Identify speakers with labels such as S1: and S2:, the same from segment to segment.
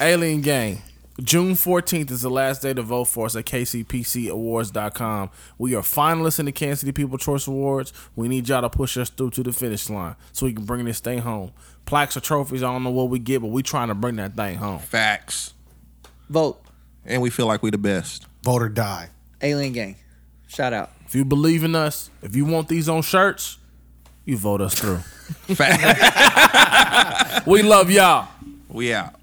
S1: Alien Gang. June 14th is the last day to vote for us at kcpcawards.com. We are finalists in the Kansas City People Choice Awards. We need y'all to push us through to the finish line so we can bring this thing home. Plaques or trophies, I don't know what we get, but we trying to bring that thing home.
S2: Facts.
S3: Vote
S2: And we feel like we the best.
S4: Vote or die.
S3: Alien Gang. Shout out.
S1: If you believe in us, if you want these on shirts, you vote us through.
S2: Facts.
S1: we love y'all.
S2: we out.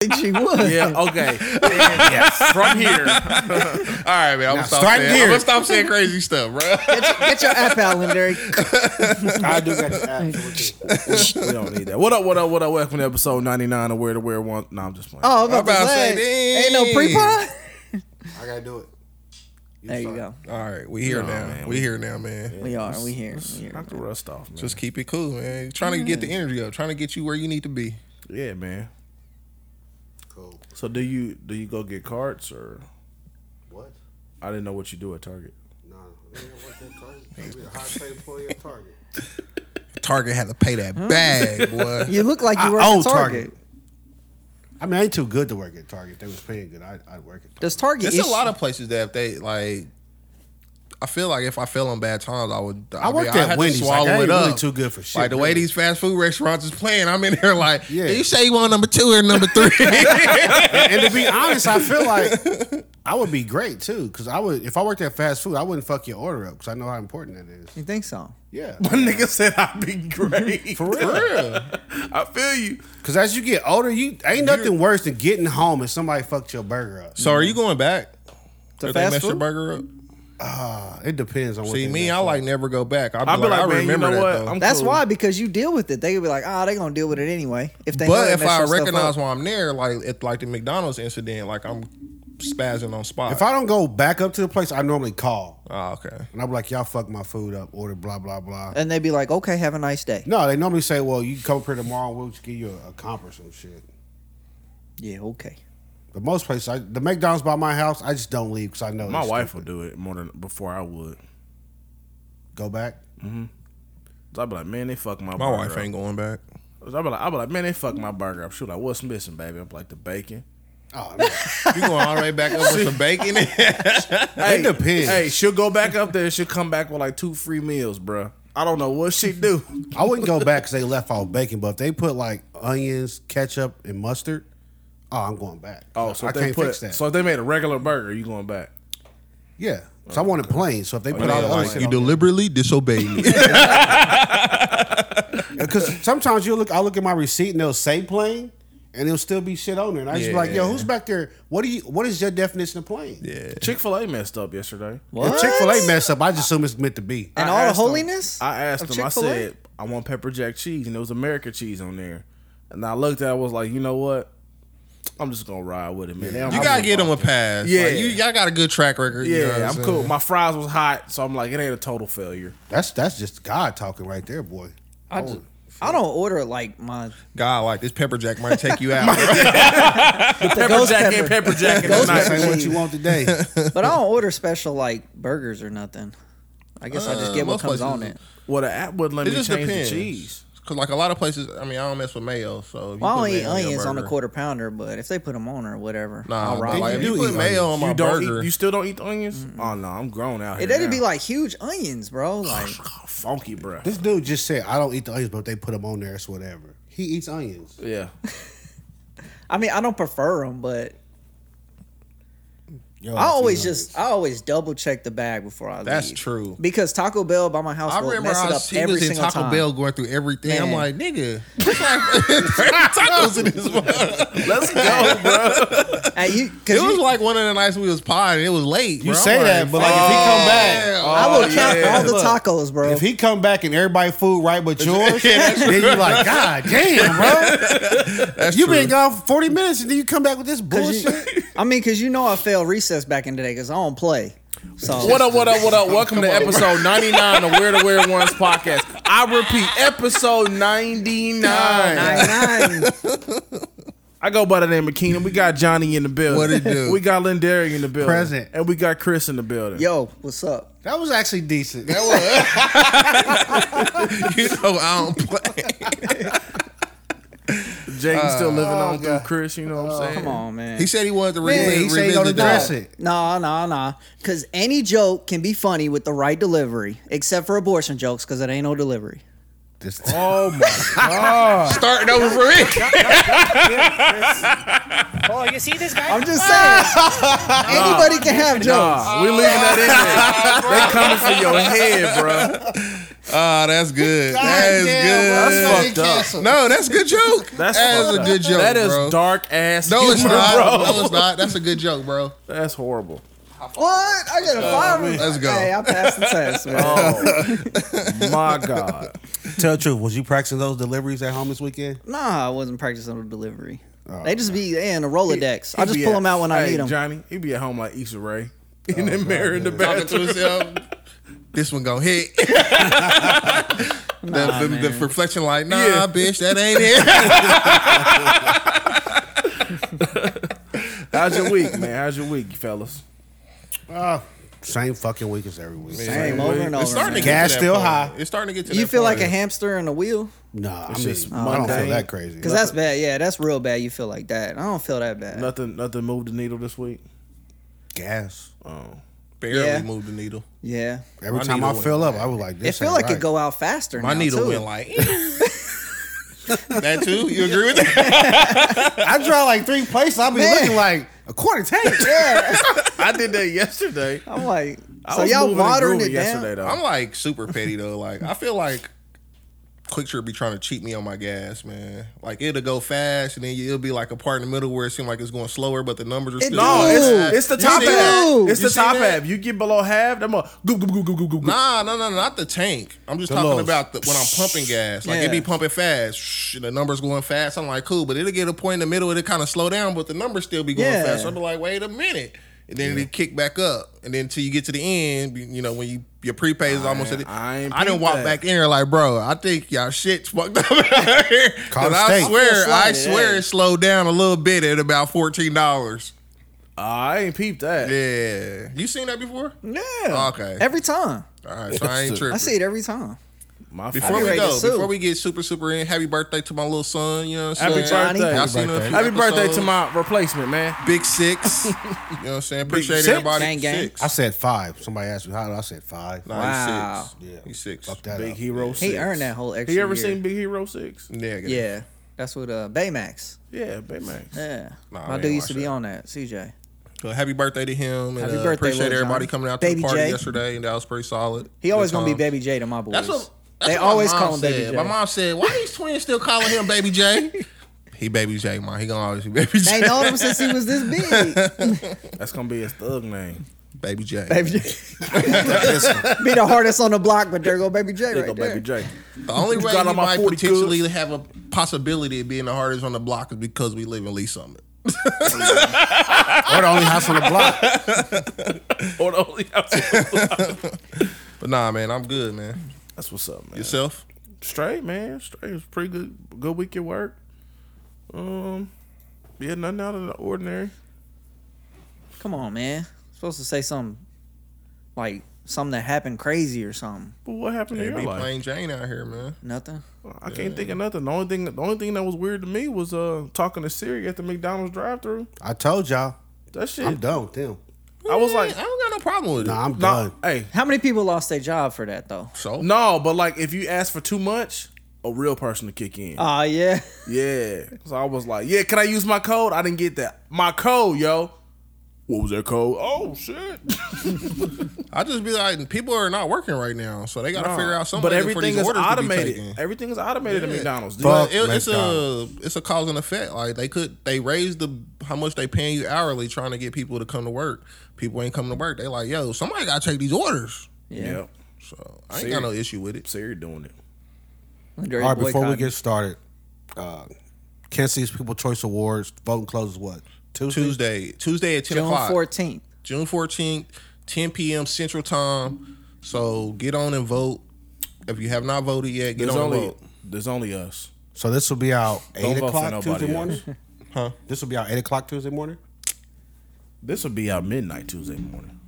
S3: Think she would.
S1: Yeah, okay. yes. From here.
S2: All right, man. I'm gonna stop
S4: start
S2: saying.
S4: here.
S2: I'm gonna stop saying crazy stuff, bro.
S3: Get your app out, Lindbergh.
S4: I do got the app.
S1: We don't need that. What up, what up, what up? Welcome to episode 99 of Where to Where One. No, I'm just playing.
S3: Oh, I'm about,
S2: I'm about
S3: to
S2: to
S3: say,
S2: say,
S3: ain't no
S2: dang.
S3: pre-pod.
S4: I gotta do it.
S3: There you go.
S2: All right, we here now.
S1: man,
S2: we here now, man.
S3: We are. We here. We here.
S1: Knock the rust off, man.
S2: Just keep it cool, man. Trying to get the energy up. Trying to get you where you need to be.
S1: yeah, man.
S4: Cool.
S1: So do you do you go get carts or
S4: What?
S1: I didn't know what you do at Target.
S4: No. we don't want that target. We a high paid employee at Target.
S2: Target had to pay that bag, boy.
S3: You look like you work
S4: I own
S3: at Target.
S4: Target. I mean, I ain't too good to work at Target. If They was paying good. I'd, I'd work at Target.
S3: Does Target?
S2: There's a
S3: issue-
S2: lot of places that if they like. I feel like if I fell on bad times, I would. I, mean,
S4: worked
S2: I
S4: at
S2: had to
S4: Wendy's, like,
S2: swallow
S4: I ain't
S2: it up.
S4: really too good for shit,
S2: Like the way
S4: really.
S2: these fast food restaurants is playing, I'm in there like,
S4: Yeah.
S2: "Did you say you want number two or number three?
S4: and to be honest, I feel like I would be great too, because I would if I worked at fast food, I wouldn't fuck your order up because I know how important that is.
S3: You think so?
S4: Yeah,
S1: nigga said I'd be great.
S4: for real.
S1: I feel you.
S4: Because as you get older, you ain't nothing worse than getting home and somebody fucked your burger up.
S2: so are you going back?
S3: To
S2: If they
S3: fast
S2: mess your
S3: food.
S2: burger up.
S4: Uh, it depends on what.
S2: See
S4: they
S2: me,
S4: do.
S2: I like never go back. I'll be,
S1: I'd be
S2: like,
S1: like,
S2: I
S1: man, you
S2: remember
S1: know
S2: that
S1: what?
S2: though.
S1: I'm
S3: That's
S1: cool.
S3: why because you deal with it. They would be like, ah, they gonna deal with it anyway. If they. know
S2: But
S3: they
S2: if
S3: mess
S2: I
S3: your stuff
S2: recognize
S3: up.
S2: why I'm there, like at like the McDonald's incident, like I'm spazzing on spot.
S4: If I don't go back up to the place, I normally call
S2: oh, okay.
S4: and I'm like, "Y'all fuck my food up, order blah blah blah."
S3: and they'd be like, okay, have a nice day.
S4: No, they normally say, "Well, you can come up here tomorrow, and we'll just give you a, a comp or some shit."
S3: Yeah, okay.
S4: But most places, I, the McDonald's by my house, I just don't leave because I know
S1: My
S4: it's
S1: wife
S4: stupid.
S1: would do it more than before I would.
S4: go back.
S1: So I'd be like, man, they fuck my,
S2: My
S1: burger
S2: wife
S1: up.
S2: ain't going back.
S1: So I'd be like, I'd be like, man, they fuck my burger up. She was like, what's missing, baby? I'm like, the bacon.
S4: Oh, no.
S2: You going all the way back up with some bacon?
S1: Hey,
S4: depends.
S1: Hey, she'll go back up there. and She'll come back with like two free meals, bruh. I don't know what she do.
S4: I wouldn't go back because they left out bacon, but if they put like onions, ketchup, and mustard, oh, I'm going back.
S1: Oh, so
S4: I
S1: if they
S4: can't
S1: put
S4: fix that.
S1: so if they made a regular burger, you going back?
S4: yeah, so I want it plain. So
S1: Oh,
S4: if they put all the other
S2: like,
S4: shit
S2: you
S4: on,
S2: deliberately disobeyed me.
S4: because sometimes you look, I look at my receipt and they'll say plain, and it'll still be shit on there, and I just be like, yo, who's back there? What do you? What is your definition of plain? Yeah.
S1: Chick Fil A messed up yesterday.
S3: What?
S4: If Chick Fil A mess up, I just assume it's meant to be.
S3: And
S1: I
S3: all the
S1: asked them-
S3: holiness.
S1: I asked
S3: of
S1: them. I
S3: Chick-fil-A?
S1: said, I want pepper jack cheese, and there was America cheese on there. And I looked at, it, I was like, you know what? I'm just gonna ride with it, man. They don't-
S2: You
S1: I
S2: gotta
S1: wouldn't
S2: get them a
S1: want that.
S2: pass.
S1: Yeah.
S2: Yeah, you y'all got a good track record. you know
S1: Yeah,
S2: what
S1: I'm
S2: saying?
S1: cool. My fries was hot, so I'm like, it ain't a total failure.
S4: That's that's just God talking right there, boy.
S3: I, just, I don't order like my
S2: God, like this pepper jack might take you out.
S1: Pepper
S3: ghost
S1: jack
S3: pepper.
S1: and pepper jack and
S3: Ghost
S4: This
S1: night.
S4: ain't what you want today.
S3: But I don't order special like burgers or nothing. I guess I just
S2: Uh,
S3: get what
S2: most
S3: comes
S2: places
S3: on
S2: do.
S3: it.
S1: Well, the app wouldn't let
S2: It
S1: me
S2: just
S1: change
S2: depends.
S1: the cheese.
S2: Cause like a lot of places, I mean, I don't mess with mayo, so if you
S3: Well, I
S2: put
S3: don't eat
S2: mayo your
S3: onions on a
S2: burger-
S3: quarter pounder, but if they put them on or whatever,
S2: Nah,
S3: I'll
S2: but,
S3: ride
S2: like,
S3: with
S2: if
S3: it.
S2: you
S4: do
S2: put
S4: eat
S2: mayo on my
S1: You don't.
S2: burger.
S1: Eat, you still don't eat the onions? Oh no, I'm grown out
S3: It
S1: here.
S3: would
S1: now.
S3: be like huge onions, bro. Like
S1: funky, bro.
S4: This dude just said, I don't eat the onions, but they put them on there. It's whatever. He eats onions.
S1: Yeah,
S3: I mean, I don't prefer them, but
S4: Yo,
S3: I always
S4: you know,
S3: just I always double check the bag before I
S2: That's
S3: leave.
S2: true.
S3: Because Taco Bell by my house
S2: I
S3: will
S2: remember
S3: mess it
S2: I
S3: up
S2: was, he
S3: every
S2: was in
S3: single
S2: Taco
S3: time.
S2: Bell going through everything. I'm
S3: Man.
S2: like, nigga, tacos in this mother. Let's go, bro.
S3: Hey, you, cause
S2: It was
S3: you-
S2: like one of the nights we was potting. It was late. bro.
S4: You
S2: I'm
S4: say that, but like if he come back,
S2: damn.
S3: I will count
S1: yeah.
S3: all the tacos, bro.
S4: if he come back and everybody food right but yours, then you like, God damn, bro. you
S2: true.
S4: been gone for 40 minutes and then you come back with this
S3: 'Cause you-
S4: bullshit.
S3: I mean, because you know I failed recess back in the day because I don't play. So
S1: What up, what up, what up? Welcome to episode 99 of Weird to Weird Ones podcast. I repeat, episode 99.
S3: Nine, nine.
S1: I go by the name of Keenan. We got Johnny in the building.
S2: What it do?
S1: We got Lindari in the building.
S4: Present.
S1: And we got Chris in the building.
S3: Yo, what's up?
S4: That was actually decent.
S2: you know I don't play.
S1: Jaden's
S2: Uh,
S1: still living on through Chris, you know what I'm saying?
S3: Come on, Oh, man.
S2: He said he wanted to
S4: Man,
S2: revisit.
S4: he said he
S2: revisit
S4: gonna
S2: that.
S4: dress it.
S3: Nah, nah, nah. Because any joke can be funny with the right delivery, except for abortion jokes, because it ain't no delivery.
S4: This-
S1: Oh my
S2: Starting over for me.
S5: Oh, you see this guy?
S3: I'm just saying, anybody can have jokes.
S1: god. We leaving that in there. They coming for your head, bro.
S2: Ah, that's good. that is
S1: That's
S2: good.
S1: fucked up.
S2: No, that's a good joke.
S1: That's
S2: that is
S1: fucked
S2: a
S1: up.
S2: good joke.
S1: That is
S2: bro.
S1: dark ass
S2: No, it's
S1: humor,
S2: not.
S1: bro.
S2: No, it's not. That's a good joke, bro.
S1: That's horrible.
S3: What? I got a five.
S2: Let's go.
S3: Hey, I passed the test, man.
S1: Oh my god.
S4: Tell the truth, was you practicing those deliveries at home this weekend?
S3: Nah, I wasn't practicing the delivery. they just be they in a Rolodex. I
S1: He
S3: just
S1: be
S3: pull
S1: at-
S3: them out when I
S1: hey,
S3: need them.
S1: Johnny, he be at home like Issa Rae in the mirror in the
S2: Oh, Talking
S1: bathroom.
S2: to himself. This one gonna hit. the, the, the
S3: man.
S2: reflection, like, nah,
S1: Yeah.
S2: bitch, that ain't it.
S1: How's your week, man? How's your week, fellas?
S4: Uh, same fucking week as every week.
S3: Same over and over.
S2: It's starting to get
S3: man.
S4: Gas
S2: to that
S4: still
S2: point.
S4: high.
S2: It's starting to get to.
S3: you
S2: that
S3: feel
S2: point.
S3: like a hamster in a wheel?
S4: Nah, I,
S1: It's
S4: mean,
S1: just
S4: I don't feel
S1: mundane.
S4: that crazy.
S3: Because that's bad. Yeah, that's real bad. You feel like that. I don't feel that bad.
S1: Nothing nothing moved the needle this week.
S4: gas.
S1: Oh.
S2: barely
S3: Yeah.
S2: moved the needle.
S3: Yeah.
S4: Every
S2: My
S4: time I
S2: needle
S4: fill up, I was like,
S3: It
S4: this
S3: feel
S4: ain't
S3: like
S4: right.
S3: it go out faster.
S2: My
S3: now,
S2: needle
S3: too.
S2: went like that too. You agree with that?
S4: I drive like three places. I'll be
S3: Man.
S4: looking like a quarter tank.
S3: Yeah.
S1: I did that yesterday.
S3: I'm like,
S1: I
S3: so
S1: was
S3: y'all
S1: moving and
S3: watering
S1: grooving
S3: it
S1: yesterday
S3: down?
S1: though.
S2: I'm like super petty though. Like I feel like Quick Trip be trying to cheat me on my gas, man. Like it'll go fast, and then it'll be like a part in the middle where it seemed like it's going slower, but the numbers are still.
S1: no,
S3: Dude.
S1: it's, it's the
S2: You
S1: top
S2: see
S1: half.
S2: that?
S1: It's
S2: You
S1: the
S2: see
S1: top
S2: that?
S1: half. You get below half, I'm a goo goo goo goo goo goo. goo.
S2: Nah, no, no, no, not the tank. I'm just
S4: The
S2: talking
S4: lows.
S2: about the, when I'm pumping gas. Like it be
S3: Yeah.
S2: pumping fast, shh, and the numbers going fast. I'm like, cool, but it'll get a point in the middle, it'll kind of slow down, but the numbers still be going
S3: Yeah.
S2: fast. So I'm like, wait a minute, and then it kick back up, and then until you get to the end, you- you know, when you your prepaid is almost. at it.
S1: I ain't
S2: I didn't walk
S1: prepaid.
S2: back in there like, bro. I think y'all shit's fucked up. out here. 'Cause
S4: the
S2: I
S4: state.
S2: swear, I
S3: slighted,
S2: swear,
S3: eh?
S2: it slowed down a little bit at about fourteen dollars.
S1: Ah, I ain't peeped that.
S2: Yeah, you seen that before?
S3: Yeah.
S2: Okay.
S3: Every time.
S2: All right, so I ain't tripping.
S3: I see it every time.
S1: My
S2: Before
S1: fault.
S2: we
S3: ready to
S2: go,
S3: sue.
S2: before we get super super in, happy birthday to my little son. You know what I'm
S1: Happy
S2: saying?
S1: birthday.
S2: Y'all
S1: Happy
S2: seen a
S4: birthday.
S2: few
S1: Happy birthday to
S2: episodes.
S1: my replacement, man.
S2: big six. you know what I'm saying? Appreciate
S1: six?
S2: everybody.
S3: Gang, gang.
S2: Six.
S4: I said five. Somebody asked me how. I said five.
S2: Nah,
S3: Wow.
S2: he's six.
S4: Yeah.
S2: He's six.
S4: Fuck that
S1: Big
S4: up.
S1: Hero Six.
S3: He earned that whole extra.
S1: He ever
S3: year.
S1: seen Big Hero Six?
S2: Nigga.
S3: Yeah. That's what uh, Baymax.
S1: Yeah, Baymax.
S3: Yeah.
S2: Nah, I
S3: My
S2: ain't
S3: dude used to
S2: watch
S3: be
S2: that.
S3: on that. CJ.
S2: So happy birthday to him. And,
S3: Happy
S2: uh,
S3: birthday,
S2: appreciate
S3: Lil
S2: everybody
S3: Johnny.
S2: coming out to the
S3: Baby
S2: party
S3: J.
S2: yesterday, and that was pretty solid.
S3: He always
S2: Good
S3: gonna be
S2: times.
S3: Baby J to my boys.
S2: That's what that's
S3: they
S2: what my
S3: always
S2: mom
S3: call him
S2: said.
S3: Baby J.
S2: My mom said, "Why these twins still calling him Baby J?" he Baby J, man. He gonna always be Baby J.
S3: They known him since he was this big.
S1: That's gonna be his thug name.
S2: Baby J.
S3: Baby J. be the hardest on the block, but there go Baby J
S1: There
S3: right
S1: go
S3: there.
S1: Baby J.
S2: The only
S1: You
S2: way
S1: got
S2: we
S1: all my
S2: might
S1: 40
S2: potentially have a possibility of being the hardest on the block is because we live in Lee Summit.
S4: Or the only house on the block.
S1: Or the only
S2: But nah, man, I'm good, man.
S1: That's what's up, man.
S2: Yourself?
S1: Straight, man. Straight. It was pretty good. Good week at work. Um, yeah, nothing out of the ordinary.
S3: Come on, man. supposed to say something like something that happened crazy or something.
S1: But what happened
S2: It
S1: to
S2: be
S1: your life?
S2: plain Jane out here, man.
S3: Nothing.
S1: I can't think of nothing. The only thing, the only thing that was weird to me was uh talking to Siri at the McDonald's drive-through.
S4: I told y'all.
S1: That shit.
S4: I'm done with them.
S1: I was
S2: Like,
S1: like,
S2: I don't got no problem with it.
S4: Nah, I'm
S1: no,
S4: done.
S1: hey,
S3: How many people lost their job for that though?
S2: so
S1: no. But like, if you ask for too much, a real person to kick in.
S3: Oh yeah.
S1: Yeah. So I was like, yeah, can I use my code? I didn't get that. My code, yo. What was that code? Oh shit!
S2: I just be like, people are not working right now, so they got to figure out some
S1: but
S2: way for
S1: everything
S2: these
S1: is
S2: orders to be
S1: automated.
S2: taken.
S1: Everything is automated at McDonald's. Do
S4: Fuck
S2: But it, it's a
S4: McDonald's.
S2: it's a cause and effect. Like they could they raise the how much they paying you hourly trying to get people to come to work. People ain't coming to work. They like, yo, somebody gotta take these orders.
S1: you-
S3: Yeah.
S1: Yep.
S2: So I ain't got no issue with it.
S1: Siri doing it.
S3: Andre
S4: All right, before we
S3: boycotting.
S4: get started, uh, Kansas City's People Choice Awards voting closes what Tuesday.
S2: Tuesday, Tuesday at ten
S3: June
S2: o'clock,
S3: 14th.
S2: June fourteenth, ten p.m. Central Time. So get on and vote. If you have not voted yet, get
S1: There's
S2: on and
S1: only
S2: vote.
S1: there's only us.
S4: So this will be out
S1: vote
S4: eight
S1: for
S4: o'clock
S1: nobody
S4: Tuesday
S1: else.
S4: morning.
S2: Huh?
S4: This will be out eight o'clock Tuesday morning.
S1: This will be out midnight Tuesday morning.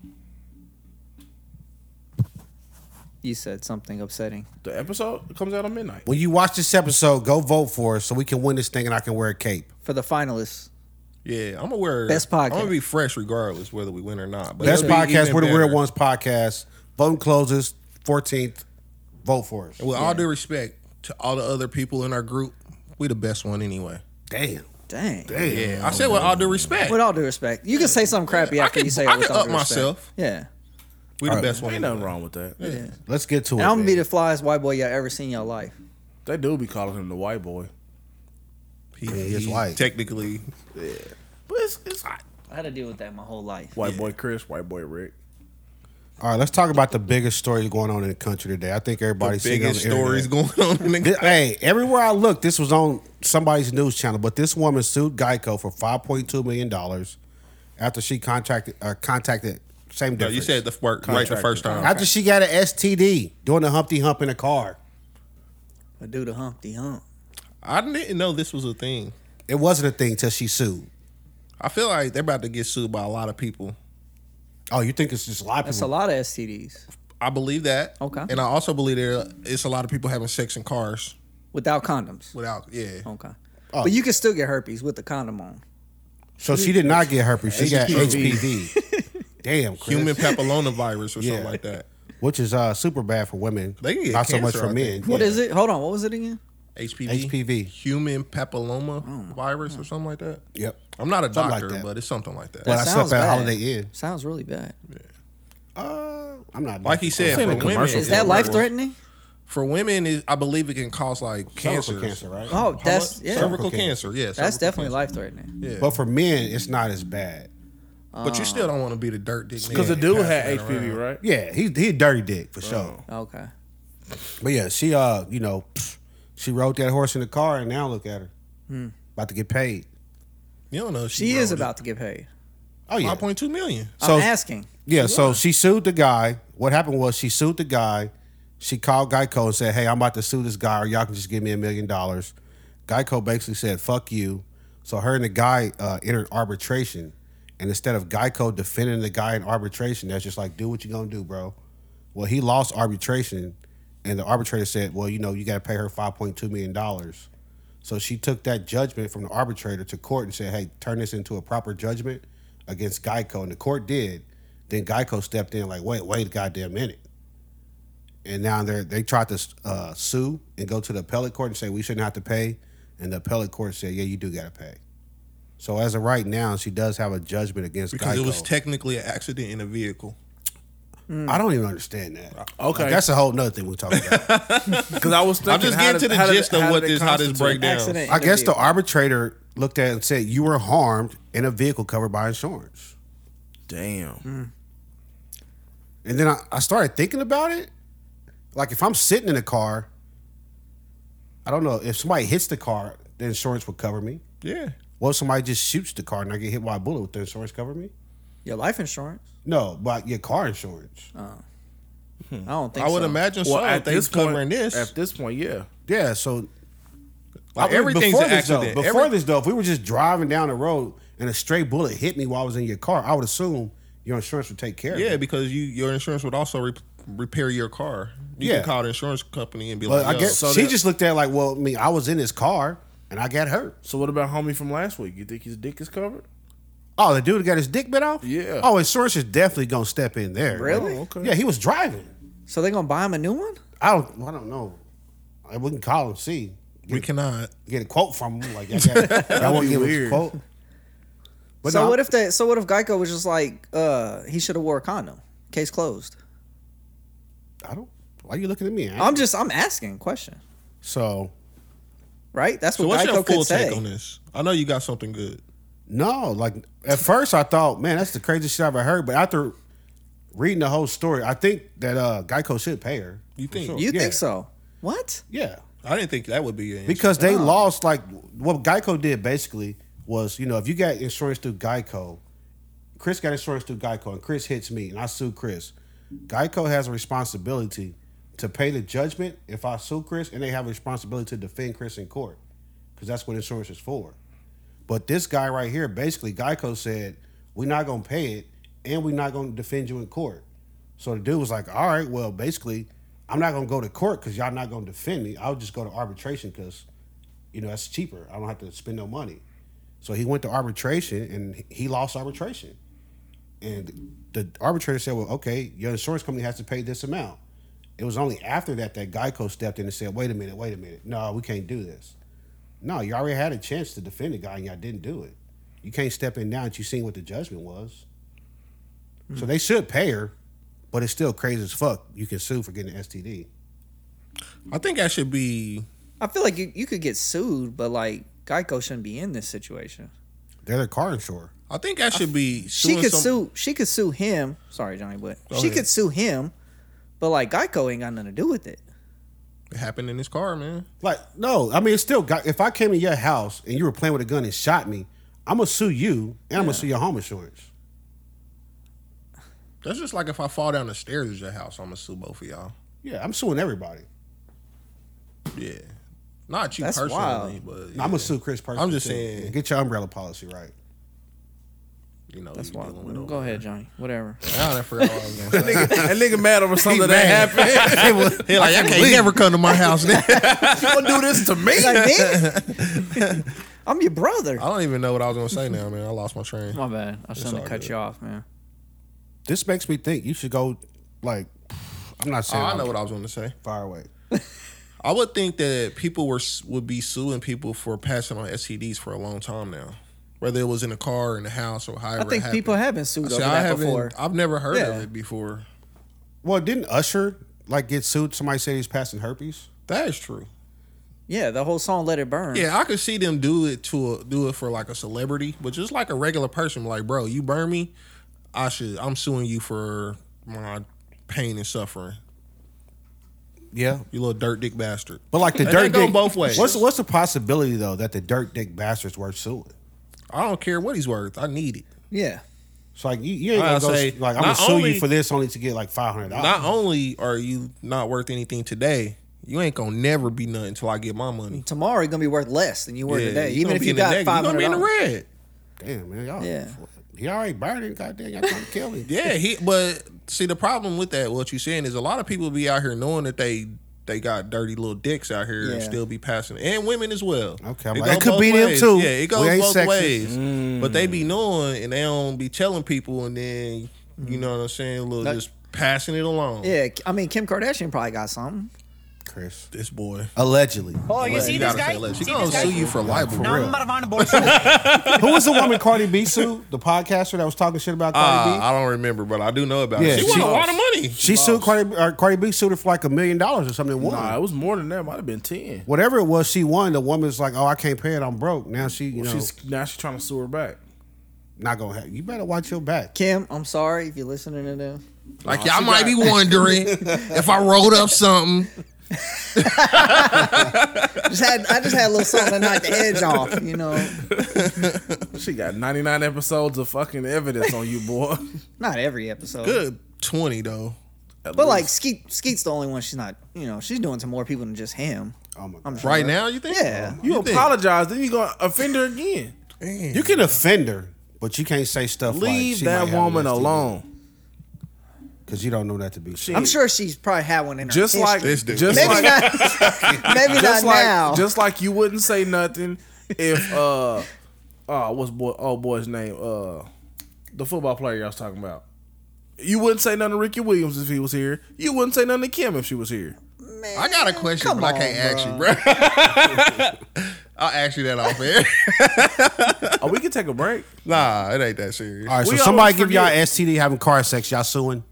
S3: You said something upsetting.
S1: The episode comes out at midnight.
S4: When you watch this episode, go vote for us so we can win this thing and I can wear a cape.
S3: For the finalists,
S2: Yeah, I'm gonna wear
S3: Best podcast.
S2: I'm gonna be fresh regardless whether we win or not. But
S4: Best
S2: it'll be
S4: podcast.
S2: even
S4: We're the
S2: better.
S4: Weird Ones podcast. Voting closes fourteenth. Vote for us.
S2: With all due respect to all the other people in our group, we the best one anyway.
S4: Damn.
S3: dang.
S2: Yeah, I said with all due respect,
S3: With all due respect, you can say something crappy
S2: I
S3: after
S2: can-
S3: you say
S2: I
S3: it with
S2: can
S3: all
S2: up
S3: due respect.
S2: myself.
S3: Yeah.
S2: we the best one.
S1: Ain't nothing
S2: Anyway.
S1: wrong with that.
S4: Let's get to it.
S3: And I'm gonna be
S4: man.
S3: the flyest white boy y'all ever seen in your life.
S1: They do be calling him the white boy.
S2: He,
S4: Yeah, it's
S2: he
S4: white.
S2: Technically,
S1: But it's, it's
S3: I had to deal with that my whole life.
S1: white boy Chris, white boy Rick.
S4: All right, let's talk about the biggest stories going on in the country today. I think everybody's seeing it on
S2: biggest
S4: the internet.
S2: stories going on in the
S4: Thi- hey, everywhere I look, this was on somebody's news channel. But this woman sued Geico for five point two million dollars after she contracted uh, contacted same
S2: No,
S4: difference.
S2: you said the work right the
S1: Contractor.
S2: first time.
S4: after she got an STD doing a Humpty Hump in a car.
S3: I do the humpty hump.
S2: I didn't know this was a thing.
S4: It wasn't a thing till she sued.
S2: I feel like they're about to get sued by a lot of people.
S4: Oh, you think it's just a lot of
S3: That's a
S4: people?
S3: lot of STDs
S2: I believe that.
S3: Okay.
S2: And I also believe there it's a lot of people having sex in cars
S3: without condoms.
S2: without. Yeah.
S3: Okay. But you can still get herpes with the condom on.
S4: So she did not get herpes. She got
S1: HPV.
S4: HPV. Damn, Chris.
S2: Human papillomavirus or something
S4: Yeah.
S2: like that.
S4: which is uh, super bad for women.
S2: They can get
S4: not so much
S2: cancer,
S4: for
S2: I
S4: men.
S2: think.
S3: What is it? Hold on. What was it again?
S2: HPV.
S4: HPV?
S3: Oh.
S2: Human papilloma virus or something like that.
S4: Yep.
S2: I'm not a
S4: Something like
S2: doctor,
S4: that.
S2: but it's something like that.
S4: But I
S3: sounds
S4: slept at
S3: bad.
S4: Holiday Inn.
S3: Sounds really bad.
S4: Uh, I'm not
S2: like he
S1: seen
S2: said, for
S1: a
S2: women,
S1: commercial
S3: Is
S1: Yeah,
S3: that
S1: it
S3: life threatening?
S2: For women, is I believe it can cause like
S4: Cancer,
S2: cancer,
S4: cancer, right?
S3: Oh, that's yeah.
S2: cervical
S4: Cervical
S2: cancer. Yes,
S3: That's definitely life threatening.
S2: Yeah.
S4: But
S2: But,
S4: for men, it's not as bad.
S3: uh,
S2: you still don't want to be the dirt dick
S1: Because
S2: nigga
S1: the dude had
S2: passing that
S1: HPV,
S2: around.
S1: right?
S4: Yeah, he he a dirty dick for sure.
S3: Okay.
S4: But yeah, she uh, you know, she rode that horse in the car, and now look at her,
S3: Hmm.
S4: about to get paid.
S2: You don't know. if
S3: She is
S2: wrote
S3: about to get paid.
S4: Oh
S2: it.
S4: yeah,
S2: 5.2 million.
S4: So-
S3: I'm asking.
S4: yeah. So she sued the guy. What happened was she sued the guy. She called Geico and said, "Hey, I'm about to sue this guy, or y'all can just give me a million dollars." Geico basically said, "Fuck you." So her and the guy uh, entered arbitration, and instead of Geico defending the guy in arbitration, that's just like, "Do what you gonna do, bro." Well, he lost arbitration, and the arbitrator said, "Well, you know, you got to pay her five point two million dollars." So she took that judgment from the arbitrator to court and said, "Hey, turn this into a proper judgment against Geico," and the court did. Then Geico stepped in, like, "Wait, wait a goddamn minute." And now they they tried to uh, sue and go to the appellate court and say we shouldn't have to pay, and the appellate court said, "Yeah, you do got to pay." So as of right now, she does have a judgment against
S2: Because
S4: Geico.
S2: it was technically an accident in a vehicle.
S4: I don't even understand that.
S1: Okay.
S4: that's a whole nother thing we're talking about.
S1: Because I was thinking,
S2: I'm just
S1: how
S2: getting
S1: did-
S2: to
S1: how
S2: the
S1: did-
S2: gist of
S1: how
S2: what
S1: did they
S2: this, how this
S1: constitute-
S2: breakdown.
S3: Accident.
S4: I guess the arbitrator looked at it and said, You were harmed in a vehicle covered by insurance.
S1: Damn.
S2: Mm-hmm.
S4: And then I, I started thinking about it. Like, if I'm sitting in a car, I don't know, if somebody hits the car, the insurance would cover me.
S2: Yeah.
S4: What if somebody just shoots the car and I get hit by a bullet? Would the insurance cover me?
S3: your life insurance.
S4: No, but your car insurance.
S3: I don't think
S2: Hmm. I would
S3: so.
S2: imagine
S1: Well,
S2: so.
S1: at
S2: if they
S1: this point,
S2: covering this,
S1: at this point, yeah.
S4: Yeah, so
S2: like,
S4: I mean,
S2: everything's
S4: before
S2: an
S4: this, though-
S2: accident.
S4: before
S2: Every-
S4: this, though, if we were just driving down the road and a stray bullet hit me while I was in your car, I would assume your insurance would take care of it.
S2: Yeah, because you your insurance would also re- repair your car. You
S4: Yeah.
S2: can call the insurance company and be
S4: But
S2: like,
S4: I
S2: Yo,
S4: guess
S1: so
S4: she
S1: that-
S4: just looked at it like, well, I mean, I was in his car and I got hurt.
S1: So what about homie from last week? You think his dick is covered?
S4: Oh, the dude got his dick bit off.
S1: Yeah.
S4: Oh, insurance is definitely gonna step in there.
S3: Really?
S1: Oh, okay.
S4: Yeah, he was driving.
S3: So they gonna buy him a new one?
S4: I don't. I don't know. I wouldn't call him. See,
S2: we cannot.
S4: get a quote from him. Like I, got, I won't
S1: be
S4: give him a
S1: weird.
S4: quote. But
S3: so
S4: no,
S3: what if that? So what if Geico was just like, uh, he should have wore a condom. Case closed.
S4: I don't. Why are you looking at me?
S3: I'm just, I'm asking a question,
S4: so
S3: right? That's
S2: So
S3: what
S2: what's
S3: Geico
S2: your full
S3: could
S2: take
S3: say.
S2: on this? I know you got something good.
S4: no. Like at first, I thought, man, that's the craziest shit I've ever heard. But after reading the whole story, I think that uh, Geico should pay her.
S2: You
S4: For
S2: think?
S4: sure.
S3: You
S4: Yeah.
S3: think so? What?
S4: Yeah,
S2: I didn't think that would be an
S4: because they lost. Like what Geico did basically was, you know, if you got insurance through Geico, Chris got insurance through Geico, and Chris hits me, and I sue Chris. Geico has a responsibility to pay the judgment if I sue Chris, and they have a responsibility to defend Chris in court because that's what insurance is for. But this guy right here, basically, Geico said, "We're not gonna pay it, and we're not gonna defend you in court." So the dude was like, "All right, well, basically, I'm not gonna go to court because y'all not gonna defend me. I'll just go to arbitration because, you know, that's cheaper. I don't have to spend no money." So he went to arbitration, and he lost arbitration. And the arbitrator said, "Well, okay, your insurance company has to pay this amount." It was only after that that Geico stepped in and said, "Wait a minute, wait a minute, no, we can't do this." No, you already had a chance to defend the guy and y'all didn't do it. You can't step in now that you seen what the judgment was. So they should pay her, but it's still crazy as fuck. You can sue for getting an STD.
S2: I think that should be.
S3: I feel like you, you could get sued, but like Geico shouldn't be in this situation.
S4: They're the car insurer.
S2: I think that should be.
S3: She
S2: suing
S3: could
S2: some-
S3: sue. She could sue him. Sorry, Johnny, but she
S2: ahead.
S3: could sue him. But like Geico ain't got nothing to do with it.
S2: It happened in this car, man.
S4: Like, no, I mean, it's still got. If I came to your house and you were playing with a gun and shot me, I'm gonna sue you and I'm gonna sue your home insurance.
S2: That's just like if I fall down the stairs at your house, I'm gonna sue both of y'all.
S4: Yeah, I'm suing everybody.
S2: Yeah, not you
S3: That's
S2: personally,
S3: wild.
S2: but
S4: I'm
S2: yeah,
S4: gonna sue Chris personally.
S2: just
S4: too.
S2: saying-
S4: Yeah, get your umbrella policy right.
S2: You know,
S3: That's
S2: you
S3: why.
S2: dealing with
S3: Go ahead, Johnny. Whatever.
S2: I done forgot what I was gonna say.
S1: that nigga mad over something that
S2: mad.
S1: happened.
S2: He like, I can't never come to my house. now."
S1: You gonna do this to me?
S3: Like, man, I'm your brother.
S2: I don't even know what I was gonna say now, man. I lost my train. Oh,
S3: My bad. I shouldn't
S2: all
S3: have cut
S2: good.
S3: you off, man.
S4: This makes me think you should go. Like, I'm not
S2: Oh,
S4: saying
S2: I
S4: I'm
S2: know what I was gonna say.
S4: far away.
S2: I would think that people were would be suing people for passing on STDs for a long time now, whether it was in a car, in the house, or however.
S3: I think
S2: it happened.
S3: people have been sued
S2: See,
S3: over
S2: I
S3: that
S2: haven't.
S3: before.
S2: I've never heard
S3: Yeah.
S2: of it before.
S4: Well, didn't Usher like get sued? Somebody said he's passing herpes.
S2: That is true.
S3: Yeah, the whole song "Let It Burn."
S2: Yeah, I could see them do it to a, do it for like a celebrity, but just like a regular person, like bro, you burn me, I should. I'm suing you for my pain and suffering.
S4: Yeah,
S2: You little dirt dick bastard.
S4: but like the
S2: They
S4: dirt
S2: go
S4: dick
S2: both ways.
S4: What's what's the possibility though that the dirt dick bastards worth suing?
S2: I don't care what he's worth. I need it.
S3: yeah.
S4: So like you, you ain't
S2: I
S4: gonna go
S2: say,
S4: like I'm gonna
S2: not
S4: sue
S2: only-
S4: you for this only to get like five hundred
S2: Not
S4: dollars.
S2: only are you not worth anything today, you ain't gonna never be nothing until I get my money.
S3: Tomorrow you're gonna be worth less than you were
S2: Yeah,
S3: today,
S2: you
S3: even
S2: gonna
S3: if
S2: be
S3: you
S2: in the
S3: got
S2: negative.
S3: five hundred
S2: You gonna
S3: dollars.
S2: be in the red.
S4: Damn man, y'all.
S3: Yeah.
S4: He already burned it. Goddamn, y'all trying to kill me.
S2: Yeah, he. But see, the problem with that, what you're saying is a lot of people be out here knowing that they they got dirty little dicks out here and
S3: Yeah.
S2: still be passing, and women as well.
S4: Okay, I'm
S2: It
S4: like,
S2: go
S4: it could
S2: both
S4: be them
S2: ways.
S4: too.
S2: Yeah, it
S4: We
S2: goes
S4: ain't
S2: both
S4: sexist.
S2: ways.
S4: Mm.
S2: But they be knowing and they don't be telling people, and then you know what I'm saying, little just passing it along.
S3: Yeah, I mean Kim Kardashian probably got something.
S4: Chris.
S2: This boy,
S4: Allegedly,
S5: Oh, you see
S2: you
S5: this
S2: gotta
S5: guy?
S2: say less. She
S5: See
S2: gonna
S5: this guy?
S2: sue you for libel.
S5: Now I'm
S2: real.
S5: out of mind, boy.
S4: who was the woman Cardi B sued? The podcaster that was talking shit about Cardi
S2: Uh,
S4: B.
S2: I don't remember, but I do know about
S4: Yeah,
S2: it. She, won
S4: she
S2: a lot
S4: lost.
S2: of money.
S4: She sued Cardi. B- Or Cardi B sued her for like a million dollars or something. and Won.
S1: Nah, it was more than that. It might have been ten.
S4: Whatever it was, she won. The woman's like, "Oh, I can't pay it. I'm broke." Now she, you know,
S1: She's now she's trying to sue her back.
S4: not gonna have. You better watch your back.
S3: Kim, I'm sorry if you're listening to them.
S2: Like y'all might be wondering if I rolled up something.
S3: Just had, I just had a little something to knock the edge off, you know.
S1: She got ninety nine episodes of fucking evidence on you, boy.
S3: Not every episode,
S2: Good twenty though.
S1: At
S3: but like
S1: least.
S3: Skeet, Skeet's the only one she's not. You know, she's doing to more people than just him.
S4: Oh my god.
S3: I'm sure.
S2: Right now, you think?
S3: Yeah.
S1: you
S2: think?
S1: apologize, then you gonna offend her again.
S4: You can offend her, but you can't say stuff like
S1: Leave
S4: she might
S1: that
S4: have an
S1: woman
S4: STD,
S1: alone.
S4: Cause you don't know that to be true.
S1: She-
S3: I'm sure she's probably had one in her.
S1: Just like
S2: This
S1: just
S2: dude.
S1: like
S3: history. maybe not, maybe not
S1: just like
S3: now.
S1: just like you wouldn't say nothing if uh uh what's boy oh boy's name uh the football player y'all was talking about. You wouldn't say nothing to Ricky Williams if he was here. You wouldn't say nothing to Kim if she was here.
S2: I got a question,
S3: Come
S2: but I
S3: on,
S2: can't ask you, bro. I'll ask you that off air.
S1: Oh, we can take a break.
S2: nah, it ain't that serious.
S4: All right, so
S1: We
S4: somebody
S1: always
S4: give y'all
S1: forget.
S4: STD having car sex. Y'all suing?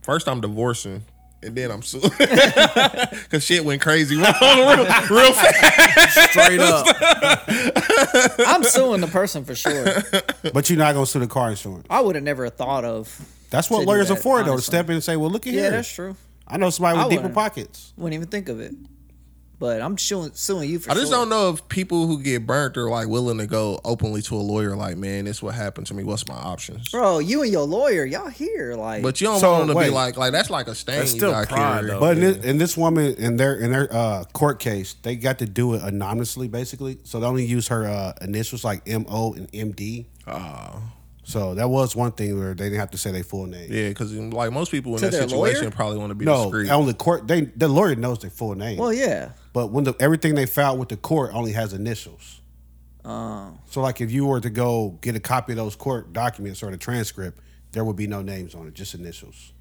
S2: First, I'm divorcing, and then I'm suing because shit went crazy real, real, real fast.
S1: Straight up.
S3: I'm suing the person for sure.
S4: But you're not gonna sue the car insurance.
S3: I would have never thought of.
S4: That's what
S3: To do
S4: lawyers are
S3: that,
S4: for, though. To
S3: honestly.
S4: step in and say, "Well, look at
S3: Yeah,
S4: here.
S3: that's true.
S4: I know somebody with
S3: I
S4: deeper
S3: wouldn't.
S4: pockets."
S3: Wouldn't even think of it. But I'm suing, suing you for
S2: I just
S3: sure.
S2: don't know if people who get burnt are like willing to go openly to a lawyer, like, man, this what happened to me. What's my options?
S3: Bro, you and your lawyer, y'all here. Like,
S2: But you don't
S4: So,
S2: want them to
S4: wait.
S2: be like, like that's like a stain.
S1: That's
S2: you
S1: still
S2: got
S1: pride,
S2: carried.
S1: though.
S4: But in
S1: Yeah.
S4: this, in this woman in their in their uh, court case, they got to do it anonymously, basically. So they only used her uh, initials like M O and M D. Oh. So that was one thing where they didn't have to say their full name.
S2: yeah, because like most people in
S3: To
S2: that
S3: their
S2: situation
S3: lawyer?
S2: probably want to be
S4: No,
S2: discreet.
S4: only court. They the lawyer knows their full name.
S3: well, yeah.
S4: But when the, everything they filed with the court only has initials.
S3: Um,
S4: So like if you were to go get a copy of those court documents or the transcript, there would be no names on it, just initials.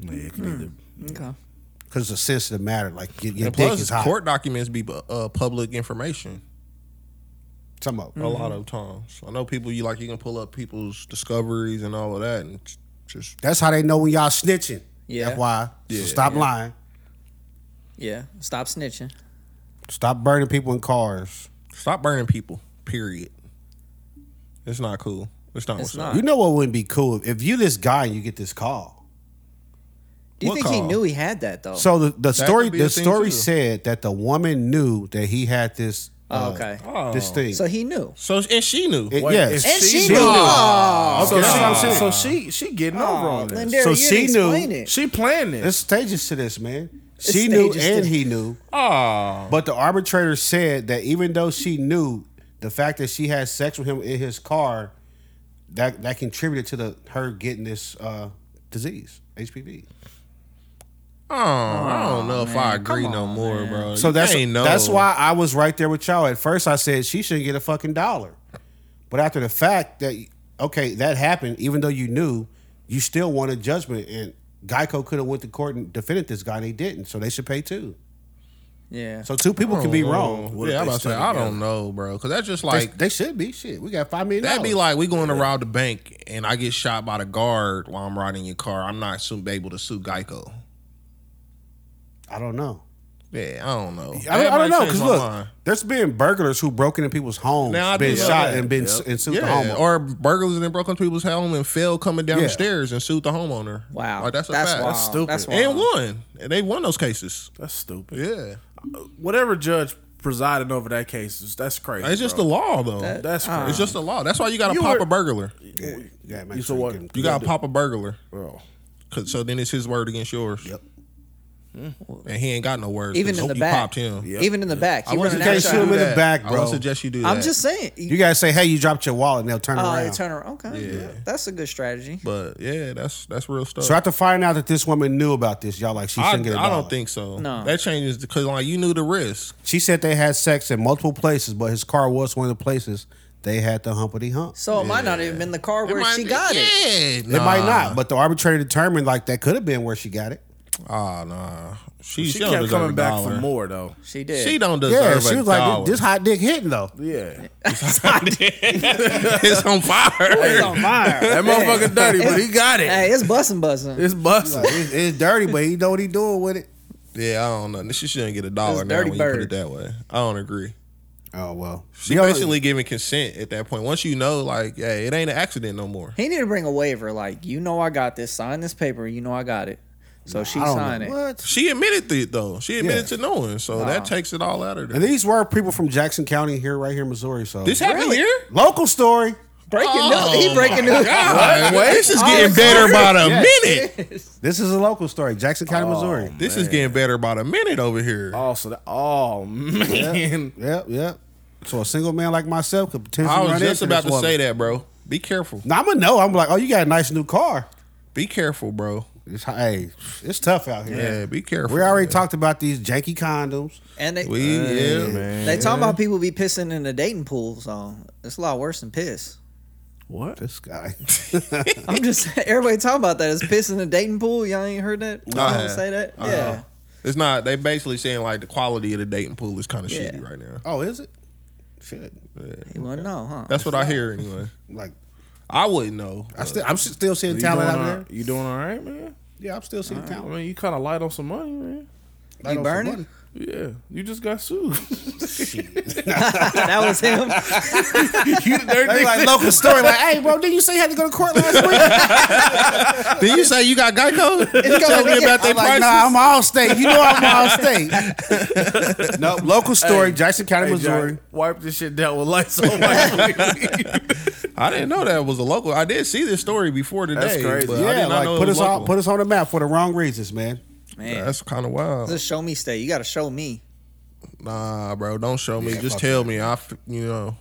S1: Yeah, it could either-
S3: okay.
S4: Because it's a sensitive matter. Like your, your
S2: and
S4: dick
S2: plus,
S4: is hot.
S2: court documents be uh, public information.
S4: Some of
S2: a lot of times. I know people you like you can pull up people's discoveries and all of that and j- just
S4: That's how they know when y'all snitching.
S3: Yeah.
S4: That's why.
S2: Yeah.
S4: so stop lying.
S3: Yeah. Stop snitching.
S4: Stop burning people in cars.
S2: stop burning people. Period. It's not cool. It's not
S3: It's
S2: what's up.
S3: not.
S4: You know what wouldn't be cool if you this guy and you get this call.
S3: Do you
S2: What
S3: think he
S2: call?
S3: knew he had Oh. that, though?
S4: So the, the story
S2: could be a
S4: the
S2: thing,
S4: story
S2: too.
S4: said that the woman knew that he had this
S3: Oh,
S4: uh,
S3: okay.
S4: this thing.
S3: So he knew.
S2: So and she knew.
S4: It-
S1: Wait,
S4: yes.
S1: if
S3: And she,
S1: She
S3: knew.
S1: knew.
S3: Oh,
S1: So,
S4: Okay.
S1: she,
S4: That's what I'm
S1: so she she getting over on this.
S3: Lindero,
S4: So
S3: you
S4: she
S3: didn't
S4: knew.
S3: explain It.
S1: She planned this.
S4: There's stages to this, man.
S3: There's
S4: she knew
S3: stages to
S4: and
S3: this.
S4: he knew.
S2: Oh.
S4: But the arbitrator said that even though she knew the fact that she had sex with him in his car, that that contributed to the her getting this uh, disease, HPV.
S2: Oh, I don't know if I agree no more, bro.
S4: So
S2: You
S4: that's
S2: can't know.
S4: that's why I was right there with y'all. At first, I said she shouldn't get a fucking dollar, but after the fact that okay that happened, even though you knew, you still wanted judgment, and Geico could have went to court and defended this guy, and they didn't, so they should pay too.
S3: Yeah.
S4: So two people can be
S2: Oh,
S4: wrong.
S1: What if
S2: yeah, I'm
S1: they
S2: about to say
S1: stay
S2: I
S1: together?
S2: don't know, bro. Because that's just
S4: They,
S2: like
S4: they should be shit. We got five million.
S2: That'd be like
S4: dollars.
S2: we going to rob the bank and I get shot by the guard while I'm riding your car. I'm not su- able to sue Geico.
S4: I don't know.
S2: Yeah, I don't know.
S4: I don't, I
S2: That
S4: don't
S2: might
S4: know
S2: change
S4: because
S2: my
S4: look,
S2: mind.
S4: there's been burglars who broke into people's homes,
S2: Now, I
S4: been
S2: do know
S4: shot
S2: that.
S4: and been
S1: Yep.
S4: and sued the
S2: yeah,
S4: homeowner.
S2: or burglars and then broke into people's home and fell coming down
S4: Yeah.
S2: the stairs and sued the homeowner.
S3: Wow.
S2: like, that's
S3: that's
S2: a fact.
S3: wild.
S1: That's stupid.
S3: That's wild.
S2: And won. And they won those cases.
S1: That's stupid.
S2: Yeah,
S1: Whatever judge presiding over that case is that's crazy.
S2: it's just
S1: bro.
S2: the law though.
S3: That- uh,
S1: That's crazy.
S2: it's just the law. That's why you got to
S1: You
S2: pop
S1: were-
S2: a burglar.
S4: yeah, yeah, make
S1: You
S4: sure
S1: saw what?
S4: you,
S2: You
S4: can-
S2: got to pop a burglar.
S1: bro.
S2: 'Cause- so then it's his word against yours.
S4: Yep.
S2: And he ain't got no words.
S3: Hmm. Even
S2: 'cause
S3: in the
S2: you
S3: back.
S2: popped him.
S1: Yeah.
S3: Even in the back.
S2: I
S3: He
S2: wouldn't
S3: wasn't
S4: suggest
S2: suggest
S4: you
S2: you
S4: do
S2: do
S4: in the
S2: that.
S4: back,
S2: I
S4: bro.
S2: would suggest you do that.
S3: I'm just saying.
S4: you gotta say, "Hey, you dropped your wallet," and they'll turn
S3: Oh,
S4: around.
S3: they turn around. Okay. That's a good strategy.
S2: But yeah, that's that's real stuff.
S4: so after finding out that this woman knew about this, y'all like she
S2: I,
S4: shouldn't get a
S2: I
S4: dollar.
S2: don't think so.
S3: No.
S2: that changes because like you knew the risk.
S4: she said they had sex in multiple places, but his car was one of the places they had the humpity hump.
S3: So it might not have been the car where she got it.
S2: it.
S4: It might not, but the arbitrator determined like that could have been where she got it.
S2: Oh nah, she,
S1: She
S2: she, don't
S1: kept
S2: deserve
S1: coming
S2: a
S1: back
S2: dollar.
S1: for more though.
S3: She did.
S2: She don't
S4: Yeah,
S2: deserve.
S4: she
S2: a
S4: was like,
S2: dollar.
S4: "This hot dick hitting though."
S1: Yeah.
S2: it's on
S3: It's
S2: fire.
S3: on fire.
S1: That motherfucker dirty, but he got it.
S3: Hey, it's busting, busting.
S1: It's busting.
S4: it's, it's dirty, but he know what he doing with it.
S2: yeah, I don't know. She shouldn't get a dollar
S3: It's
S2: now
S3: Dirty
S2: when you put
S3: Bird.
S2: it that way. I don't agree.
S4: Oh well,
S2: She basically giving consent at that point. Once you know, like, yeah, it ain't an accident no more.
S3: he need to bring a waiver. Like, you know, I got this. Sign this paper. You know, I got it. So she
S4: I don't know.
S3: signed it.
S4: What?
S2: She admitted to it though. She admitted to
S4: Yeah.
S2: knowing, so that takes it all out of
S4: And
S2: there.
S4: these were people from Jackson County here, right here, in Missouri. So
S2: This happened
S3: Really?
S2: here.
S4: local story.
S3: Breaking news. He breaking news.
S2: Oh God, this is getting
S3: it's
S2: better
S3: over.
S2: by the
S4: Oh, Yes.
S2: minute.
S4: This is a local story, Jackson County,
S2: Oh.
S4: Missouri.
S2: This is getting better by the minute over here.
S1: Also, that, oh man,
S4: Yep, yep. So a single man like myself could potentially.
S2: I was
S4: run
S2: just
S4: into
S2: about
S4: this
S2: to say
S4: woman.
S2: that, bro. Be careful.
S4: Now I'm gonna know. I'm like, oh, you got a nice new car.
S2: Be careful, bro.
S4: It's, hey, it's tough out here.
S2: Yeah, be careful.
S4: We already
S2: man.
S4: talked about these janky condoms.
S3: And they,
S2: We yeah,
S1: man.
S3: they talking about people be pissing in the dating pool. So it's a lot worse than piss.
S1: What?
S4: This guy.
S3: I'm just everybody talking about that. It's piss in the dating pool. Y'all ain't heard that? Y'all
S2: I
S3: don't
S2: have.
S3: say that.
S2: I
S3: yeah.
S2: have. Uh-huh. It's not. They basically saying like the quality of the dating pool is kind of shitty right now.
S4: Oh, is it? Shit.
S3: He wouldn't know, huh?
S2: That's what I hear anyway.
S4: Like
S2: I wouldn't know.
S4: I still, I'm still seeing
S1: You
S4: talent
S1: doing
S4: out
S1: all-
S4: there.
S1: You doing all right, man?
S4: Yeah, I'm still seeing
S1: I
S4: talent.
S1: mean, you kind of light on some money, man.
S4: Light on some
S3: burning?
S4: money.
S1: Yeah, you just got sued.
S3: that was him.
S1: you, there,
S4: They like local story. Like, hey, bro, didn't you say you had to go to court last week?
S2: Did you say you got Geico?
S4: It's
S2: Tell me
S4: gonna-
S2: about
S4: I'm
S2: their
S4: like,
S2: prices.
S4: nah, I'm all state. You know I'm all state. no, local story, Jackson County,
S1: Hey, Johnny,
S4: Missouri.
S1: wipe this shit down with lights on. Wipe it.
S2: I didn't know that was a local. I did see this story before today.
S1: That's crazy.
S2: But I
S4: Yeah,
S2: did not
S4: like
S2: know it
S4: put
S2: was
S4: us on
S2: local.
S4: put us on the map for the wrong reasons, man.
S3: Man,
S2: That's kind of wild.
S3: it's a show me state. You got to show me.
S2: Nah, bro, don't show me.
S4: Yeah,
S2: Just
S4: fuck
S2: tell me. I, f- you know,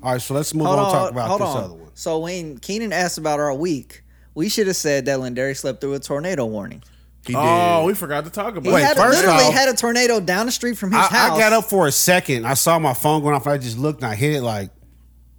S4: All right, so let's move
S3: Hold
S4: on.
S3: on,
S4: Talk about
S3: hold
S4: this
S3: on.
S4: other one.
S3: So when Keenan asked about our week, we should have said that Lindari slept through a tornado warning.
S2: he
S1: oh,
S2: did.
S1: we forgot to talk
S3: He
S1: about.
S4: Wait,
S1: it.
S3: had,
S4: first
S3: literally
S4: off-
S3: had a tornado down the street from his
S4: I,
S3: house.
S4: I got up for a second. I saw my phone going off. And I just looked and I hit it like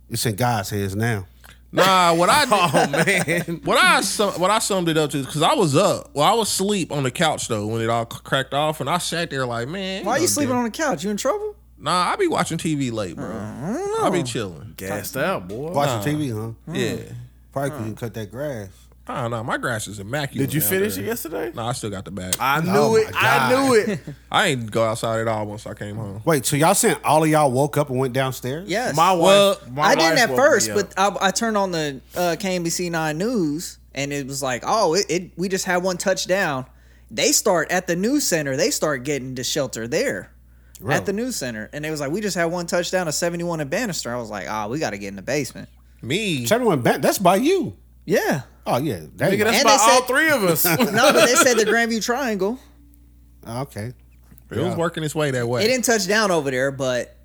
S4: it's in God's hands now.
S2: Nah, what I
S1: Oh
S2: did,
S1: man,
S2: what I sum, what I summed it up to because I was up. Well, I was asleep on the couch though when it all c- cracked off, and I sat there like, man, ain't
S3: Why are you
S2: no
S3: sleeping
S2: damn-
S3: on the couch? You in trouble?
S2: Nah, I be watching TV late, bro. I
S3: Oh,
S2: be chilling.
S1: gassed out, boy.
S4: Watching TV, huh?
S2: Hmm. Yeah. Hmm.
S4: Probably couldn't cut that grass.
S2: I don't know. My grass is immaculate.
S1: Did you
S2: out
S1: finish
S2: there.
S1: it yesterday?
S2: Nah, I still got the bag. I,
S1: I knew
S4: Oh,
S1: it.
S4: my
S1: I
S4: God.
S1: knew it.
S2: I ain't go outside at all once I came home.
S4: Wait, so y'all saying all of y'all woke up and went downstairs?
S3: Yes.
S1: My wife.
S2: Well,
S1: my
S3: I didn't
S1: wife
S3: at
S1: woke me
S3: first,
S1: up.
S3: but I, I turned on the uh, KNBC Nine News, and it was like, oh, it, it we just had one touchdown. They start at the news center. They start getting to shelter there,
S4: Really?
S3: at the news center, and it was like we just had one touchdown of seventy-one in Bannister. I was like, ah, we got to get in the basement.
S2: Me,
S4: Chapter went back. That's by you.
S3: Yeah.
S4: Oh yeah. That
S1: Nigga, that's
S3: And
S1: about
S3: they
S1: all
S3: said-
S1: three of us.
S3: No, but they said the Grandview Triangle.
S4: Ah, okay.
S2: it was working its way that way.
S3: It didn't touch down over there, but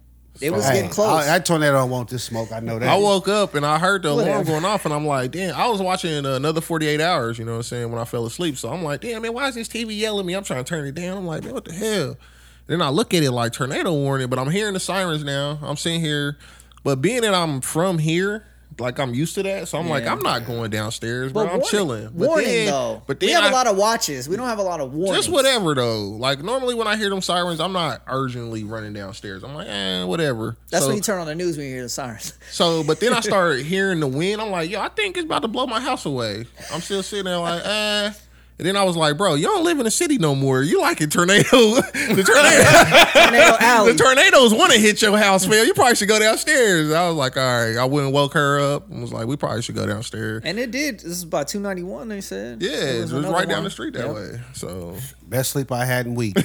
S3: it was
S4: Hey,
S3: getting close.
S4: I, that tornado won't this smoke. I know that.
S2: I woke up and I heard the alarm
S3: Whatever.
S2: going off, and I'm like, damn, I was watching uh, another 48 hours, you know what I'm saying, when I fell asleep. So I'm like, damn, man, why is this TV yelling at me? I'm trying to turn it down. I'm like, man, what the hell? Then I look at it like tornado warning, but I'm hearing the sirens now. I'm sitting here, but being that I'm from here, like I'm used to that, so I'm like,
S3: Yeah.
S2: I'm not going downstairs, bro.
S3: But
S2: I'm
S3: warning-
S2: chilling. But
S3: warning
S2: then-
S3: though.
S2: but then
S3: we have a
S2: I-
S3: lot of watches. We don't have a lot of warnings.
S2: just whatever though. Like normally when I hear them sirens, I'm not urgently running downstairs. I'm like, eh, whatever.
S3: That's
S2: so,
S3: when you turn on the news when you hear the sirens.
S2: So, but then I started hearing the wind. I'm like, yo, I think it's about to blow my house away. I'm still sitting there like, eh. And then I was like, bro, you don't live in the city no more. You like a tornado. the tornado.
S3: Tornado alley.
S2: the tornadoes want to hit your house, man. You probably should go downstairs. I was like, all right. I wouldn't woke her up. I was like, we probably should go downstairs.
S3: And it did. This is about 291, they said.
S2: Yeah,
S3: There
S2: it was
S3: another
S2: right down
S3: one.
S2: the street that
S3: Yep.
S2: way. So
S4: Best sleep I had in weeks.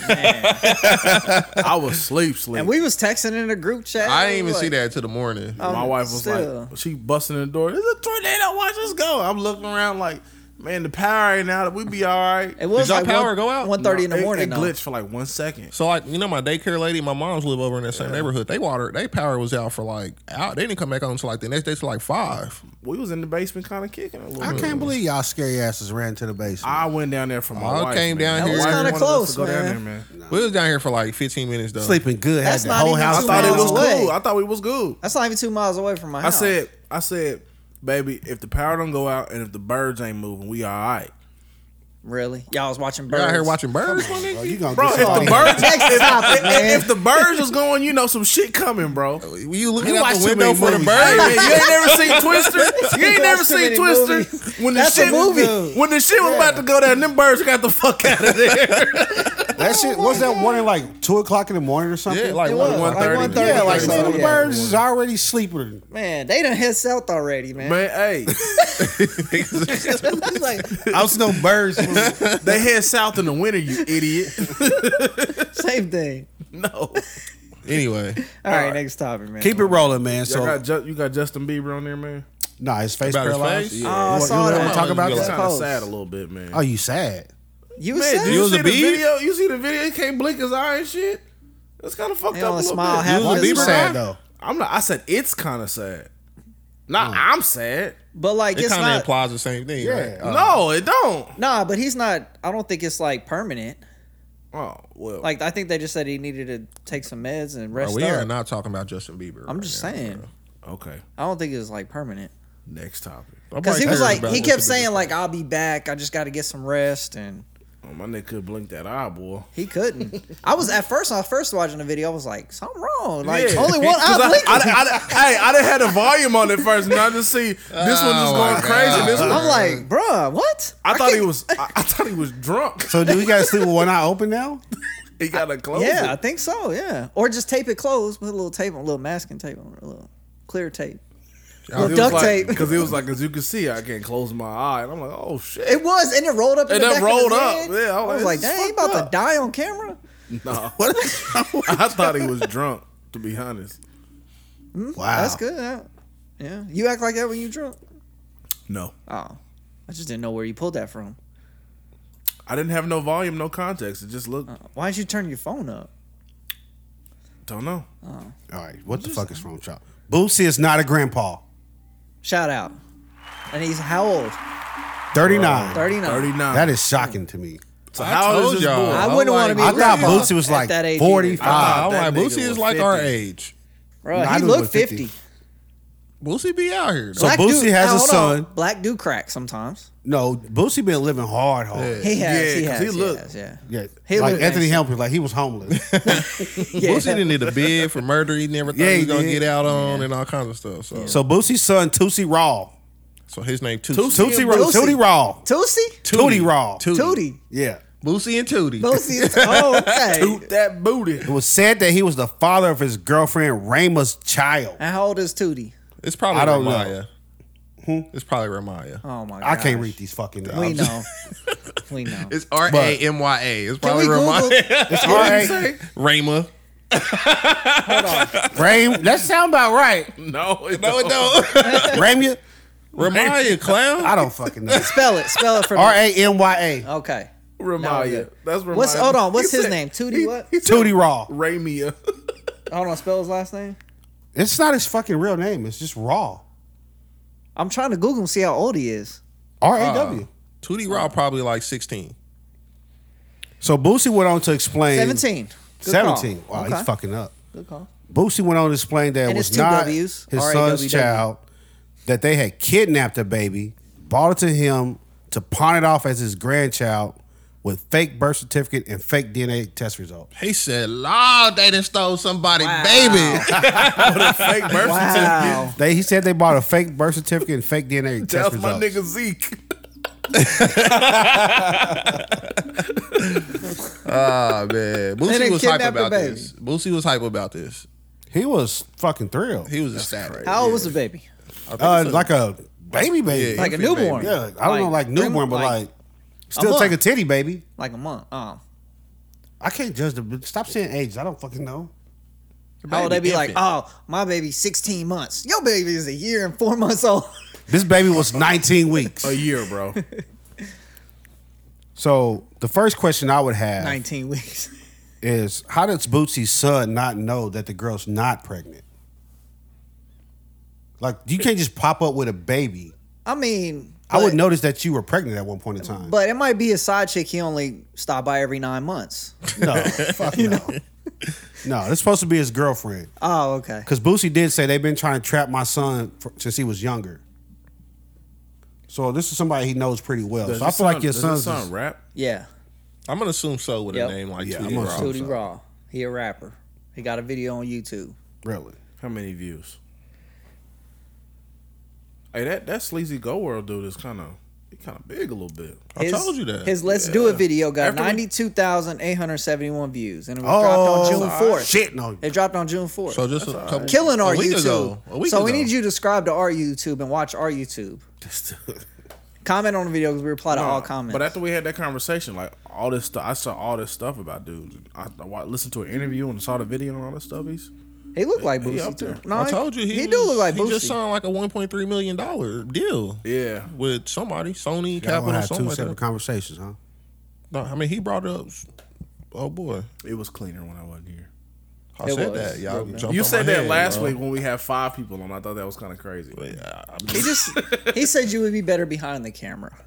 S1: I was sleep sleep.
S3: And we was texting in a group chat.
S2: I
S3: It
S2: didn't even
S3: was
S2: see
S3: like,
S2: that till the morning.
S1: my
S3: Um,
S1: wife was
S3: still.
S1: like, she busting the door. There's a tornado. Watch us go. I'm looking around like, man, the power ain't out. We be all right.
S3: It was
S2: Did y'all
S3: like
S2: power
S3: one,
S2: go out?
S3: 1.30 in the
S1: It-
S3: morning.
S1: It,
S3: though.
S1: glitched for like one second.
S2: So like you know, my daycare lady, my mom's live over in that same neighborhood. They water, they power was out for like out. They didn't come back on until like the next day to like five.
S1: We was in the basement, kind of kicking a little.
S4: I
S1: bit.
S4: can't believe y'all scary asses ran to the basement.
S1: I went down there for my
S2: I
S1: wife.
S2: came
S1: man.
S2: down
S1: My
S2: here- That was
S1: wife
S3: kinda
S1: wanted us
S3: close,
S1: to go down
S3: man.
S1: there, man.
S2: We was down here for like fifteen minutes though.
S4: Sleeping good.
S3: That's
S4: had the
S3: not
S4: whole
S3: even
S4: house.
S3: two
S1: I thought it was
S3: miles away.
S1: cool. I thought we was cool.
S3: That's not even two miles away from my
S1: I
S3: house.
S1: said, I said, baby, if the power don't go out and if the birds ain't moving, we all right.
S3: Really? Y'all was watching
S2: We
S3: birds.
S2: out here watching birds. my
S4: Oh,
S2: nigga.
S4: you gonna
S1: Bro,
S4: get
S1: if the
S4: somebody-
S1: birds,
S3: Next topic, man.
S1: if, if the birds was going, you know, some shit coming, bro. Hey,
S2: You, looking
S4: You
S2: out
S4: watch
S2: the
S4: too
S2: window
S4: many
S2: for the
S4: movies.
S1: man,
S2: birds?
S1: you ain't never seen Twister. You ain't never
S3: watch too
S1: seen
S3: many
S1: Twister.
S3: movies.
S1: When the
S3: That's a
S1: shit
S3: movie.
S1: when the shit was about to go down, them birds got the fuck out of there.
S4: that shit was that one at like two o'clock in the morning or something.
S2: Yeah, like
S3: It was.
S2: one
S3: Like
S2: thirty.
S3: 1:30.
S4: yeah, like
S3: Yeah.
S4: some of the
S3: Yeah.
S4: birds is already sleeping.
S3: man, they done hit south already, man.
S1: Man, hey,
S3: It's like
S4: I was no birds.
S1: they head south in the winter, you idiot.
S3: same thing.
S1: No,
S2: Anyway,
S3: All right, next topic, man.
S4: Keep it rolling, man.
S1: Y'all
S4: So
S1: got Ju- you got Justin Bieber on there, man.
S4: nah, his face
S2: About his
S4: paralyzed.
S2: face?
S4: You
S2: Oh,
S3: I
S4: want- you
S3: saw
S4: wanna
S3: that.
S4: Talk about
S2: Yeah.
S1: It's
S4: that.
S1: kind of
S3: Post.
S1: sad a little bit, man.
S4: Oh, you sad.
S3: You
S1: man,
S3: said
S1: did you
S2: was
S1: see
S2: a
S1: the
S2: bee?
S1: video? You see the video? He can't blink his eye and shit. That's kind of fucked
S3: He
S1: up a
S3: only
S1: little
S3: smile
S1: bit.
S3: half
S4: You was
S3: his
S4: deep
S3: mouth.
S4: sad though.
S1: I'm not. I said it's kind of sad.
S3: Oh.
S1: Not I'm sad.
S3: but like
S2: it
S3: it's
S2: kind of
S3: not.
S2: implies the same thing.
S4: Yeah.
S3: Oh.
S4: uh,
S2: right?
S1: no, it don't.
S3: nah, but he's not. I don't think it's like permanent.
S1: Oh well.
S3: Like I think they just said he needed to take some meds and rest
S2: Bro, we
S3: up.
S2: are not talking about Justin Bieber.
S3: I'm
S2: right
S3: just
S2: now.
S3: saying.
S1: okay.
S3: I don't think it was like permanent.
S1: Next topic.
S2: Nobody
S3: Because he was
S2: cares
S3: like,
S2: about
S3: he
S2: Justin
S3: kept
S2: Bieber.
S3: saying like, "I'll be back. I just got to get some rest." And
S1: Oh, my nigga could blink that eye, boy.
S3: He couldn't. I was at first. When I first watching the video. I was like, something wrong. Like
S1: Yeah.
S3: only one
S1: 'Cause
S3: eye
S1: I,
S3: blinking.
S1: I, I, I, I, done had a volume on it first, and I just see this one just
S2: Oh, my
S1: going crazy. This one,
S3: I'm like, bruh, what?
S1: I thought he
S3: can't-
S1: was, I, I thought he was drunk.
S4: So do you guys sleep with one eye open now?
S1: He got to close
S3: Yeah, I
S1: it.
S3: think so. Yeah, or just tape it closed. Put a little tape on, a little masking tape on, a little clear tape. Well, duct tape.
S1: Because he was like, as you can see, I can't close my eye, and I'm like, oh shit.
S3: It was, and it rolled up. In
S1: And
S3: the
S1: that
S3: back of his
S1: rolled up.
S3: head.
S1: Yeah, I
S3: I
S1: was like,
S3: was like,
S1: this is
S3: dang, he
S1: fucked
S3: about to
S1: up.
S3: die on camera.
S1: Nah. I thought he was drunk. To be honest,
S4: Wow.
S3: That's good. Yeah. yeah, you act like that when you drunk.
S1: no,
S3: Oh, I just didn't know where you pulled that from.
S1: I didn't have no volume, no context. It just looked.
S3: Uh, Why did you turn your phone up?
S1: Don't know.
S4: All right. What the fuck is wrong, child? Boosie is not a grandpa.
S3: Shout out. And he's how old?
S4: 39.
S3: Thirty nine.
S1: Thirty nine.
S4: That is shocking to me.
S1: So
S2: I
S1: how
S2: told
S1: is this
S2: y'all.
S1: boy?
S3: I wouldn't want to be.
S4: Oh, I
S3: a
S4: thought
S3: grandpa
S4: Bootsy was
S3: at
S4: like
S3: that age either.
S4: 45.
S1: Ah,
S2: I'm
S1: that
S2: like,
S1: nigga
S2: Boosie is
S1: was
S2: like our
S1: 50.
S2: age.
S3: Bruh,
S4: Nah, I
S3: he
S4: knew
S3: looked
S4: he was 50.
S3: 50.
S2: Boosie be out here. though.
S4: So- Boosie has
S3: now,
S4: a
S3: hold on.
S4: son.
S3: Black do crack sometimes.
S4: No, Boosie been living hard, hard.
S2: Yeah.
S3: He has.
S1: Yeah,
S3: he
S1: 'cause
S3: has.
S1: he
S3: He,
S1: looked-
S3: has, yeah.
S4: Yeah.
S3: He
S4: like
S3: lived
S4: Anthony
S3: nice.
S4: Hamilton, like he was homeless.
S3: Yeah.
S2: Boosie didn't need a bid for murder, eating everything
S4: Yeah, he
S2: he's gonna
S4: did.
S2: get out on, and all kinds of stuff. So, so,
S4: so Boosie's son, Tootie Raw.
S2: his name Tootsie.
S1: Tootsie
S4: Tootsie Raw.
S3: Boosie.
S4: Tootie Raw.
S3: Tootsie?
S4: Tootie Raw.
S3: Tootie.
S4: Yeah.
S2: Boosie and Tootie.
S3: Boosie is oh, okay.
S1: Toot that booty.
S4: It was said that he was the father of his girlfriend Rama's child.
S3: And how old is Tootie?
S2: It's probably
S4: I don't know.
S2: Ramaya. It's probably Ramaya.
S3: Oh my god.
S4: I can't read these fucking
S3: We
S4: names.
S3: know. we know.
S2: It's R A M Y A. It's probably
S3: we Google-
S2: Ramaya.
S4: All right.
S2: Rama.
S4: Ram, that sound about right.
S1: No, it
S2: No,
S1: don't.
S2: it don't.
S4: Ramya?
S2: Ramaya, clown.
S4: I don't fucking know.
S3: Spell it. Spell it for
S4: R
S3: me.
S4: A M Y A.
S3: Okay.
S1: Ramaya.
S3: No, good.
S1: That's Ramaya.
S3: What's hold on? What's
S1: He
S3: his
S1: said-
S3: name? Tootie
S1: he-
S3: what?
S1: He said
S4: Tootie Raw.
S1: Ramia.
S3: Hold on. Spell his last name.
S4: It's not his fucking real name. It's just Raw.
S3: I'm trying to Google him see how old he is.
S4: R A W.
S2: Tootie Raw probably like 16.
S4: So Boosie went on to explain.
S3: Seventeen. Good call.
S4: 17. Wow,
S3: Okay.
S4: he's fucking up.
S3: Good call.
S4: Boosie went on to explain that it
S3: And
S4: was
S3: it's two
S4: not
S3: Ws,
S4: his
S3: R A W W.
S4: son's child, that they had kidnapped a baby, bought it to him to pawn it off as his grandchild with fake birth certificate and fake DNA test results.
S2: He said, Lord, they done stole somebody,
S3: Wow.
S2: baby.
S1: Fake birth certificate.
S3: Wow.
S4: They, he said they bought a fake birth certificate and fake DNA test
S1: That's my
S4: results.
S1: nigga Zeke.
S2: Ah, man. Boosie
S3: done
S2: was hype
S3: kidnapped a
S2: about
S3: baby.
S2: this. Boosie was hype about this.
S4: He was fucking thrilled.
S2: He was ecstatic.
S3: How old was the baby?
S4: Uh, like a baby baby.
S2: Yeah.
S4: Yeah,
S3: Like a
S2: Infant
S3: newborn.
S2: baby.
S4: I don't know, like newborn, but like, still
S3: month.
S4: take a titty, baby.
S3: like a month. Um,
S4: I can't judge the. Stop saying ages. I don't fucking know.
S3: how old they be like?
S2: infant.
S3: Oh, my baby's 16 months. Your baby is a year and four months old.
S4: This baby was 19 weeks.
S2: Oh,
S1: A year, bro.
S4: So the first question I would have
S3: 19 weeks.
S4: is how does Bootsy's son not know that the girl's not pregnant? Like you can't just pop up with a baby.
S3: I mean,
S4: I would
S3: but-
S4: notice that you were pregnant at one point in time.
S3: But it might be a side chick. He only stopped by every nine months.
S4: no, fuck no. No, it's supposed to be his girlfriend.
S3: Oh, okay.
S4: Because Boosie did say they've been trying to trap my son for, since he was younger. So this is somebody he knows pretty well.
S1: Does
S4: so I
S1: his
S4: feel like your
S1: does his
S4: son's
S1: son
S4: is-
S1: rap.
S3: Yeah.
S2: I'm going to assume so with
S3: Yep.
S2: a name like
S4: Yeah, I'm
S2: Tootie
S4: gonna
S2: Raw.
S4: assume
S3: Tootie Raw. He a rapper. He got a video on YouTube.
S4: really.
S1: How many views? Hey, that that sleazy Go World dude is kind of he kind of big a little bit.
S2: I told you that.
S3: His Let's Do It video got
S1: After we-
S3: 92,871 views. And it was
S4: Oh,
S3: dropped on June 4th.
S4: shit, no.
S3: It dropped on June 4th.
S2: So just a couple,
S3: Killing our
S2: a week
S3: YouTube.
S2: Ago, a week
S3: so we
S2: ago.
S3: need you to subscribe to our YouTube and watch our YouTube. Comment on the video because we reply to all comments.
S1: But after we had that conversation, like all this stuff, I saw all this stuff about dudes. And I, I wa- listened to an interview and saw the video and all that stuff. He's
S3: he looked like
S1: He up
S3: Boosie
S1: there.
S3: too. No,
S2: I told you he,
S3: do
S2: was-
S3: look like
S2: he
S3: Boosie.
S2: just signed like a 1.3 million dollar deal
S1: yeah,
S2: with somebody, Sony,
S4: Y'all
S2: Capital,
S4: gonna have two
S2: something like
S4: separate
S2: that.
S4: conversations, huh?
S2: No, I mean he brought up. Oh boy,
S1: it was cleaner when I wasn't here.
S2: I
S3: It
S2: said
S3: was.
S2: that. Y'all
S3: Yeah.
S2: jumped
S1: you
S2: on
S1: said
S2: my
S1: that
S2: head,
S1: last
S2: bro. uh,
S1: week when we had five people on. I thought that was kind of crazy.
S2: Yeah, I mean,
S3: he just he said you would be better behind the camera.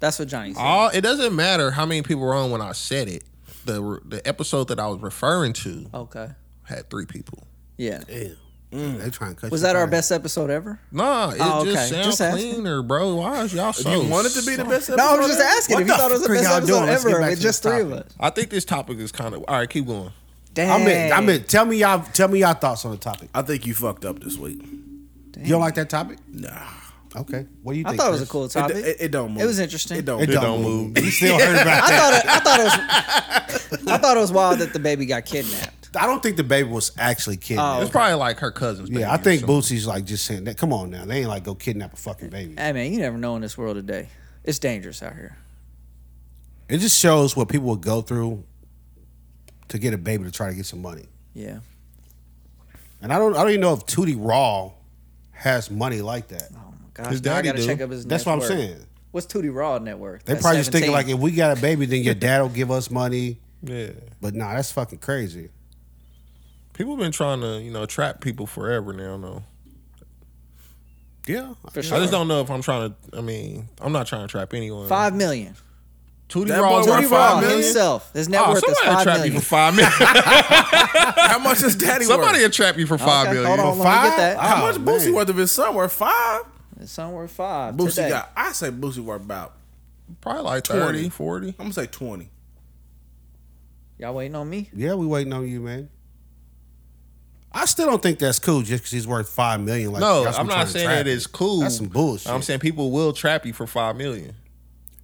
S3: That's what Johnny said.
S2: all it doesn't matter how many people were on when I said it. The the episode that I was referring to
S3: okay.
S2: had three people.
S3: Yeah.
S4: Damn.
S1: Mm.
S4: They trying to cut.
S3: Was
S4: you
S3: that our
S4: down.
S3: best episode ever?
S2: Nah, it
S3: Oh, okay.
S2: just sounds
S3: Just asking.
S2: cleaner, bro. Why is y'all so?
S1: you want it to be the best.
S3: No, I was
S1: episode
S3: just
S1: ever?
S3: asking
S4: What
S3: if you
S4: the
S3: thought it was the
S4: fuck are
S3: best
S4: y'all
S3: episode
S4: doing? Let's get
S3: ever
S4: back
S3: with
S4: to
S3: just
S4: this
S3: three of
S4: topic.
S3: us.
S2: I think this topic is kind of all right. Keep going.
S3: Damn.
S4: I meant, I meant. Tell me y'all. Tell me y'all thoughts on the topic.
S1: I think you fucked up this week.
S4: You don't like that topic?
S1: Nah,
S4: Okay. What do you
S3: I
S4: think?
S3: thought it was a
S4: Chris?
S3: cool
S1: it,
S3: topic.
S1: it, it don't move.
S3: It was interesting.
S1: It don't.
S4: It
S1: move.
S4: don't,
S2: don't
S4: move.
S2: move.
S4: You still heard about
S3: I
S4: that?
S3: thought it, I thought it was I thought it was wild that the baby got kidnapped.
S4: I don't think the baby was actually kidnapped.
S3: Oh.
S2: It's probably like her cousins. baby
S4: yeah, I
S2: or
S4: think
S2: something.
S4: Bootsy's like just saying that. Come on now, they ain't like go kidnap a fucking baby.
S3: Hey man, you never know in this world today. It's dangerous out here.
S4: It just shows what people would go through to get a baby to try to get some money.
S3: Yeah.
S4: And I don't, I don't even know if Tootie Raw has money like that.
S3: Oh my gosh.
S2: His
S3: now I
S2: daddy
S3: gotta
S2: do.
S3: check up his
S4: That's
S3: net
S4: what I'm
S3: worth.
S4: saying.
S3: What's Tootie Raw net worth?
S4: They
S3: That's
S4: probably just thinking
S3: 17.
S4: like, if we got a baby, then your dad will give us money.
S2: Yeah,
S4: But nah, that's fucking crazy.
S2: people been trying to you know trap people forever now. though.
S4: Yeah,
S3: For
S2: I
S3: sure.
S2: just don't know if I'm trying to. I mean, I'm not trying to trap anyone.
S3: five million.
S2: Tootie
S1: That
S2: Raw's
S1: boy
S2: worth
S1: worth
S3: Tootie
S2: five
S3: Raw
S1: million?
S3: himself. His net
S2: Oh,
S3: worth is
S2: somebody will
S3: five
S2: trap you
S3: million.
S2: for five million.
S1: How much is daddy
S2: somebody
S1: worth?
S2: will trap you for five
S3: Okay,
S2: million.
S3: hold on, let me get that.
S1: How much
S4: Oh,
S1: Boosie
S4: man.
S1: worth of his son worth five?
S3: It's somewhere five.
S1: Boosie
S3: today.
S1: got. I say Boosie worth about.
S2: Probably like
S1: 20.
S2: 30, 40.
S1: I'm gonna say twenty.
S3: Y'all waiting on me?
S4: Yeah, we waiting on you, man. I still don't think that's cool just because he's worth five million. Like,
S2: No,
S4: that's
S2: I'm
S4: what trying
S2: not
S4: to
S2: saying
S4: trap
S2: that
S4: you.
S2: it's cool.
S4: That's some bullshit.
S2: I'm saying people will trap you for five million.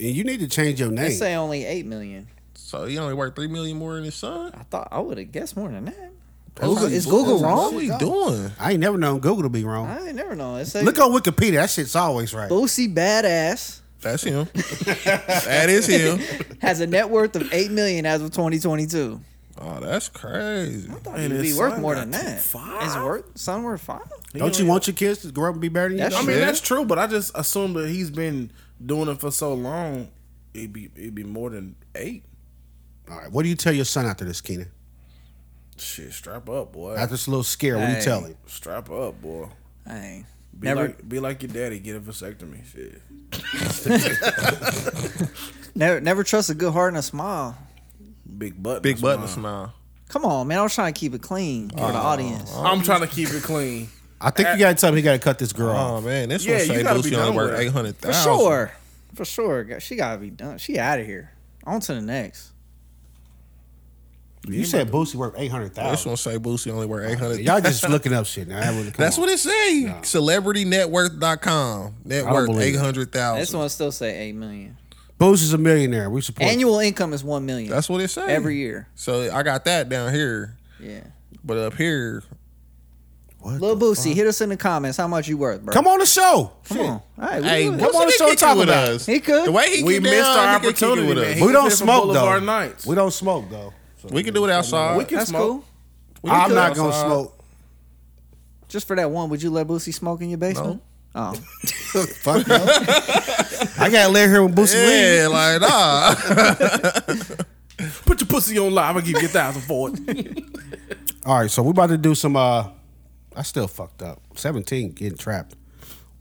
S4: and you need to change your
S3: They
S4: name.
S3: say only eight million.
S2: So he only worth three million more than his son.
S3: I thought I would have guessed more than that.
S4: That's
S3: Google-
S4: what-
S3: is Google
S4: that's
S2: What
S3: wrong?
S2: are we doing?
S4: I ain't never known Google to be wrong.
S3: I ain't never know. It said
S4: Look on Wikipedia. That shit's always right.
S3: Boosie badass
S2: That's him. that is him.
S3: has a net worth of eight million as of 2022.
S2: Oh, that's crazy.
S3: I thought
S1: And
S3: he'd
S1: his
S3: be worth
S1: son
S3: more
S1: got
S3: than
S1: to
S3: that.
S1: five?
S3: Is it worth son worth five?
S4: Don't you want your kids to grow up and be better than you?
S3: That's
S1: I
S4: though?
S1: mean,
S2: Yeah.
S1: that's true, but I just assume that he's been doing it for so long. It'd be it'd be more than eight.
S4: All right. What do you tell your son after this, Keenan?
S1: Shit, strap up, boy.
S4: After this little scare, what do you
S3: Hey.
S4: tell him?
S1: strap up, boy.
S3: Dang.
S1: Be
S3: never,
S1: like be like your daddy. Get a vasectomy. Shit.
S3: never, never trust a good heart and a smile.
S1: Big butt.
S2: Big button
S1: smile.
S2: smile.
S3: Come on, man. I was trying to keep it clean for the audience.
S1: I'm trying to keep it clean.
S4: I think you got to tell him he got to cut this girl off.
S2: Oh man, this
S1: Yeah,
S2: one
S1: you
S2: say
S1: gotta be
S2: Lucy
S1: done
S2: only
S1: with
S2: worth
S1: it.
S2: eight hundred
S3: for
S2: thousand.
S3: sure, for sure. Got- She gotta be done. She out of here. On to the next.
S4: You said Boosie worth eight hundred
S2: This
S4: thousand.
S2: one say Boosie only worth eight hundred.
S4: Y'all just looking up shit now. That really- come
S2: That's
S4: on.
S2: what it say. CelebrityNetworth.com. Net
S4: don't
S2: worth
S4: believe
S2: eight
S4: it.
S2: hundred
S3: This
S2: thousand.
S3: one still say eight million.
S4: Boosie's a millionaire. We support.
S3: Annual income is one million.
S2: That's what it say.
S3: every year.
S2: So I got that down here,
S3: Yeah.
S2: but up here,
S4: What
S3: Lil
S4: the-
S3: Boosie, hit us in the comments how much you worth, bro.
S4: Come on the show.
S3: Come on. All right, we
S2: hey,
S3: good.
S2: come
S4: on
S2: on
S4: the
S2: the
S4: show and talk
S2: with
S4: about it.
S2: us.
S3: He could.
S2: The way he
S1: We
S2: keep
S1: missed
S2: down,
S1: our
S2: he could kick it
S1: opportunity,
S2: with
S1: man.
S2: us.
S1: He
S4: We
S1: was
S4: don't
S1: here from
S4: smoke though.
S1: Boulevard Nights.
S4: We don't smoke though. So-
S2: We can do it outside.
S1: We can
S3: That's
S1: smoke.
S3: cool.
S2: We can
S4: I'm
S2: do it
S4: not gonna
S2: outside.
S4: smoke.
S3: Just for that one, would you let Boosie smoke in your basement? Oh,
S4: Fuck no. I gotta live here with Boosie leaves.
S2: Yeah, like nah.
S1: Put your pussy on live. I'll give you a thousand for it.
S4: All right, so we're about to do some. uh I still fucked up. Seventeen getting trapped.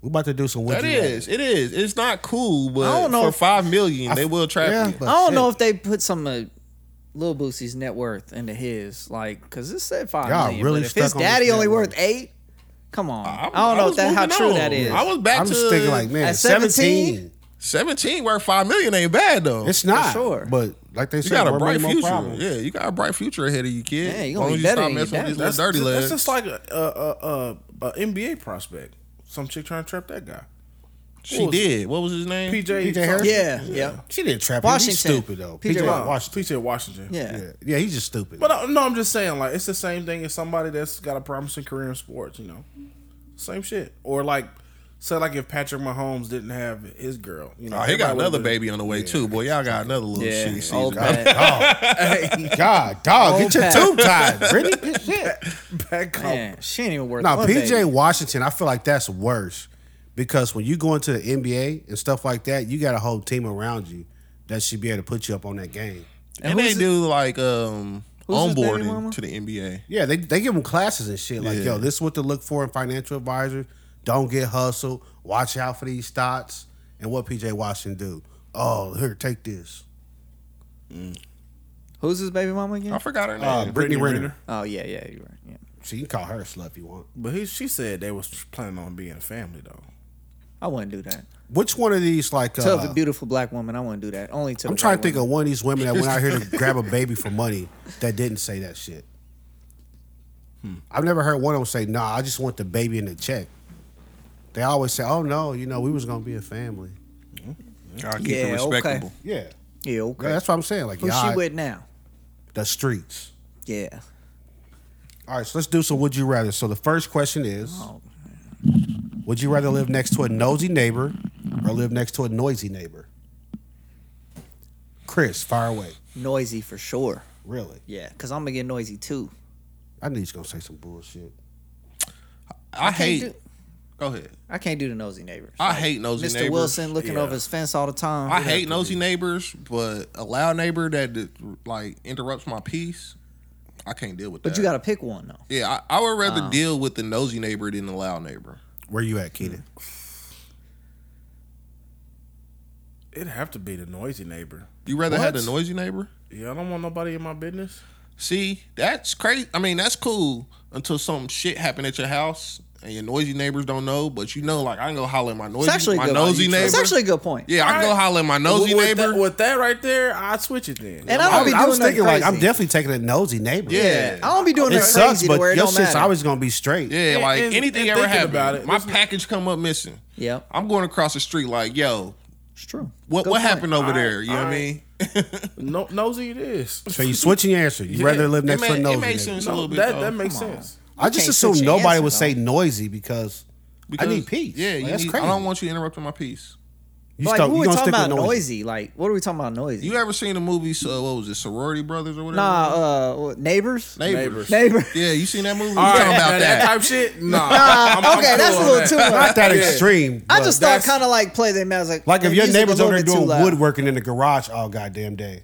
S4: We're about to do some. Would
S2: that
S4: you rather.
S2: is. It is. It's not cool, but
S3: I don't know
S2: for
S3: if-
S2: five million, they will trap
S4: Yeah,
S2: you.
S4: but
S3: I don't
S4: shit.
S3: know if they put some of Lil Boosie's net worth into his, like, because it said five
S4: Y'all
S3: million,
S4: really
S3: but if his
S4: stuck on this
S3: daddy
S4: net
S3: only
S4: worth.
S3: worth eight, come on. I,
S2: I'm-
S3: don't know
S2: was
S3: if that, how
S2: moving
S3: true
S2: on.
S3: that is.
S2: I was back
S4: I'm
S2: to
S4: just thinking like, man,
S3: at 17?
S4: seventeen.
S2: seventeen worth five million ain't bad though.
S4: It's not.
S3: sure.
S4: But like they
S2: you
S4: said,
S2: got a
S4: more money,
S2: bright
S4: more
S2: future.
S4: problems.
S2: Yeah, you got a bright future ahead of you, kid.
S3: Yeah, you
S2: As
S3: gonna
S2: long
S3: be
S2: as you stop
S3: better
S2: messing with
S3: than your daddy.
S2: these little dirty
S1: That's
S2: legs.
S1: just like a, a, a, a, a NBA prospect. Some chick trying to trap that guy.
S2: she did. What was his name?
S1: PJ.
S4: PJ
S1: something.
S4: Harris?
S3: yeah, yeah,
S4: She didn't trap him.
S3: Washington.
S4: He's stupid though.
S3: PJ
S4: PJ
S1: Wow.
S4: Washington.
S1: PJ Washington.
S3: yeah,
S4: Yeah. yeah, he's just stupid.
S1: But uh, no, I'm just saying, like, it's the same thing as somebody that's got a promising career in sports, you know? Same shit. Or, like, say, like, if Patrick Mahomes didn't have his girl, you know?
S2: Oh, he
S1: everybody
S2: got another
S1: would've been-
S2: baby on the way too. Boy, y'all got another little
S3: Yeah, oh,
S2: shit. season.
S3: old
S2: Y'all-
S3: Pat.
S4: God, dog,
S3: Old
S4: get your
S3: Pat.
S4: tube tied, Brittany.
S1: Back up.
S3: Man, she ain't even worth.
S4: Now,
S3: one
S4: PJ
S3: baby.
S4: Washington, I feel like that's worse because when you go into the NBA and stuff like that, you got a whole team around you that should be able to put you up on that game.
S2: And
S3: who's
S2: they
S3: it-
S2: do like um
S3: who's his baby
S2: onboarding
S3: mama?
S2: to the NBA.
S4: Yeah, they, they give them classes and shit like,
S2: Yeah.
S4: yo, this is what to look for in financial advisors. Don't get hustled. Watch out for these stocks. And what PJ Washington do? Oh, here, take this.
S3: Who's his baby mama again?
S2: I forgot her name.
S4: Uh,
S1: Brittany
S4: Brittany Renner.
S1: Renner.
S3: Oh yeah, yeah, you're right. Yeah.
S4: She you can call her a slut if you want.
S1: But he, she said they was planning on being a family though.
S3: I wouldn't do that.
S4: Which one of these like
S3: To
S4: uh,
S3: a beautiful black woman, I wouldn't do that. Only to.
S4: I'm trying to think of one of these women that went out here to grab a baby for money that didn't say that shit. I've never heard one of them say, "Nah, I just want the baby in the check." They always say, "Oh no, you know, we was gonna be a family."
S2: Gotta keep
S3: Yeah,
S2: it
S3: okay.
S2: respectable.
S4: Yeah,
S3: Yeah, okay.
S4: that's what I'm saying. Like,
S3: Who
S4: y'all,
S3: she with now?
S4: the streets.
S3: Yeah.
S4: All right, so let's do some would you rather. So the first question is,
S3: Oh.
S4: would you rather live next to a nosy neighbor or live next to a noisy neighbor? Chris, fire away.
S3: Noisy for sure.
S4: Really?
S3: Yeah, cause I'm gonna get noisy too.
S4: I knew you was gonna say some bullshit.
S2: I hate.
S3: do-
S2: go ahead.
S3: I can't do the nosy neighbors.
S2: I hate nosy
S3: Mr.
S2: neighbors.
S3: Wilson looking
S2: Yeah.
S3: over his fence all the time.
S2: I hate nosy neighbors, but a loud neighbor that like interrupts my peace, I can't deal with that.
S3: But you got Oh. to pick one though.
S2: yeah, I, I would rather deal with the nosy neighbor than the loud neighbor.
S4: Where you at, Keenan?
S1: It'd have to be the noisy neighbor.
S2: You rather have the
S4: What?
S2: noisy neighbor?
S1: Yeah, I don't want nobody in my business.
S2: See, that's crazy. I mean, that's cool until some shit happened at your house and your noisy neighbors don't know. But you know, like I can go holler at my noisy,
S3: It's actually a
S2: my
S3: good.
S2: nosy neighbor.
S3: It's actually a good point.
S2: yeah, I can go
S1: Alright.
S2: holler at my nosy
S1: with, with
S2: neighbor.
S1: That, with that right there, I'd switch it then.
S3: And I
S4: I,
S3: don't be
S4: I was
S3: doing nothing
S4: thinking like I'm
S3: crazy.
S4: definitely taking a nosy neighbor.
S2: yeah.
S3: I don't be doing
S4: It
S3: that
S4: sucks,
S3: crazy
S4: but
S3: to where it
S4: your
S3: don't
S4: shit's
S3: matter.
S4: always gonna be straight.
S2: Yeah,
S1: And-
S2: like
S1: and-
S2: anything
S1: and
S2: ever
S1: thinking
S2: happened,
S1: about it,
S2: my
S1: it's-
S2: package come up missing.
S3: Yep.
S2: I'm going across the street like, yo,
S3: it's true.
S2: what
S3: Good
S2: what
S3: point.
S2: happened over
S1: All right,
S2: there? You know
S1: all
S2: what I
S1: right.
S2: mean?
S1: No, nosy it is.
S4: So you switching your answer. You rather live
S2: It
S4: next to
S2: ma-
S4: a
S2: it
S4: nosy
S2: makes
S4: neighbor.
S2: sense a
S1: No,
S2: little bit.
S1: that
S2: though.
S1: that makes sense.
S4: I just
S3: can't
S4: assume
S3: switch your
S4: nobody
S3: answer,
S4: would say
S3: though.
S4: noisy because
S2: Because-
S4: I need peace.
S2: Yeah,
S4: Like,
S2: you
S4: that's
S2: need-
S4: crazy.
S2: I don't want you interrupting my peace.
S4: you
S3: Like
S4: stuck-
S3: we
S4: you
S3: were
S4: gonna
S3: talking
S4: stick with
S3: about noisy. Like what are we talking about noisy?
S2: You ever seen the movie? So what was it? Sorority Brothers or whatever?
S3: nah, uh, what, neighbors.
S2: neighbors.
S3: Neighbor.
S2: Yeah, you seen that movie?
S1: All
S2: we
S1: right,
S2: talking
S1: now
S2: about that.
S1: type shit. Nah, I'm- I'm
S3: okay,
S1: cool
S3: that's a
S1: on
S3: little
S1: that.
S3: too much.
S4: Not that
S1: Yeah.
S4: extreme.
S3: I
S4: but-
S3: just thought
S1: that's-
S3: kind of like play them as like
S4: Like if
S3: the
S4: your
S3: music
S4: neighbor's
S3: a
S4: over there
S3: little bit
S4: doing
S3: too loud.
S4: woodworking in the garage all goddamn day,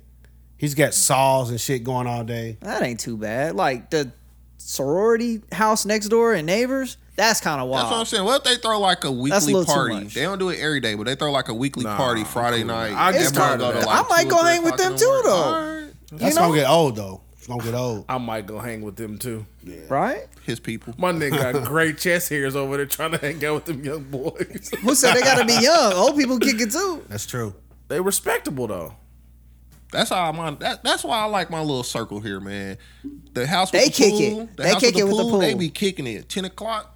S4: he's got saws and shit going all day.
S3: That ain't too bad. Like the sorority house next door and neighbors. That's kind of
S2: That's what I'm
S3: wild.
S2: saying. What if they throw like a weekly
S3: little too
S2: party?
S3: much.
S2: They don't do it every day, but they throw like a weekly
S1: Nah,
S2: party
S1: I'm
S2: Friday
S1: cool.
S2: night.
S1: I get
S2: Everyone
S3: tired of that. I
S2: two
S3: might
S2: or
S3: go
S2: three
S3: hang with
S2: o'clock in
S3: them
S2: the
S3: too,
S2: morning.
S3: though.
S2: All right.
S4: That's gonna get old though. It's gonna get old.
S1: I might go hang with them too.
S3: Right?
S2: His people.
S1: My nigga got great chest hairs over there trying to hang out with them young boys.
S3: Who said they gotta be young? Old people kick it too.
S4: That's true.
S1: they respectable though.
S2: That's how my that, that's why I like my little circle here, man. The house with
S3: They
S2: the
S3: kick
S2: pool,
S3: it.
S2: The
S3: They
S2: house with
S3: kick
S2: the,
S3: it with
S2: pool,
S3: the
S2: They
S3: pool.
S2: be kicking it. Ten o'clock,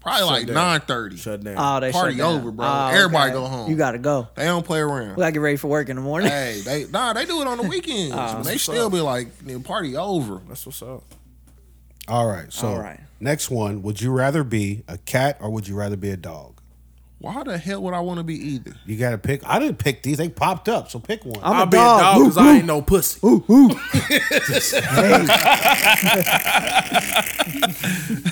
S2: probably like
S1: down.
S2: nine thirty.
S1: Shut down.
S3: Oh, they
S2: Party
S3: shut down.
S2: over, bro.
S3: Oh,
S2: Everybody go home.
S3: You gotta go.
S2: They don't play around.
S3: We gotta get ready for work in the morning.
S2: hey, they nah, they do it on the weekends.
S3: Ah,
S2: they still be like, the party over.
S1: That's what's up.
S4: All right. So
S3: All right.
S4: next one, would you rather be a cat or would you rather be a dog?
S2: Why the hell would I want to be either?
S4: You gotta pick. I didn't pick these. They popped up, so pick one.
S3: I'm
S1: I'll
S3: a
S1: be a
S3: dog.
S1: dog because I ain't no pussy.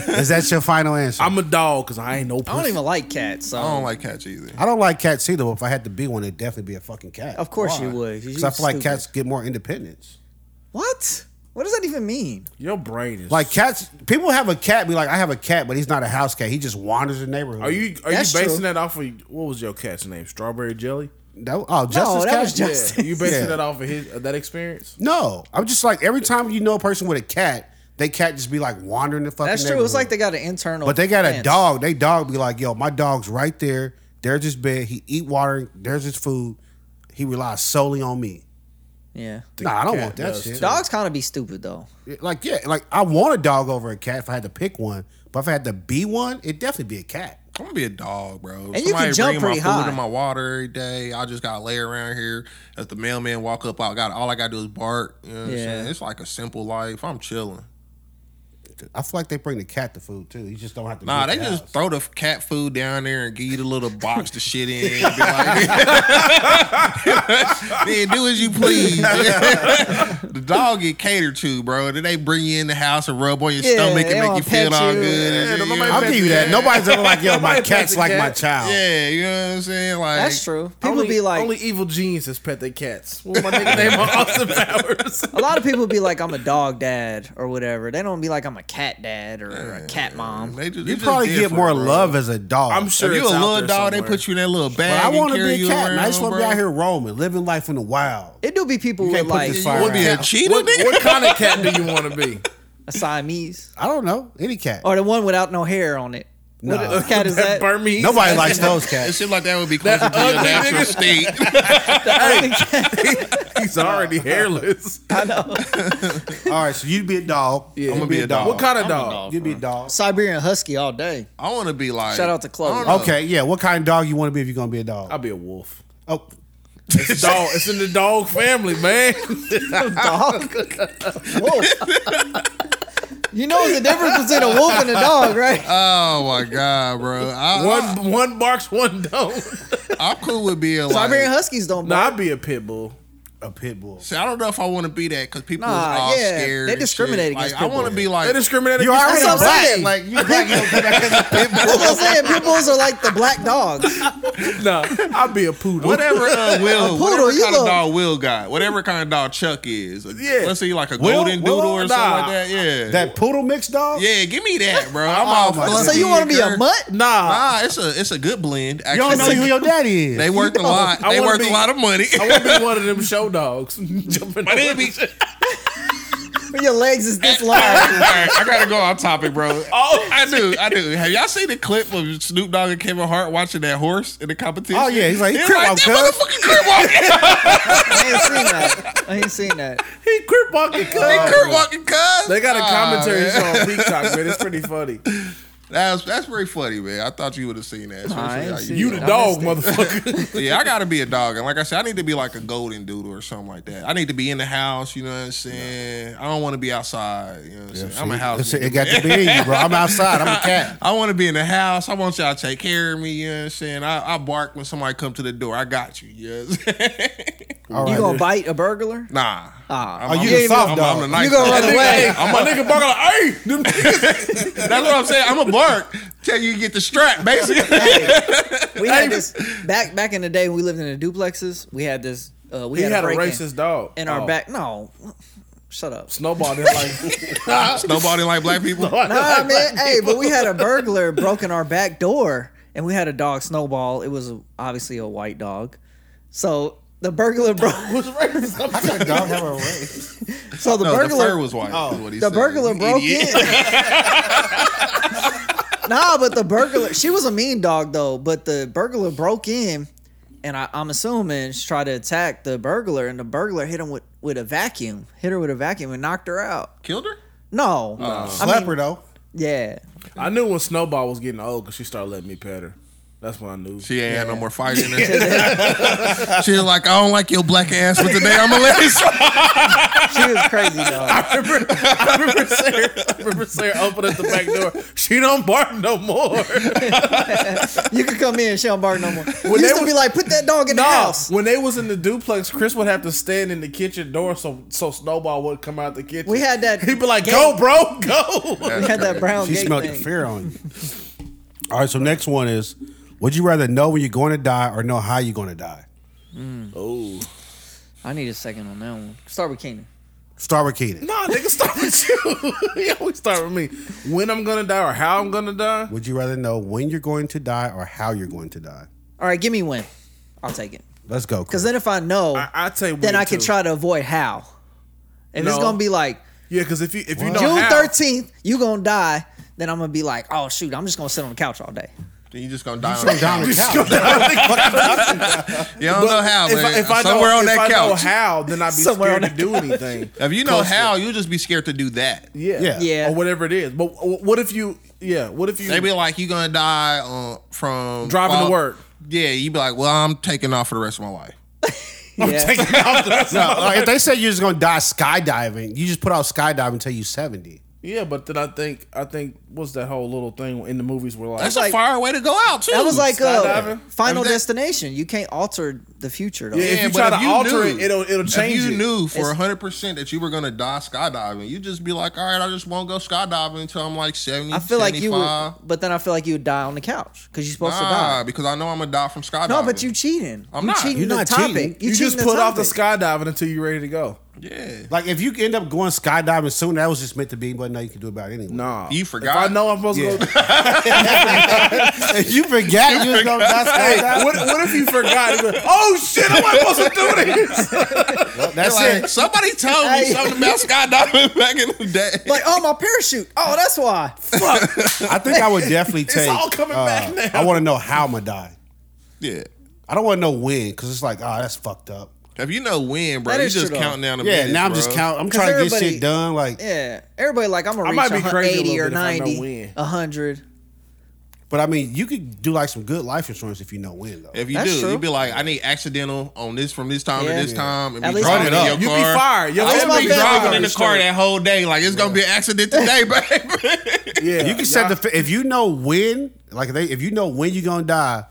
S4: Is that your final answer? I'm,
S1: I'm a dog because I ain't no pussy.
S3: I don't even like cats, so
S2: I don't like cats either.
S4: I do not like cats either. But if I had to be one, it'd definitely be a fucking cat.
S3: of course
S2: Why?
S3: you would.
S4: Because I feel like cats get more independence.
S3: What? What does that even mean?
S1: Your brain is
S4: Like cats, people have a cat. Be like, I have a cat, but he's not a house cat. He just wanders the neighborhood.
S1: Are you are you
S3: That's
S1: basing
S3: true.
S1: that off of what was your cat's name? Strawberry Jelly.
S4: That, oh, Justin's
S3: that
S4: cat?
S3: was Justin.
S1: Yeah, you basing
S4: Yeah.
S1: that off of his of that experience?
S4: No, I'm just like every time you know a person with a cat, they cat just be like wandering the fucking.
S3: That's true. It's
S4: neighborhood.
S3: like they got an internal.
S4: But they got a
S3: fence.
S4: dog. They dog be like, yo, my dog's right there. There's his bed. He eat water. There's his food. He relies solely on me.
S3: Yeah.
S4: Nah, I don't
S1: cat
S4: want that
S1: does,
S4: shit.
S3: Dogs kind of be stupid though.
S4: Like yeah, like I want a dog over a cat if I had to pick one. But if I had to be one, it'd definitely be a cat.
S2: I'm gonna be a dog, bro.
S3: And you can jump
S2: my
S3: pretty
S2: food
S3: high.
S2: and my water every day. I just gotta lay around here. As the mailman walk up, I got all I gotta do is bark. You know what
S3: Yeah.
S2: I'm saying? It's like a simple life. I'm chilling.
S4: I feel like they bring the cat the food too. You just don't have to.
S2: Nah,
S4: leave
S2: they
S4: the
S2: just
S4: house.
S2: throw the cat food down there and give you the little box to shit in. And be like, then do as you please. the dog get catered to, bro. Then they bring you in the house and rub on your
S3: Yeah,
S2: stomach
S3: they
S2: and make
S3: wanna
S2: you feel
S3: pet
S2: all
S3: you.
S2: good.
S1: Yeah,
S2: you know
S1: nobody
S2: what I'm
S1: pet
S4: I'll give you that. Nobody's ever like, yo, my
S1: Nobody pets
S4: cat's
S1: a
S4: like my
S1: cat.
S4: child.
S2: Yeah, you know what I'm saying? Like
S3: That's true. People
S1: only,
S3: be like,
S1: only evil genius has pet their cats. Well, my nigga name Austin Powers.
S3: a lot of people be like, I'm a dog dad or whatever. They don't be like, I'm a cat dad or a cat mom.
S2: They just,
S4: You probably get more love as a dog.
S1: I'm
S2: If
S1: sure
S2: you a
S1: it's out
S2: little
S1: there
S2: dog, they
S1: somewhere.
S2: put you in that little
S4: But
S2: bag.
S4: I want to
S2: carry
S4: be
S2: you
S4: a cat. And I
S2: around,
S4: just want to
S2: bro.
S4: be out here roaming, living life in the wild.
S3: It do be people
S4: You
S3: with
S4: can't put
S3: like
S4: this fire
S2: Would be a
S4: out.
S2: cheetah,
S1: What,
S2: nigga?
S1: what kind of cat do you want to be?
S3: A Siamese.
S4: I don't know any cat.
S2: Oh,
S3: Or the one without no hair on it. What
S4: Nah.
S3: what cat is that?
S1: Burmese.
S4: Nobody likes those
S2: It
S4: cats.
S2: seemed like that would be closer to your natural state.
S1: He's already
S3: Oh.
S1: hairless.
S3: I know.
S4: All right, so you'd be a dog. I'm gonna be a dog.
S1: What kind of
S2: I'm a
S1: dog?
S4: You'd be a dog.
S3: Siberian Husky all day.
S2: I want to be like.
S3: Shout out to Chloe.
S2: I don't know.
S4: Okay, yeah. What kind of dog you want to be if you're gonna be a
S1: I'll
S4: dog?
S1: be a wolf.
S4: Oh,
S1: It's a dog. It's in the dog family, man.
S3: Dog. wolf. you know the difference between a wolf and a dog, right?
S2: Oh my god, bro! I, I,
S1: One one barks, one don't.
S2: I'm cool with being like.
S3: Siberian Huskies don't
S1: No,
S3: bark.
S1: I'd be a pit bull.
S4: a pit bull.
S2: See, I don't know if I want to be that because people
S3: Nah,
S2: are all
S3: yeah,
S2: scared.
S3: they
S2: and
S3: discriminate
S2: shit.
S3: against
S2: Like, I want to be like.
S1: They discriminate
S4: You're
S1: against
S4: already
S3: what I'm
S4: black.
S3: saying.
S4: Like you black, you don't come back as a pit bull.
S3: That's what I'm saying. Pit bulls are like the black dogs.
S1: No, I'd be a poodle.
S2: Whatever uh, Will,
S3: poodle,
S2: whatever
S3: you
S2: kind of
S3: look-
S2: dog Will got, whatever kind of dog Chuck is,
S1: Yeah.
S2: let's say like a
S4: Will-
S2: golden doodle
S4: Willow?
S2: or
S1: Nah.
S2: something like that, yeah,
S4: That poodle mix dog.
S2: yeah, give me that, bro. I'm all
S4: my
S2: fluffy
S3: So you want to
S2: and
S3: be a
S2: curvy.
S3: mutt?
S1: Nah,
S2: Nah, it's a it's a good blend.
S4: You
S2: Actually,
S4: don't know who your daddy is.
S2: they worked a lot.
S1: I
S2: They
S1: wanna
S2: worth
S1: be-
S2: a lot of money.
S1: I want to be one of them show dogs. Jumping
S2: But it'd
S1: over.
S2: be-
S3: When your legs is this
S2: All right,
S3: long.
S2: all right, I gotta go on topic, bro. Oh, I do, I do. Have y'all seen the clip of Snoop Dogg and Kevin Hart watching that horse in the competition?
S4: Oh, yeah, he's like, he crip walk,
S2: that
S4: cuz."
S2: motherfucking crip walking,
S3: I ain't seen that. I ain't seen that.
S1: he crip walking.
S2: They
S1: cuz.
S2: crip walking, cuz.
S1: They got a
S3: Ah,
S2: Nah,
S1: commentary
S2: man.
S1: show on Peacock, man. It's pretty funny.
S2: That's that's pretty funny, man. I thought you would have seen that. So
S3: I
S2: it's
S3: ain't
S2: like,
S3: seen
S1: You
S2: know.
S1: the
S3: I
S1: dog,
S3: missed
S1: motherfucker.
S2: yeah, I gotta be a dog, and like I said, I need to be like a golden doodle or something like that. I need to be in the house. You know what I'm saying? I don't want to be outside. You know what I'm saying? I'm a house.
S4: It,
S2: nigga.
S4: got to be in you, bro. I'm outside. I'm a cat.
S2: I want to be in the house. I want y'all to take care of me. You know what I'm saying? I, I bark when somebody come to the door. I got you. Yes.
S4: All
S3: You
S4: right.
S3: gonna bite a burglar?
S2: nah.
S3: Ah.
S2: I'm,
S4: Oh,
S2: I'm
S4: you
S2: the-
S4: the soft
S2: I'm,
S4: dog.
S2: I'm the nice
S3: You gonna
S2: dog.
S3: run away?
S1: I'm a nigga barking like, hey, them niggas.
S2: That's what I'm saying. I'm a bark till you get the strap, basically.
S3: We had this back back in the day when we lived in the duplexes. We had this. Uh, we
S1: He
S3: had,
S1: had a
S3: break-in
S1: racist dog
S3: in our
S1: Oh.
S3: back. No, shut up.
S1: Snowball did like.
S2: Snowball didn't like black people.
S3: Nah, man. Hey, but we had a burglar broke in our back door, and we had a dog, Snowball. It was obviously a white dog. So the burglar broke.
S4: How can a dog have a race?
S3: So the
S2: No, the
S3: burglar
S2: fur was white. is what he
S3: the
S2: said.
S3: burglar
S2: You
S3: broke
S2: idiot.
S3: in. nah, but the burglar she was a mean dog though, but the burglar broke in and I, I'm assuming she tried to attack the burglar and the burglar hit him with, with a vacuum. Hit her with a vacuum and knocked her out.
S2: Killed her?
S3: No.
S4: Slap her though.
S3: Yeah.
S1: I knew when Snowball was getting old because she started letting me pet her. That's when I knew.
S2: She ain't had no more fight in her. she was like, I don't like your black ass, but today I'm gonna let it slide.
S3: She was crazy dog.
S1: I remember, I remember Sarah, I remember Sarah opening up the back door. She don't bark no more.
S3: You can come in, she don't bark no more. We
S1: they
S3: used to
S1: was-
S3: be like, put that dog in the
S1: No,
S3: house.
S1: when they was in the duplex, Chris would have to stand in the kitchen door so so Snowball would come out the kitchen.
S3: We had that
S1: He'd be like,
S3: gate.
S1: "Go, bro, go."
S3: We had that brown
S4: She
S3: gate
S4: smelled the
S3: thing.
S4: fear on you. All right, so next one is: Would you rather know when you're going to die or know how you're going to die?
S1: Oh,
S3: I need a second on that one. Start with Keenan.
S4: Start with Keaton.
S1: nah, nigga, start with you. he always start with me. When I'm gonna die or how I'm gonna die?
S4: Would you rather know when you're going to die or how you're going to die?
S3: All right, give me one. I'll take it.
S4: Let's go.
S3: Because then if I know,
S1: I, I'd say
S3: then
S1: when,
S3: I can
S1: too.
S3: try to avoid how. If it's
S1: No.
S3: gonna be like
S1: Yeah, because if you if you know
S3: June
S1: how,
S3: thirteenth, you gonna die, then I'm gonna be like, oh shoot, I'm just gonna sit on the couch all day.
S2: Then you just gonna die on
S4: Sit
S2: the couch.
S4: down on
S1: You
S4: the
S1: just go
S4: couch.
S1: down on the
S2: You don't know how,
S1: if,
S2: man.
S1: I, if I
S2: Somewhere
S1: know, if
S2: on that
S1: I know
S2: couch.
S1: how, then I'd be
S3: Somewhere
S1: scared
S3: on
S1: to do anything.
S2: If you know how, you'll just be scared to do that.
S1: Yeah.
S4: Yeah.
S3: Yeah.
S1: Or whatever it is. But wh- what if you? Yeah. What if you?
S2: They be like, you gonna die uh, from
S1: Driving to work.
S2: Yeah, you be like, well, I'm taking off for the rest of my life.
S3: Yeah.
S1: taking off the rest of my
S4: No, like, if they said you're just going to die skydiving, you just put out skydiving until you're 70.
S1: Yeah, but then I think I think what's that whole little thing in the movies where like
S2: That's
S3: like-
S2: a far way to go out too.
S3: That was like uh,
S1: Skydiving?
S3: Final
S2: If that-
S3: Destination. You can't alter the future though.
S1: Yeah. if you
S2: but
S1: try to alter it, it'll- it'll change
S2: If you
S1: it.
S2: knew for
S3: It's-
S2: 100 percent that you were gonna die skydiving, you just be like, all right, I just won't go skydiving until I'm like 70.
S3: I feel like you
S2: 75.
S3: would, but then I feel like you would die on the couch because you're
S2: Nah,
S3: supposed to die.
S2: because I know I'm gonna die from skydiving.
S3: No, but you cheating.
S2: I'm
S3: you
S2: not.
S3: cheating
S4: You're
S3: the
S4: not
S3: topic.
S4: cheating.
S3: You,
S1: you
S3: cheating
S1: just put off the
S3: topic.
S1: skydiving until you're ready to go.
S2: Yeah.
S4: Like if you end up going skydiving soon, that was just meant to be, but now you can do about it anyway.
S1: Nah,
S2: You forgot?
S1: If I know I'm supposed to go.
S4: If you forget you was gonna die skydiving.
S1: What, what if you forgot? You go, oh shit! I'm not supposed to do this.
S4: That's
S2: Like,
S4: it.
S2: somebody told me
S3: Hey.
S2: something about skydiving back in the day.
S3: Like, oh, my parachute. Oh, that's why.
S4: I think I would definitely take.
S1: all coming back
S4: uh,
S1: now.
S4: I want to know how I'm gonna die.
S2: yeah.
S4: I don't want to know when because it's like, oh, that's fucked up.
S2: If you know when, bro,
S3: That
S2: you
S3: is
S2: just
S3: true, though.
S2: counting down the
S4: Yeah,
S2: minutes,
S4: now I'm
S2: bro.
S4: just count. I'm
S3: 'Cause
S4: trying to get
S3: everybody-
S4: shit done. Like,
S3: Yeah. Everybody like, I'm going
S1: might
S3: to
S1: be
S3: reach a hun-
S1: crazy a
S3: 80
S1: little
S3: or
S1: bit if I know
S3: 90,
S1: when.
S3: 100.
S4: but I mean, you could do like some good life insurance if you know when though.
S2: If you
S3: That's
S2: do,
S3: true.
S2: you'd be like, I need accidental on this from this time
S3: Yeah.
S2: to this time. And
S3: At
S2: be
S3: least-
S2: driving
S3: Run
S2: in
S3: it
S2: your
S1: up. You be
S2: car.
S1: fired. Your
S2: I
S3: family
S2: would be
S3: gonna be
S2: driving
S3: fired.
S2: in the car that whole day. Like, it's going to be an accident today, babe.
S1: Yeah,
S4: you can set the fa- if you know when, like if they, if you know when you're gonna die,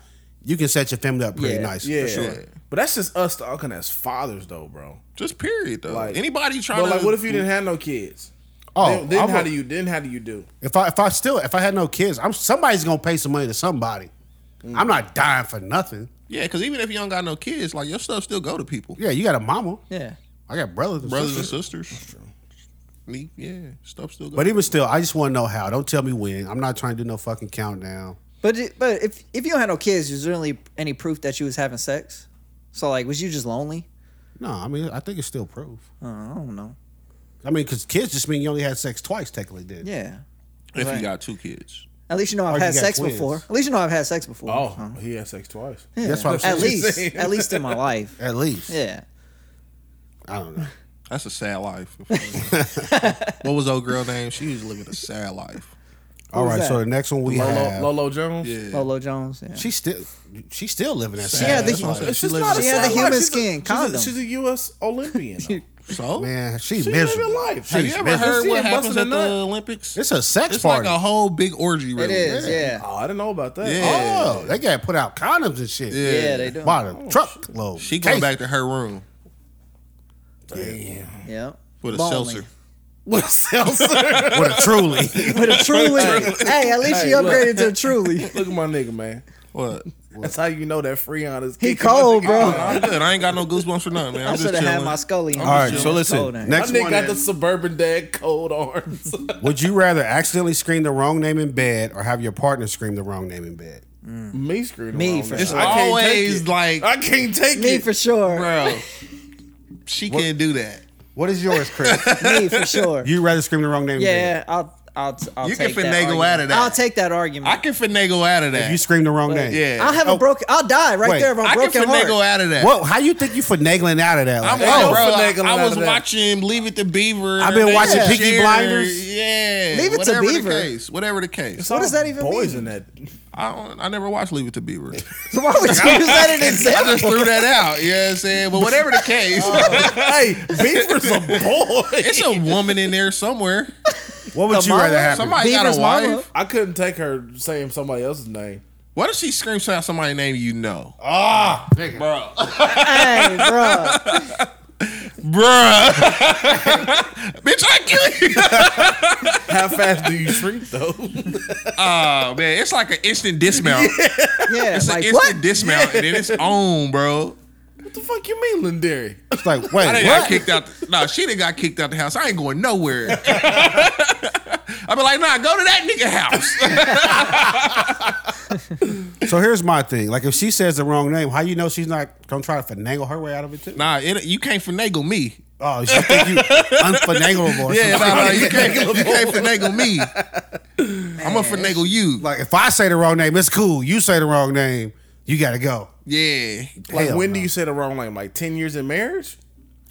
S4: you can set your family up pretty
S3: Yeah,
S4: nice.
S1: yeah.
S4: for sure.
S1: But that's just us talking as fathers, though, bro.
S2: Just period, though.
S1: Like-
S2: Anybody trying
S1: But
S2: to.
S1: like, what if you didn't have no kids?
S4: Oh,
S1: then, then
S4: I'm
S1: how
S4: a-
S1: do you? Then how do you do?
S4: If I if I still if I had no kids, I'm somebody's gonna pay some money to somebody.
S1: Mm.
S4: I'm not dying for nothing.
S2: Yeah, because even if you don't got no kids, like, your stuff still go to people.
S4: Yeah, you got a mama.
S3: Yeah.
S4: I got brothers. And
S2: Brothers
S4: sisters.
S2: and sisters. Me, yeah, stuff still go
S4: But even still, I just want to know how. Don't tell me when. I'm not trying to do no fucking countdown.
S3: But it, but if if you don't have no kids, is there really any proof that you was having sex? So like, was you just lonely?
S4: No, I mean I think it's still proof.
S3: Uh, I don't know.
S4: I mean, because kids just mean you only had sex twice technically. Did
S3: Yeah.
S2: if
S3: Right.
S2: you got two kids.
S3: At least you know I've
S4: Or you
S3: had
S4: got
S3: sex
S4: twins.
S3: before. At least you know I've had sex before.
S1: Oh,
S3: Um,
S1: he had sex twice.
S4: That's what I'm
S3: at
S4: saying.
S3: least at least in my life.
S4: At least.
S3: Yeah.
S4: I don't know.
S2: That's a sad life. what was old girl name? She was living a sad life.
S4: All
S3: was
S4: right. So
S3: that?
S4: the next one we
S1: Lolo,
S4: have.
S1: Lolo Jones.
S2: Yeah.
S3: Lolo Jones. Yeah.
S4: She's still she's still living that.
S3: She had
S4: sad
S3: the-
S4: life.
S2: That's what I'm
S1: It's
S2: She
S1: just
S2: lives
S1: not
S2: a
S1: a
S3: She had
S1: sad
S3: the
S1: life.
S3: human
S1: She's a-
S3: skin,
S1: she's a-
S3: condom.
S1: She's a U.S. Olympian. though.
S2: So
S4: Man, she's
S1: She
S4: miserable.
S1: living life.
S4: She's
S2: have you ever
S4: miserable.
S2: heard
S1: She
S2: what
S1: ain't
S2: happens
S1: busting
S2: at
S1: a
S2: the
S1: nut.
S2: Olympics?
S4: It's a sex
S2: It's
S4: party.
S2: like a whole big orgy. Really.
S3: it is. Yeah.
S1: Oh, I didn't know about that.
S2: Yeah.
S4: oh, they got to put out condoms and shit.
S3: Yeah.
S2: Yeah.
S3: they do.
S4: By the truckload.
S2: She going
S4: Case-
S2: back to her room
S3: Yeah.
S2: with a
S3: Lonely.
S2: seltzer.
S1: Oh, What a seltzer.
S4: with a truly.
S3: But a truly. hey, at least
S1: Hey,
S3: she upgraded
S1: look.
S3: to a truly.
S1: Look at my nigga, man.
S2: What?
S1: That's how you know that Freon is.
S3: He
S1: kicking my
S3: cold,
S1: nigga.
S3: bro.
S2: I'm good. I ain't got no goosebumps for nothing, man. I'm
S3: I
S2: just
S3: should have had
S2: chilling.
S3: my Scully.
S4: All right, so
S3: Cold
S4: listen.
S3: name.
S1: My
S4: Next
S1: nigga
S4: one.
S1: got the
S4: is,
S1: suburban dad cold arms.
S4: would you rather accidentally scream the wrong name in bed or have your partner scream the wrong name in bed?
S1: Me screwed
S3: Me,
S1: around,
S3: for
S1: man.
S3: sure.
S1: I can't
S2: Always
S1: take it.
S2: like,
S1: I can't take
S3: Me
S1: it.
S3: for sure.
S2: bro. She can't do that.
S4: What is yours, Chris?
S3: Me for sure.
S4: you rather scream the wrong name in
S3: yeah.
S4: bed?
S3: I'll I'll I'll
S2: You can
S3: take that.
S2: finagle
S3: argument.
S2: out of that.
S3: I'll take that argument.
S2: I can finagle out of that.
S4: You scream the wrong name.
S2: yeah.
S3: I'll have
S4: Oh.
S3: a broken. I'll die right
S4: Wait,
S3: there of a
S2: I can
S3: broken heart.
S2: finagle out of that.
S4: Whoa, how you think you finagling out of that?
S2: I'm
S4: Like,
S2: like,
S1: no
S2: bro,
S1: finagling
S2: I, I
S1: out
S2: was
S1: of that.
S2: watching Leave It to Beaver.
S4: I've been
S2: They
S4: watching
S2: had
S4: Peaky
S2: Jerry.
S4: Blinders.
S2: Yeah,
S3: Leave It to
S2: whatever The
S3: Beaver.
S2: case, whatever the case,
S3: What does that even
S1: boys
S3: mean?
S1: in that?
S2: I don't, I never watched Leave It to Beaver.
S3: So why would you use that in
S2: I
S3: example?
S2: just threw that out. You know what I'm saying? But whatever the case,
S3: Oh.
S1: hey, Beaver's a boy.
S2: it's a woman in there somewhere.
S4: what would
S3: The
S4: you rather
S3: mama?
S4: happen?
S2: Somebody got
S3: Beaver's
S2: a wife.
S3: mama.
S1: I couldn't take her saying somebody else's name.
S2: What if she screams out somebody's name you know?
S3: hey, bro.
S2: Bruh. Bitch, I kill you.
S1: How fast do you shrink though?
S2: Oh, man. It's like an instant dismount.
S3: Yeah.
S2: It's an
S3: like
S2: instant
S3: what?
S2: dismount, and then it's on, bro.
S1: what the fuck you mean, Lindari?
S4: It's like, wait,
S2: I done
S4: what?
S2: got kicked out. The, nah, she done got kicked out the house. I ain't going nowhere. I be like, nah, go to that nigga house.
S4: So here's my thing. Like, if she says the wrong name, how you know she's not gonna try to finagle her way out of it too?
S2: nah, it, you can't finagle me.
S4: Oh, she think you unfinagleable? Or
S2: Yeah,
S4: something.
S2: nah, nah, you can't, you can't finagle me. I'm gonna finagle you.
S4: Like, if I say the wrong name, it's cool. You say the wrong name, you gotta go.
S2: Yeah,
S1: Like
S4: Hell
S1: when
S4: no.
S1: do you say the wrong name? Like ten years in marriage?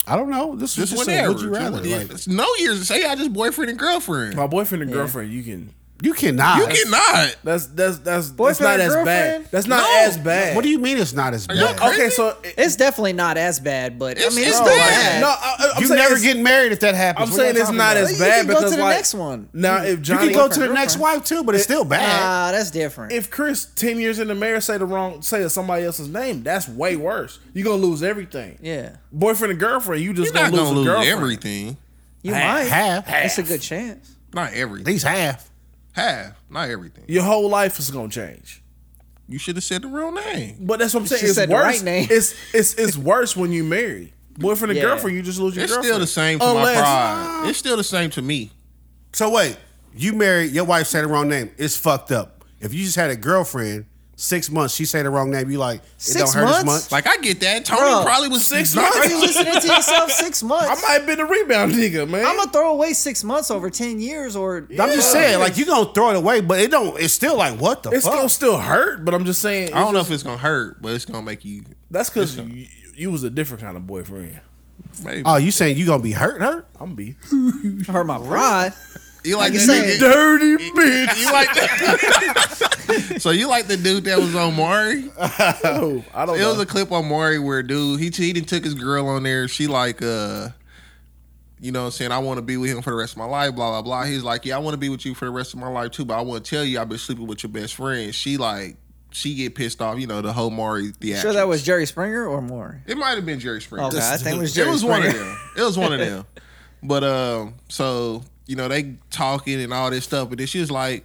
S4: I don't know. This is
S2: just
S4: just
S2: whatever.
S4: a would you rather?
S2: Yeah,
S4: Like,
S2: it's no years. Say I just boyfriend and girlfriend.
S1: My boyfriend and girlfriend, you can.
S4: you cannot.
S2: you cannot.
S1: That's that's that's that's not
S3: Boyfriend and
S1: as bad.
S3: girlfriend?
S1: That's not
S2: No.
S1: as bad.
S4: What do you mean it's not as
S2: you
S4: bad?
S2: crazy?
S1: Okay, so
S3: It's definitely not as bad, but
S2: It's-
S3: I mean, it's,
S2: it's
S3: not
S1: no,
S2: bad.
S3: bad.
S1: no, I, I'm
S4: You
S1: saying
S4: never
S1: it's-
S4: get married if that happens.
S1: I'm
S4: What
S1: saying
S4: y'all
S1: it's
S4: talking
S1: not
S4: about?
S1: as
S3: You
S1: bad
S3: can go to
S1: because
S3: the
S1: like
S3: next one.
S1: Now if
S4: You
S1: Johnny
S4: can go to the next wife too, but it's still bad.
S3: Nah, that's different.
S1: if Chris ten years in the marriage say the wrong say somebody else's name, that's way worse. You're gonna lose everything.
S3: yeah,
S1: Boyfriend and girlfriend, you just
S2: You're not
S1: gonna,
S2: gonna
S1: lose,
S2: lose
S1: a girlfriend.
S2: everything.
S3: you might.
S4: Half, half,
S3: It's a good chance.
S2: Not
S4: at
S2: everything.
S4: least half.
S2: Half. Not everything.
S1: Your whole life is gonna change.
S2: You should have said the real name.
S1: But that's what I'm saying.
S3: should
S1: It's
S3: said the
S1: worse.
S3: right name.
S1: It's it's it's worse when you marry. Boyfriend and
S3: Yeah.
S1: girlfriend, you just lose your
S2: It's
S1: girlfriend.
S2: still the same to
S1: Unless-
S2: my pride. It's still the same to me.
S4: So wait, you married your wife said the wrong name. It's fucked up. If you just had a girlfriend, six months she said the wrong name. You like it
S3: Six
S4: don't hurt as
S3: months?
S4: much.
S2: Like I get that. Tony
S3: Bro,
S2: probably was six
S3: Are you
S2: months.
S3: listening to yourself six
S1: I
S3: months?
S1: might have been a rebound nigga, man.
S3: I'm gonna throw away six months over ten years, or
S4: I'm just saying, like you gonna throw it away, but it don't. It's still like what the
S1: it's
S4: fuck.
S1: gonna still hurt, but I'm just saying.
S2: I don't know if it's gonna hurt, but it's gonna make you.
S1: That's because you, you was a different kind of boyfriend.
S2: Maybe.
S4: oh, you saying you gonna be hurt? Hurt?
S1: I'm be
S3: I hurt my pride.
S2: you like
S3: you
S2: that
S3: said-
S2: nigga-
S1: dirty bitch.
S2: You like that? so you like the dude that was on Mari?
S1: Oh, I don't
S2: It was
S1: know.
S2: a clip on Maury where dude he cheated, took his girl on there. She like uh you know what I'm saying, I want to be with him for the rest of my life, blah blah blah. He's like, Yeah, I want to be with you for the rest of my life too, but I want to tell you I've been sleeping with your best friend. She like she get pissed off, you know, the whole Maury theatrics.
S3: Sure, that was Jerry Springer or more.
S2: it might have been Jerry Springer.
S1: Oh,
S3: Okay, I think it was
S2: It
S3: Jerry.
S2: was
S3: Springer.
S2: one of them. It was one of them. But um, so you know they talking and all this stuff, but then she was like,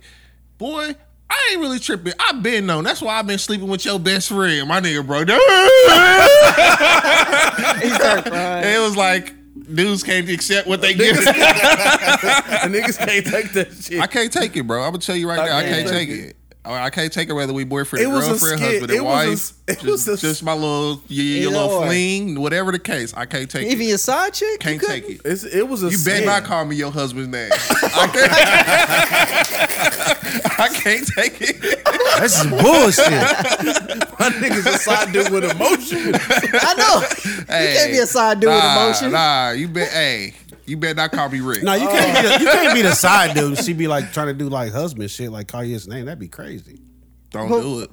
S2: "Boy, I ain't really tripping. I've been known. That's why I've been sleeping with your best friend, my nigga, bro."
S3: He
S2: And
S3: started crying.
S2: it was like dudes can't accept what they give. I
S1: And niggas can't take that shit.
S2: can't take it, bro. I'm gonna tell you right now, I can't
S1: can't
S2: take it. I I can't take it whether we boyfriend,
S1: It was a
S2: girlfriend,
S1: skit.
S2: husband, and
S1: It
S2: wife.
S1: was a- it
S2: just,
S1: was a-
S2: just my little, your, your
S3: Either
S2: little
S3: or.
S2: fling, whatever the case. I can't take
S3: Even
S2: it.
S3: your side chick,
S2: Can't
S3: you
S2: take it.
S1: It's, it was a.
S2: You
S1: skit.
S2: better not call me your husband's name. I can't, I can't take it.
S4: That's just bullshit.
S1: My niggas a side dude with emotion.
S3: I know. you can't be a side dude with
S2: nah,
S3: emotion.
S2: Nah, you bet. Hey, you better not call me Rick.
S4: no, you can't. Be the, you can't be
S1: Oh.
S4: the side dude. She be like trying to do like husband shit, like call you his name. That'd be crazy.
S2: Don't
S3: But-
S2: do it.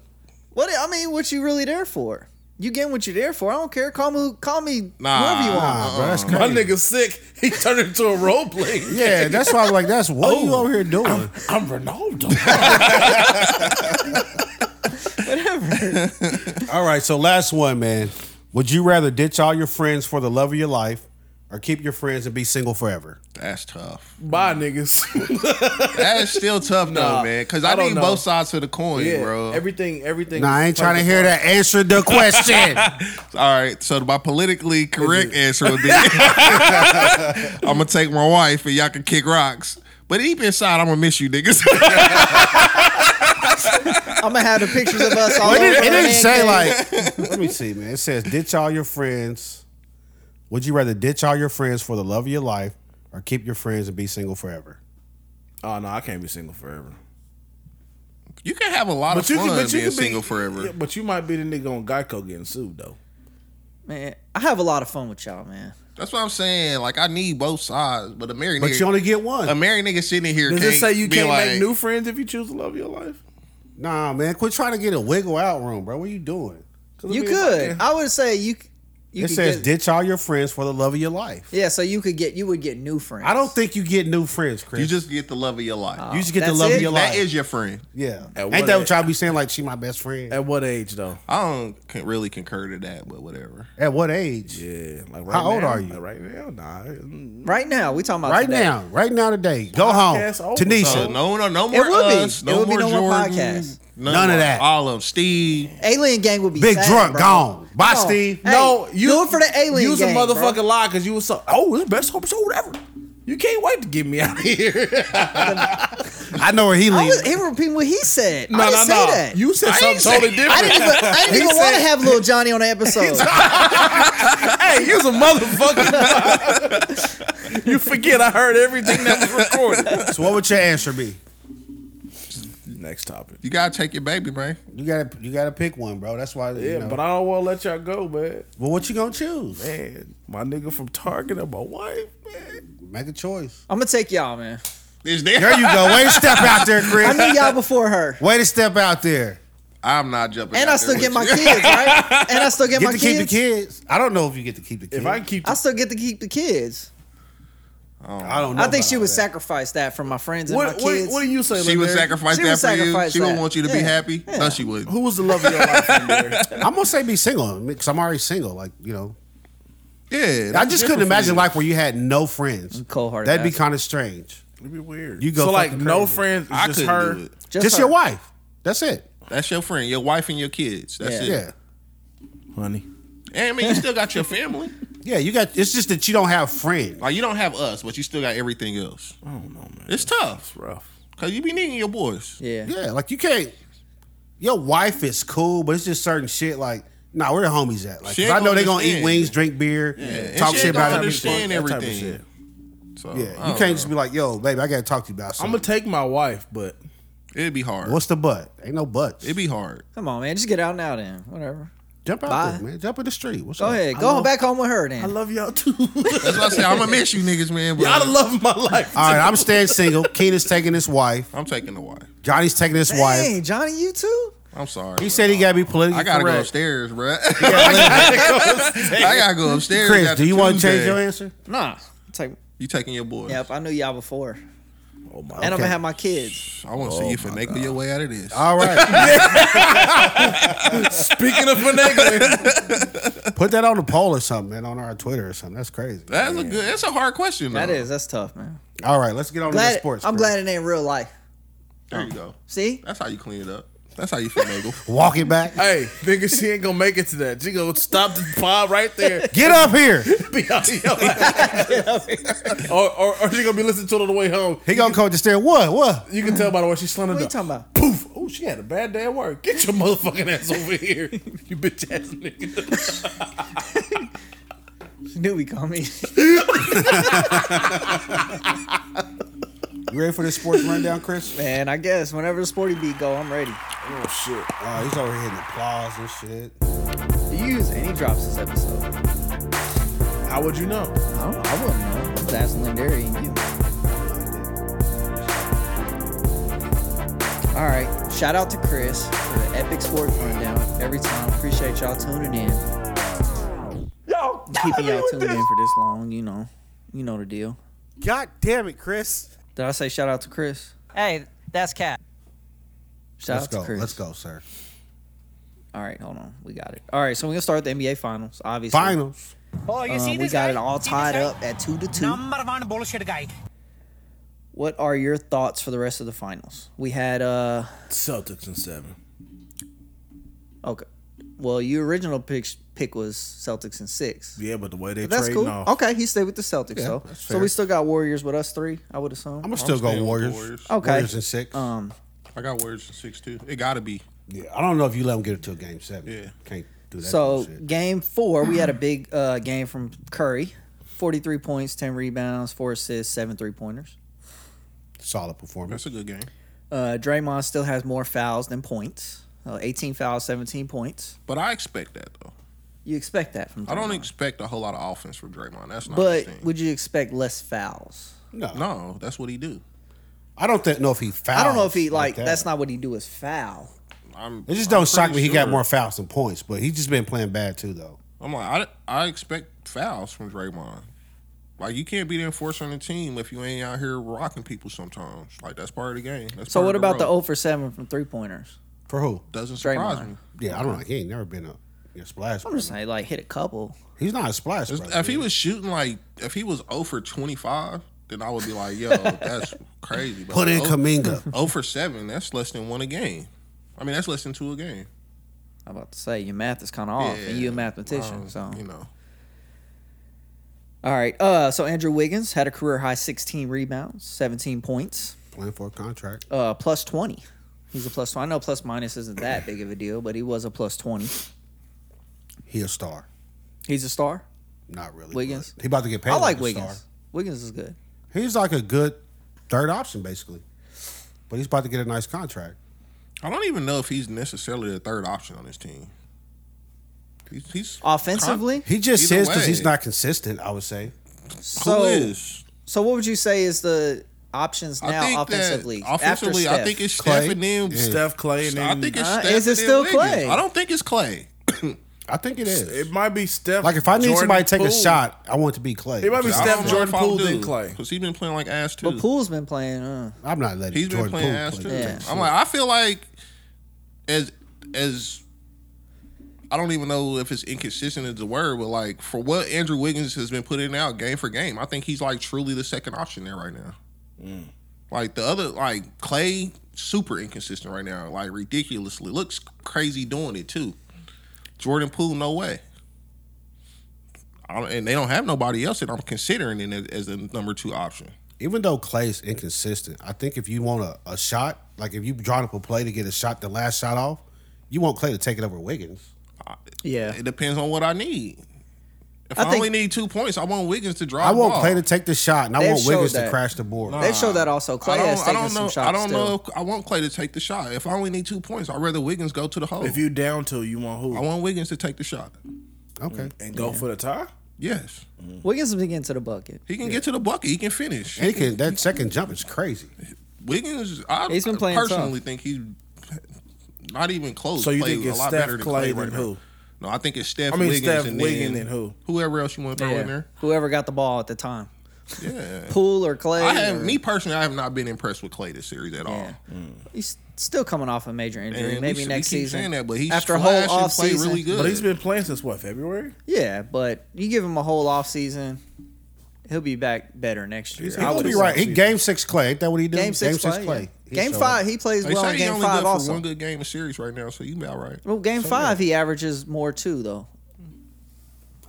S3: What I mean, what you really there for? You getting what you there for? I don't care. Call me, call me
S2: Nah.
S3: whoever you want.
S4: Nah, bro, that's
S1: Uh-uh. My
S4: crazy.
S1: nigga sick. He turned into a role play.
S4: Yeah, that's why I was like, that's what you
S1: Oh.
S4: over here doing.
S1: I'm Ronaldo.
S4: All right, so last one, man. Would you rather ditch all your friends for the love of your life or keep your friends and be single forever?
S2: That's tough.
S1: Bye, niggas.
S2: That is still tough
S1: Nah,
S2: though, man. Because
S1: I
S2: I,
S1: don't
S2: need
S1: know.
S2: both sides of the coin,
S1: yeah,
S2: bro.
S1: everything, everything.
S4: Nah, I ain't trying to hear that. Answer the question.
S2: All right. So my politically correct answer would be I'm gonna take my wife and y'all can kick rocks. But deep inside, I'm gonna miss you, niggas.
S3: I'm gonna have the pictures of us all
S4: it
S3: over.
S4: didn't, it
S3: her
S4: didn't say
S3: hand
S4: like. Let me see, man. It says ditch all your friends. Would you rather ditch all your friends for the love of your life or keep your friends and be single forever?
S1: Oh no, I can't be single forever.
S2: you can have a lot of fun being single forever.
S1: yeah, but you might be the nigga on Geico getting sued though.
S3: man. I have a lot of fun with y'all, man.
S2: That's what I'm saying. Like I need both sides, but a married
S4: But
S2: nigga,
S4: you only get one.
S2: a married nigga sitting in here.
S1: Does
S2: can't
S1: it say you
S2: be
S1: can't
S2: like,
S1: make new friends if you choose to love your life?
S4: nah, man. Quit trying to get a wiggle out room, bro. What are you doing?
S1: 'Cause I
S3: You
S1: mean,
S3: could.
S1: like,
S3: I would say you. c- you
S4: It
S3: could
S4: says
S3: get-
S4: ditch all your friends for the love of your life.
S3: Yeah, so you could get you would get new friends.
S4: I don't think you get new friends, Chris.
S2: You just get the love of your life.
S4: You just get the
S3: That's
S4: love of
S3: it?
S4: your life.
S2: that is your friend.
S4: yeah.
S1: At
S4: Ain't
S1: what
S4: that what
S1: age?
S4: y'all be saying? Like she my best friend. At,
S1: At what age though?
S2: I don't con- really concur to that, but whatever.
S4: what age?
S1: Yeah, like right
S4: How old
S1: now,
S4: are you?
S1: Right now, nah. Mm,
S3: right now we talking about
S4: Right
S3: today.
S4: now, right now today. Go home,
S1: Podcast over,
S2: So
S4: Tanisha.
S2: no, no, no more
S3: would be.
S2: us.
S3: It
S2: No
S3: would be
S2: more
S3: no more
S2: Jordan.
S3: podcasts.
S2: None,
S4: None of
S2: more.
S4: that.
S2: All of them. Steve.
S3: Alien gang would be
S4: Big
S3: sad,
S4: drunk,
S3: bro.
S4: gone. Bye,
S3: Come on.
S4: Steve.
S3: Hey,
S1: no,
S3: do it for the alien
S1: Use a
S3: gang,
S1: motherfucking
S3: bro.
S1: lie because you was so. Oh, this is the best episode ever. You can't wait to get me out of here.
S4: I know where he
S3: I was
S4: lives.
S3: he repeating what he said.
S1: No,
S3: I
S1: no,
S3: didn't say
S1: no.
S3: that.
S1: You said
S2: I
S1: something
S2: ain't say-
S1: totally different.
S3: I didn't even, I didn't even want to have little Johnny on the episode.
S1: hey, you's a motherfucker. you forget I heard everything that was recorded.
S4: So what would your answer be?
S1: Next topic.
S2: You gotta take your baby, man.
S4: You gotta you gotta pick one, bro. That's why.
S1: Yeah, but I don't want to let y'all go, man.
S4: well, what you gonna choose?
S1: Man, my nigga from Target and my wife, man.
S4: Make a choice.
S3: I'm gonna take y'all, man.
S2: Is there?
S4: There you go. Way to step out there,
S3: I
S4: Chris.
S3: knew y'all before her.
S4: Way to step out there.
S2: I'm not jumping.
S3: And
S2: out
S3: I still
S2: there
S3: get
S2: with
S3: my
S2: you.
S3: kids, right? And I still get,
S4: Get
S3: my
S4: to
S3: kids.
S4: keep the kids. I don't know if you get to keep the kids.
S1: If I can keep,
S3: I still get to keep the kids.
S4: I don't know.
S3: I think
S4: about
S3: she
S4: all
S3: would
S4: that.
S3: sacrifice that for my friends and
S1: what,
S3: my
S1: what,
S3: kids.
S1: what do you say?
S2: She would
S1: Larry?
S2: sacrifice
S3: She
S2: that
S3: would
S2: for you.
S3: sacrifice
S2: She would
S3: that.
S2: want you to be
S3: Yeah.
S2: happy.
S3: Yeah.
S2: No, she would.
S1: Who was the love of your life? Larry?
S4: I'm gonna say be single because I'm already single. Like you know,
S2: Yeah,
S4: I
S2: that's
S4: just couldn't
S2: different for
S4: imagine
S2: you.
S4: life where you had no friends.
S3: Cold-hearted
S4: That'd be
S3: asshole.
S4: kind of strange.
S1: It'd be weird.
S4: You go
S1: So like
S4: fucking
S1: no
S4: crazy.
S1: friends. It's
S2: I
S1: just
S2: couldn't
S1: her.
S2: do it.
S4: Just, your
S3: her.
S4: wife. That's it.
S2: That's your friend, your wife and your kids. That's
S3: Yeah.
S2: it.
S4: Yeah.
S1: Honey,
S2: And I mean, you still got your family.
S4: Yeah, you got. It's just that you don't have friends.
S2: Like you don't have us, but you still got everything else.
S1: I don't know, man.
S2: It's tough
S1: rough.
S2: because you be needing your boys.
S3: Yeah.
S4: Yeah, like you can't. Your wife is cool, but it's just certain shit. Like, nah, where the homies at? Like,
S2: She
S4: 'cause
S2: ain't
S4: I know
S2: gonna
S4: they gonna eat
S2: understand.
S4: wings, drink beer,
S2: and
S4: talk
S2: she
S4: shit
S2: ain't gonna
S4: about everything.
S2: understand.
S1: That type of
S2: everything.
S1: shit.
S2: So oh,
S4: Yeah, you can't just be like, yo, baby, I gotta talk to you about
S1: I'm
S4: something.
S1: gonna take my wife, but
S2: It'd be hard.
S4: What's the butt? Ain't no butts.
S2: It'd be hard.
S3: Come on, man. Just get out now then. Whatever.
S4: Jump out
S3: Bye.
S4: there, man. Jump in the street. What's
S3: Go
S4: up?
S3: ahead. Go
S1: love-
S3: back home with her
S1: I
S3: then.
S1: love y'all too.
S2: That's what I said. I'm gonna miss you niggas, man. But
S1: Y'all the love of my life.
S4: All right, I'm staying single. Keenan's taking his wife.
S2: I'm taking the wife.
S4: Johnny's taking his wife.
S3: Dang, Johnny, you too?
S2: I'm sorry.
S4: He said he gotta be politically
S2: I gotta go
S4: correct.
S2: upstairs, bro.
S1: I
S2: I gotta go upstairs.
S4: Chris,
S2: after
S4: do you want to change
S2: Tuesday.
S4: your answer?
S3: Nah. Take,
S2: You taking your boys?
S3: yep, I knew y'all before. And
S1: oh my.
S3: I'm
S4: Okay.
S3: gonna have my kids.
S2: I want to
S4: Oh
S2: see you finagle your way out of this.
S4: All right,
S1: Speaking of finagling,
S4: put that on the poll or something, man, on our Twitter or something. That's crazy.
S2: that's a good. That's a hard question. Though.
S3: That is, that's tough, man.
S4: All right, let's get on to
S3: Glad,
S4: the sports.
S3: I'm
S4: Chris.
S3: glad it ain't real life.
S2: There you go.
S3: See?
S2: That's how you clean it up. That's how you finagle.
S4: Walk it back.
S1: hey, nigga, she ain't gonna make it to that. She gonna stop the pod right there.
S4: Get up here.
S1: Be out of your life. or, or, or she gonna be listening to it on the way home.
S4: He gonna coach the stair. What? What?
S1: You can tell by the way she slammed
S3: What are
S1: the door.
S3: you talking about?
S1: Poof! Oh, she had a bad day at work. Get your motherfucking ass over here, you bitch ass nigga.
S3: Knew we coming.
S4: You ready for this sports rundown, Chris?
S3: man, I guess whenever the sporty beat go, I'm ready.
S1: Oh shit!
S4: Oh, he's over here hitting applause and shit.
S3: Do you use any drops this episode?
S1: How would you know?
S3: I don't I wouldn't know. I'm just asking Lindari and you. All right. Shout out to Chris for the epic sports rundown every time. Appreciate y'all tuning in.
S5: Yo,
S3: Keeping y'all tuned in for this long, you know. You know the deal.
S5: God damn it, Chris.
S3: Did I say shout out to Chris?
S6: Hey, that's cat.
S3: Shout
S4: Let's
S3: out to
S4: go.
S3: Chris.
S4: Let's go, sir.
S3: All right, hold on. We got it. All right, so we're gonna start the NBA finals, obviously.
S4: Finals.
S6: Oh, you
S3: Um,
S6: see
S3: we
S6: this
S3: got
S6: guy?
S3: it all
S6: See this
S3: tied
S6: guy?
S3: up at two to two.
S6: Number one bullshit guy.
S3: What are your thoughts for the rest of the finals? We had uh
S1: Celtics in seven.
S3: okay. Well, your original pick pick was Celtics in six.
S1: Yeah, but the way they
S3: That's
S1: trading
S3: cool.
S1: off.
S3: Okay, he stayed with the Celtics though.
S4: that's
S3: So
S4: fair.
S3: we still got Warriors with us three, I would assume.
S4: I'm gonna still
S2: Staying
S4: go
S2: with
S4: Warriors.
S2: Warriors.
S3: Okay.
S4: Warriors and six.
S3: um,
S2: I got Warriors in six too. It gotta be.
S4: yeah, I don't know if you let him get it to a game seven.
S2: Yeah.
S4: Can't do that.
S3: so
S4: bullshit.
S3: game four, we had a big uh, game from Curry, forty three points, ten rebounds, four assists, seven three pointers.
S4: solid performance.
S2: That's a good game.
S3: Uh, Draymond still has more fouls than points. Uh, 18 fouls, 17 points.
S2: But I expect that though.
S3: You expect that from Draymond.
S2: I don't expect a whole lot of offense from Draymond. That's not his
S3: But
S2: thing.
S3: would you expect less fouls?
S4: No,
S2: no, that's what he do.
S4: I don't think, know if he fouled.
S3: I don't know if he like that's not what he do is foul.
S2: I'm.
S4: It just
S2: I'm
S4: don't shock me.
S2: pretty
S4: He got
S2: sure.
S4: more fouls than points, but he's just been playing bad too, though.
S2: I'm like, I, I expect fouls from Draymond. Like you can't be the enforcer on the team if you ain't out here rocking people sometimes. Like that's part of the game. That's
S3: So
S2: part
S3: what
S2: of the
S3: about the
S2: road.
S3: 0 for 7 from three pointers?
S4: For who?
S2: Doesn't surprise
S3: Draymond?
S2: me.
S4: Yeah, I don't know. He ain't never been a, a splash.
S3: I'm
S4: brother.
S3: just saying like hit a couple.
S4: He's not a splash.
S2: It's-
S4: brother.
S2: If he was shooting like, if he was 0 for 25, then I would be like, yo, that's crazy. But
S4: put in
S2: like,
S4: Kaminga,
S2: 0 for 7, that's less than one a game. I mean, that's less than two a game.
S3: I'm about to say your math is kind of off, and you a mathematician.
S2: Um,
S3: so
S2: You know,
S3: all right. Uh, so Andrew Wiggins had a career high 16 rebounds, 17 points,
S4: playing for a contract.
S3: uh, plus 20. He's a plus. I know plus minus isn't that big of a deal, but he was a plus 20.
S4: He a star.
S3: He's a star.
S4: Not really.
S3: Wiggins?
S4: but He about to get paid.
S3: I like
S4: a
S3: Wiggins.
S4: Star.
S3: Wiggins is good.
S4: He's like a good third option, basically. But he's about to get a nice contract.
S2: I don't even know if he's necessarily the third option on this team. He's, he's
S3: Offensively,
S4: He just
S2: Either
S4: says because he's
S2: way.
S4: not consistent. I would say.
S2: Who
S3: so
S2: is?
S3: so what would you say is the options
S2: I
S3: now
S2: think
S3: offensively?
S2: that
S3: after
S2: offensively, I
S3: Steph?
S2: think it's Steph
S4: Clay?
S2: and them.
S4: Yeah.
S1: Steph Clay and
S2: I
S1: then-
S2: think it's
S3: Uh,
S2: Steph
S3: is it
S2: and then
S3: still
S2: Wiggins.
S3: Clay?
S2: I don't think it's Clay.
S4: I think it is.
S1: it might be Steph.
S4: like if I need
S1: Jordan
S4: somebody to take a
S1: Poole.
S4: shot, I want it to be Clay.
S1: It might be
S4: Because
S1: Steph, Jordan Poole, then Clay.
S2: Because he's been playing like ass too.
S3: But Poole's been playing. Uh,
S4: I, I'm not letting
S2: He's
S4: Jordan
S2: been playing
S4: Poole
S2: ass
S4: play
S2: too.
S3: Yeah.
S2: I'm like, I feel like as as I don't even know if it's inconsistent is the word, but like for what Andrew Wiggins has been putting out game for game, I think he's like truly the second option there right now. Like the other, like Clay, super inconsistent right now, like ridiculously looks crazy doing it too. Jordan Poole, no way. I don't, and they don't have nobody else that I'm considering in as, as the number two option.
S4: Even though Clay's inconsistent, I think if you want a, a shot, like if you drawing up a play to get a shot, the last shot off, you want Clay to take it over Wiggins.
S3: Yeah.
S2: It depends on what I need. If
S3: I
S2: I,
S3: think-
S2: only need two points, I want Wiggins to drive.
S4: I want
S2: the ball.
S4: Clay to take the shot, and I
S3: They've
S4: want Wiggins
S3: showed
S4: to
S3: that.
S4: crash the board.
S3: They show that also. Clay
S2: I don't,
S3: has
S2: I
S3: taken
S2: don't know.
S3: some shots.
S2: I don't
S3: still.
S2: know. If, I want Clay to take the shot. If I only need two points, I'd rather Wiggins go to the hole.
S1: If you down to, you want who?
S2: I want Wiggins to take the shot.
S4: Okay.
S1: and go for the tie.
S2: Yes,
S3: Wiggins is getting to the bucket.
S2: he can get to the bucket. He can finish.
S4: He can, that second jump is crazy.
S2: Wiggins, I
S3: He's been playing
S2: personally think he's not even close.
S1: So you
S2: Played
S1: think it's
S2: a lot
S1: Steph,
S2: better than
S1: Clay,
S2: Clay, right
S1: then
S2: now.
S1: who?
S2: No, I think it's Steph.
S1: I mean,
S2: Wiggins
S1: Steph,
S2: and
S1: Wiggins,
S2: then
S1: and who?
S2: Whoever else you want to throw in
S3: Yeah.
S2: there.
S3: Whoever got the ball at the time,
S2: Yeah.
S3: Poole or Clay.
S2: I have
S3: or-
S2: me personally. I have not been impressed with Clay this series at all.
S3: Yeah. He's still coming off a major injury.
S2: we
S3: Maybe
S2: s- we
S3: next
S2: keep
S3: season.
S2: saying that, but he's
S3: after a whole
S2: flashed
S3: off
S2: and played
S3: season.
S2: really good.
S1: But he's been playing since what February?
S3: Yeah, but you give him a whole off season, he'll be back better next year.
S1: He's
S3: I
S1: gonna
S4: I'll
S3: would
S4: be
S1: do
S4: right.
S1: something.
S4: He game six Clay. Ain't that what he did?
S3: Game six, play, yeah. Game five, he plays
S2: They
S3: well
S2: say
S3: in
S2: he
S3: game
S2: only
S3: five
S2: good for
S3: also.
S2: one good game a series right now, so you be all right.
S3: Well, game five, he averages more too though.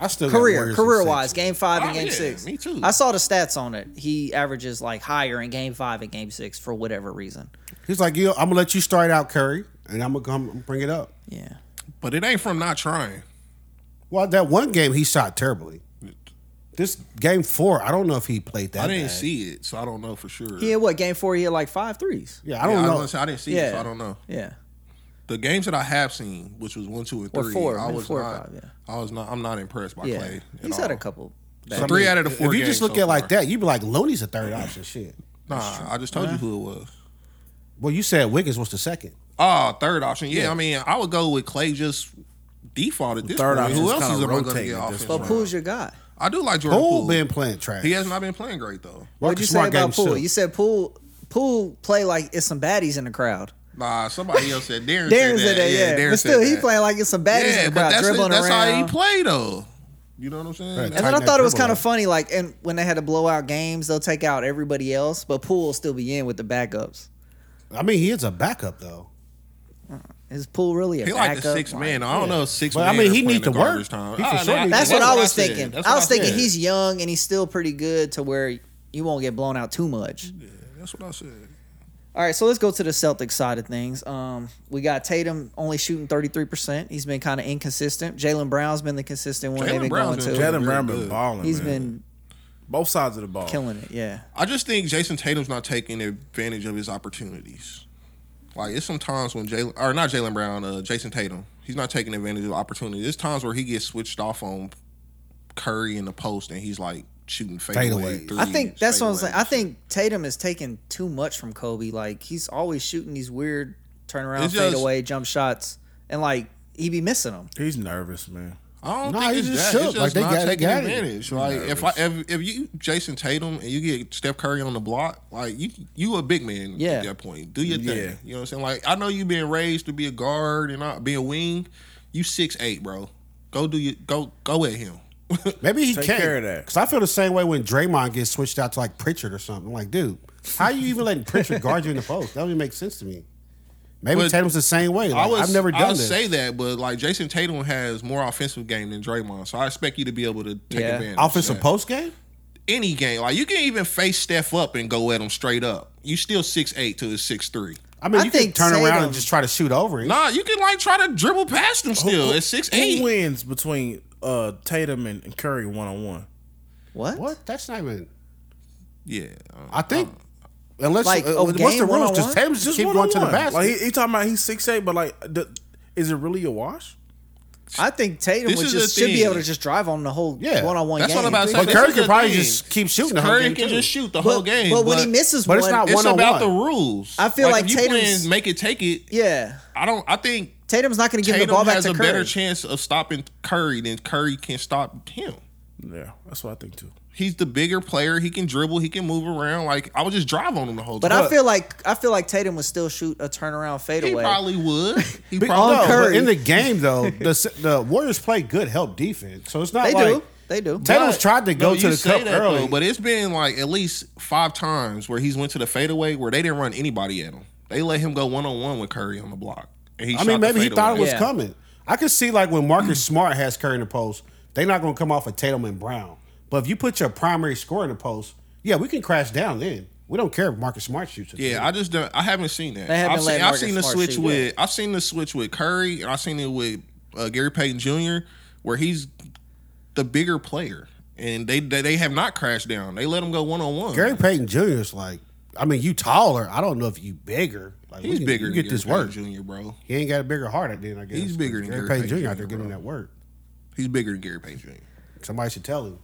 S4: I still got
S3: Career,
S4: Warriors in
S3: career
S4: six.
S3: wise, game five
S2: Oh,
S3: and game
S2: yeah,
S3: six.
S2: me too.
S3: I saw the stats on it. He averages like higher in game five and game six for whatever reason.
S4: He's like, you. I'm gonna let you start out, Curry, and I'm gonna come bring it up.
S3: Yeah.
S2: But it ain't from not trying.
S4: Well, that one game he shot terribly. This game four, I don't know if he played that.
S2: I didn't
S4: bad.
S2: see it, so I don't know for sure.
S3: He had what, game four he had like five threes.
S4: Yeah, I don't
S2: Yeah,
S4: know.
S2: I, was- I didn't see it, so
S3: Yeah.
S2: I don't know.
S3: Yeah.
S2: The games that I have seen, which was one, two, and
S3: Or
S2: three,
S3: four,
S2: I
S3: maybe
S2: was
S3: four or
S2: not.
S3: five, yeah.
S2: I was not. I'm not impressed by
S3: Yeah.
S2: Clay. at
S3: He's had
S2: all.
S3: a couple.
S2: So three out of the
S4: if
S2: four.
S4: you just
S2: games
S4: look
S2: so
S4: at it like
S2: far.
S4: that, you'd be like, Looney's a third option. Shit.
S2: Nah, I just told you who it was.
S4: Well, you said Wiggins was the second.
S2: Oh, third option. Yeah, I mean, I would go with Clay just default at this
S1: Third
S2: point.
S1: option's
S2: Who else
S1: kinda
S2: is am I going to
S1: rotating
S2: get
S1: at this
S2: offense?
S1: point.
S3: But
S2: from?
S3: Poole's your guy.
S2: I do like Jordan
S4: Poole
S2: Poole.
S4: been playing trash.
S2: He has not been playing great though.
S3: What'd you
S4: Marcus
S3: say
S4: Smart
S3: about
S4: gave him
S3: Poole?
S4: two.
S3: You said Poole Poole play like it's some baddies in the crowd.
S2: Nah, somebody else said Darren.
S3: Darren
S2: said
S3: said that, yeah.
S2: Darren
S3: but
S2: said
S3: still, he
S2: that.
S3: playing like it's some baddies in
S2: Yeah,
S3: the
S2: but
S3: crowd,
S2: that's
S3: dribbling
S2: that's
S3: around.
S2: how he play though. You know what I'm saying?
S4: Right.
S2: That's
S4: Tight
S3: And then I
S4: neck
S3: thought it was
S4: dribble
S3: kind
S4: out.
S3: of funny, like, and when they had to blow out games, they'll take out everybody else, but Poole will still be in with the backups.
S4: I mean, he is a backup though.
S3: Is Poole really a
S2: He
S3: backup?
S2: like the six
S3: Like,
S2: man. I don't know six.
S4: But, I
S2: man
S4: mean,
S2: are
S4: he
S2: playing
S4: need to
S2: the
S4: work.
S2: garbage time.
S4: He for
S2: Ah,
S4: sure
S2: nah,
S4: need to
S3: That's what
S4: That's
S3: I
S4: what
S3: was
S2: said.
S3: thinking.
S2: That's
S3: I
S2: what
S3: was thinking
S2: said.
S3: he's young and he's still pretty good to where you won't get blown out too much.
S2: Yeah, That's what I said.
S3: All right, so let's go to the Celtics side of things. Um, we got Tatum only shooting 33%. He's been kind of inconsistent. Jalen Brown's been the consistent one
S2: Jaylen
S3: they've been
S2: Brown's
S3: going
S2: been-
S3: to.
S2: Really
S1: Jalen Brown been
S2: good.
S1: balling.
S3: He's
S1: He's
S3: been
S1: both sides of the ball.
S3: killing it, yeah.
S2: I just think Jason Tatum's not taking advantage of his opportunities. Like it's some times when Jalen or not Jalen Brown, uh, Jason Tatum, he's not taking advantage of opportunities. There's times where he gets switched off on Curry in the post, and he's like shooting fadeaway.
S4: Fadeaways.
S2: threes,
S3: I think that's what I'm saying. I
S2: fadeaways.
S3: think Tatum is taking too much from Kobe. Like he's always shooting these weird turnaround,
S2: It's just-
S3: fadeaway jump shots, and like he be missing them.
S1: He's nervous, man.
S2: I don't
S4: Nah,
S2: think
S4: he
S2: it's
S4: just
S2: that.
S4: shook.
S2: It's just
S4: Like, they
S2: not
S4: got- they
S2: taking
S4: got it.
S2: advantage. Like if I if, if you Jason Tatum and you get Steph Curry on the block, like you you a big man
S3: Yeah.
S2: at that point. Do your thing.
S1: Yeah.
S2: You know what I'm saying? Like I know you being raised to be a guard and not be a wing. You six eight, bro. Go do your go go at him.
S4: Maybe he
S1: Take
S4: can't.
S1: care of that.
S4: Because I feel the same way when Draymond gets switched out to like Pritchard or something. I'm like, dude, how you even letting Pritchard guard you in the post? That don't even make sense to me. Maybe
S2: But
S4: Tatum's the same way.
S2: I
S4: Like,
S2: was,
S4: I've never done
S2: I would
S4: this.
S2: say that, but like Jason Tatum has more offensive game than Draymond, so I expect you to be able to take
S3: Yeah.
S2: advantage. of
S4: Offensive
S2: that.
S4: post game?
S2: any game, like you can even face Steph up and go at him straight up. You still six eight to his six three.
S4: I mean,
S3: I
S4: you can
S3: think
S4: turn around
S3: Tatum-
S4: and just try to shoot over him.
S2: Nah, you can like try to dribble past him still at six
S1: Who
S2: eight.
S1: wins between uh, Tatum and and Curry one on one?
S3: What?
S4: What? That's not even.
S2: Yeah,
S4: I think. Unless
S3: Like,
S4: uh,
S3: a
S4: what's
S3: game
S4: the rules? Because
S3: one-on-one?
S4: Tatum's just keep going to the basket.
S1: Like he, he talking about he's six eight, but like, the, is it really a wash?
S3: I think Tatum
S2: This
S3: would
S2: is
S3: just
S2: the
S3: should be
S2: thing.
S3: able to just drive on the whole
S4: Yeah.
S3: one on one game.
S2: That's what I'm about to say.
S4: but
S2: this
S4: Curry
S2: is the
S4: can probably
S2: thing.
S4: just keep shooting. the whole
S2: Curry
S4: game,
S2: can
S4: too.
S2: just shoot the
S3: But,
S2: whole game.
S3: but when he misses
S4: but
S3: one,
S4: it's not
S2: it's
S4: one-on-one.
S2: about the rules.
S3: I feel like
S2: if you
S3: Tatum's-
S2: playing make it take it.
S3: yeah,
S2: I don't. I think
S3: Tatum's not going to give
S2: Tatum
S3: the ball back
S2: has
S3: to
S2: a
S3: Curry.
S2: better chance of stopping Curry than Curry can stop him.
S1: Yeah, that's what I think too.
S2: He's the bigger player. He can dribble. He can move around. Like I would just drive on him the whole
S3: but
S2: time.
S3: I feel like I feel like Tatum would still shoot a turnaround
S2: he
S3: fadeaway.
S2: probably would. He
S4: But-
S2: probably
S4: no, but
S3: Curry.
S4: in the game though, the the Warriors play good help defense, so it's not
S3: they
S4: like
S3: do. They do.
S4: Tatum's tried to go
S2: No,
S4: to
S2: you
S4: the
S2: say
S4: cup
S2: that,
S4: early,
S2: though, but it's been like at least five times where he's went to the fadeaway where they didn't run anybody at him. They let him go one on one with Curry on the block. And he
S4: I mean,
S2: shot the
S4: maybe he thought it
S2: fadeaway.
S4: was
S3: Yeah.
S4: coming. I could see like when Marcus Smart has Curry in the post, They're not going to come off of Tatum and Brown. But if you put your primary scorer in the post, yeah, we can crash down then. We don't care if Marcus Smart shoots it.
S2: Yeah, I just don't, I haven't seen that.
S3: They haven't
S2: I've
S3: let
S2: seen, I've
S3: Marcus
S2: seen the
S3: Smart
S2: switch
S3: shoot
S2: with I've seen the switch with Curry and I've seen it with uh, Gary Payton Jr. where he's the bigger player and they they, they have not crashed down. They let him go one on one.
S4: Gary Payton Jr. is like, I mean, you taller. I don't know if you bigger. Like, we
S2: he's
S4: can-
S2: bigger.
S4: You
S2: than
S4: get this
S2: Gary
S4: work.
S2: Payton Jr. Bro,
S4: He ain't got a bigger heart then, I guess.
S2: He's bigger than
S4: Gary
S2: Gary
S4: Payton Jr.
S2: Payton
S4: out there
S2: Jr.,
S4: giving
S2: bro.
S4: that work.
S2: he's bigger than Gary Payton Jr.
S4: Somebody should tell him.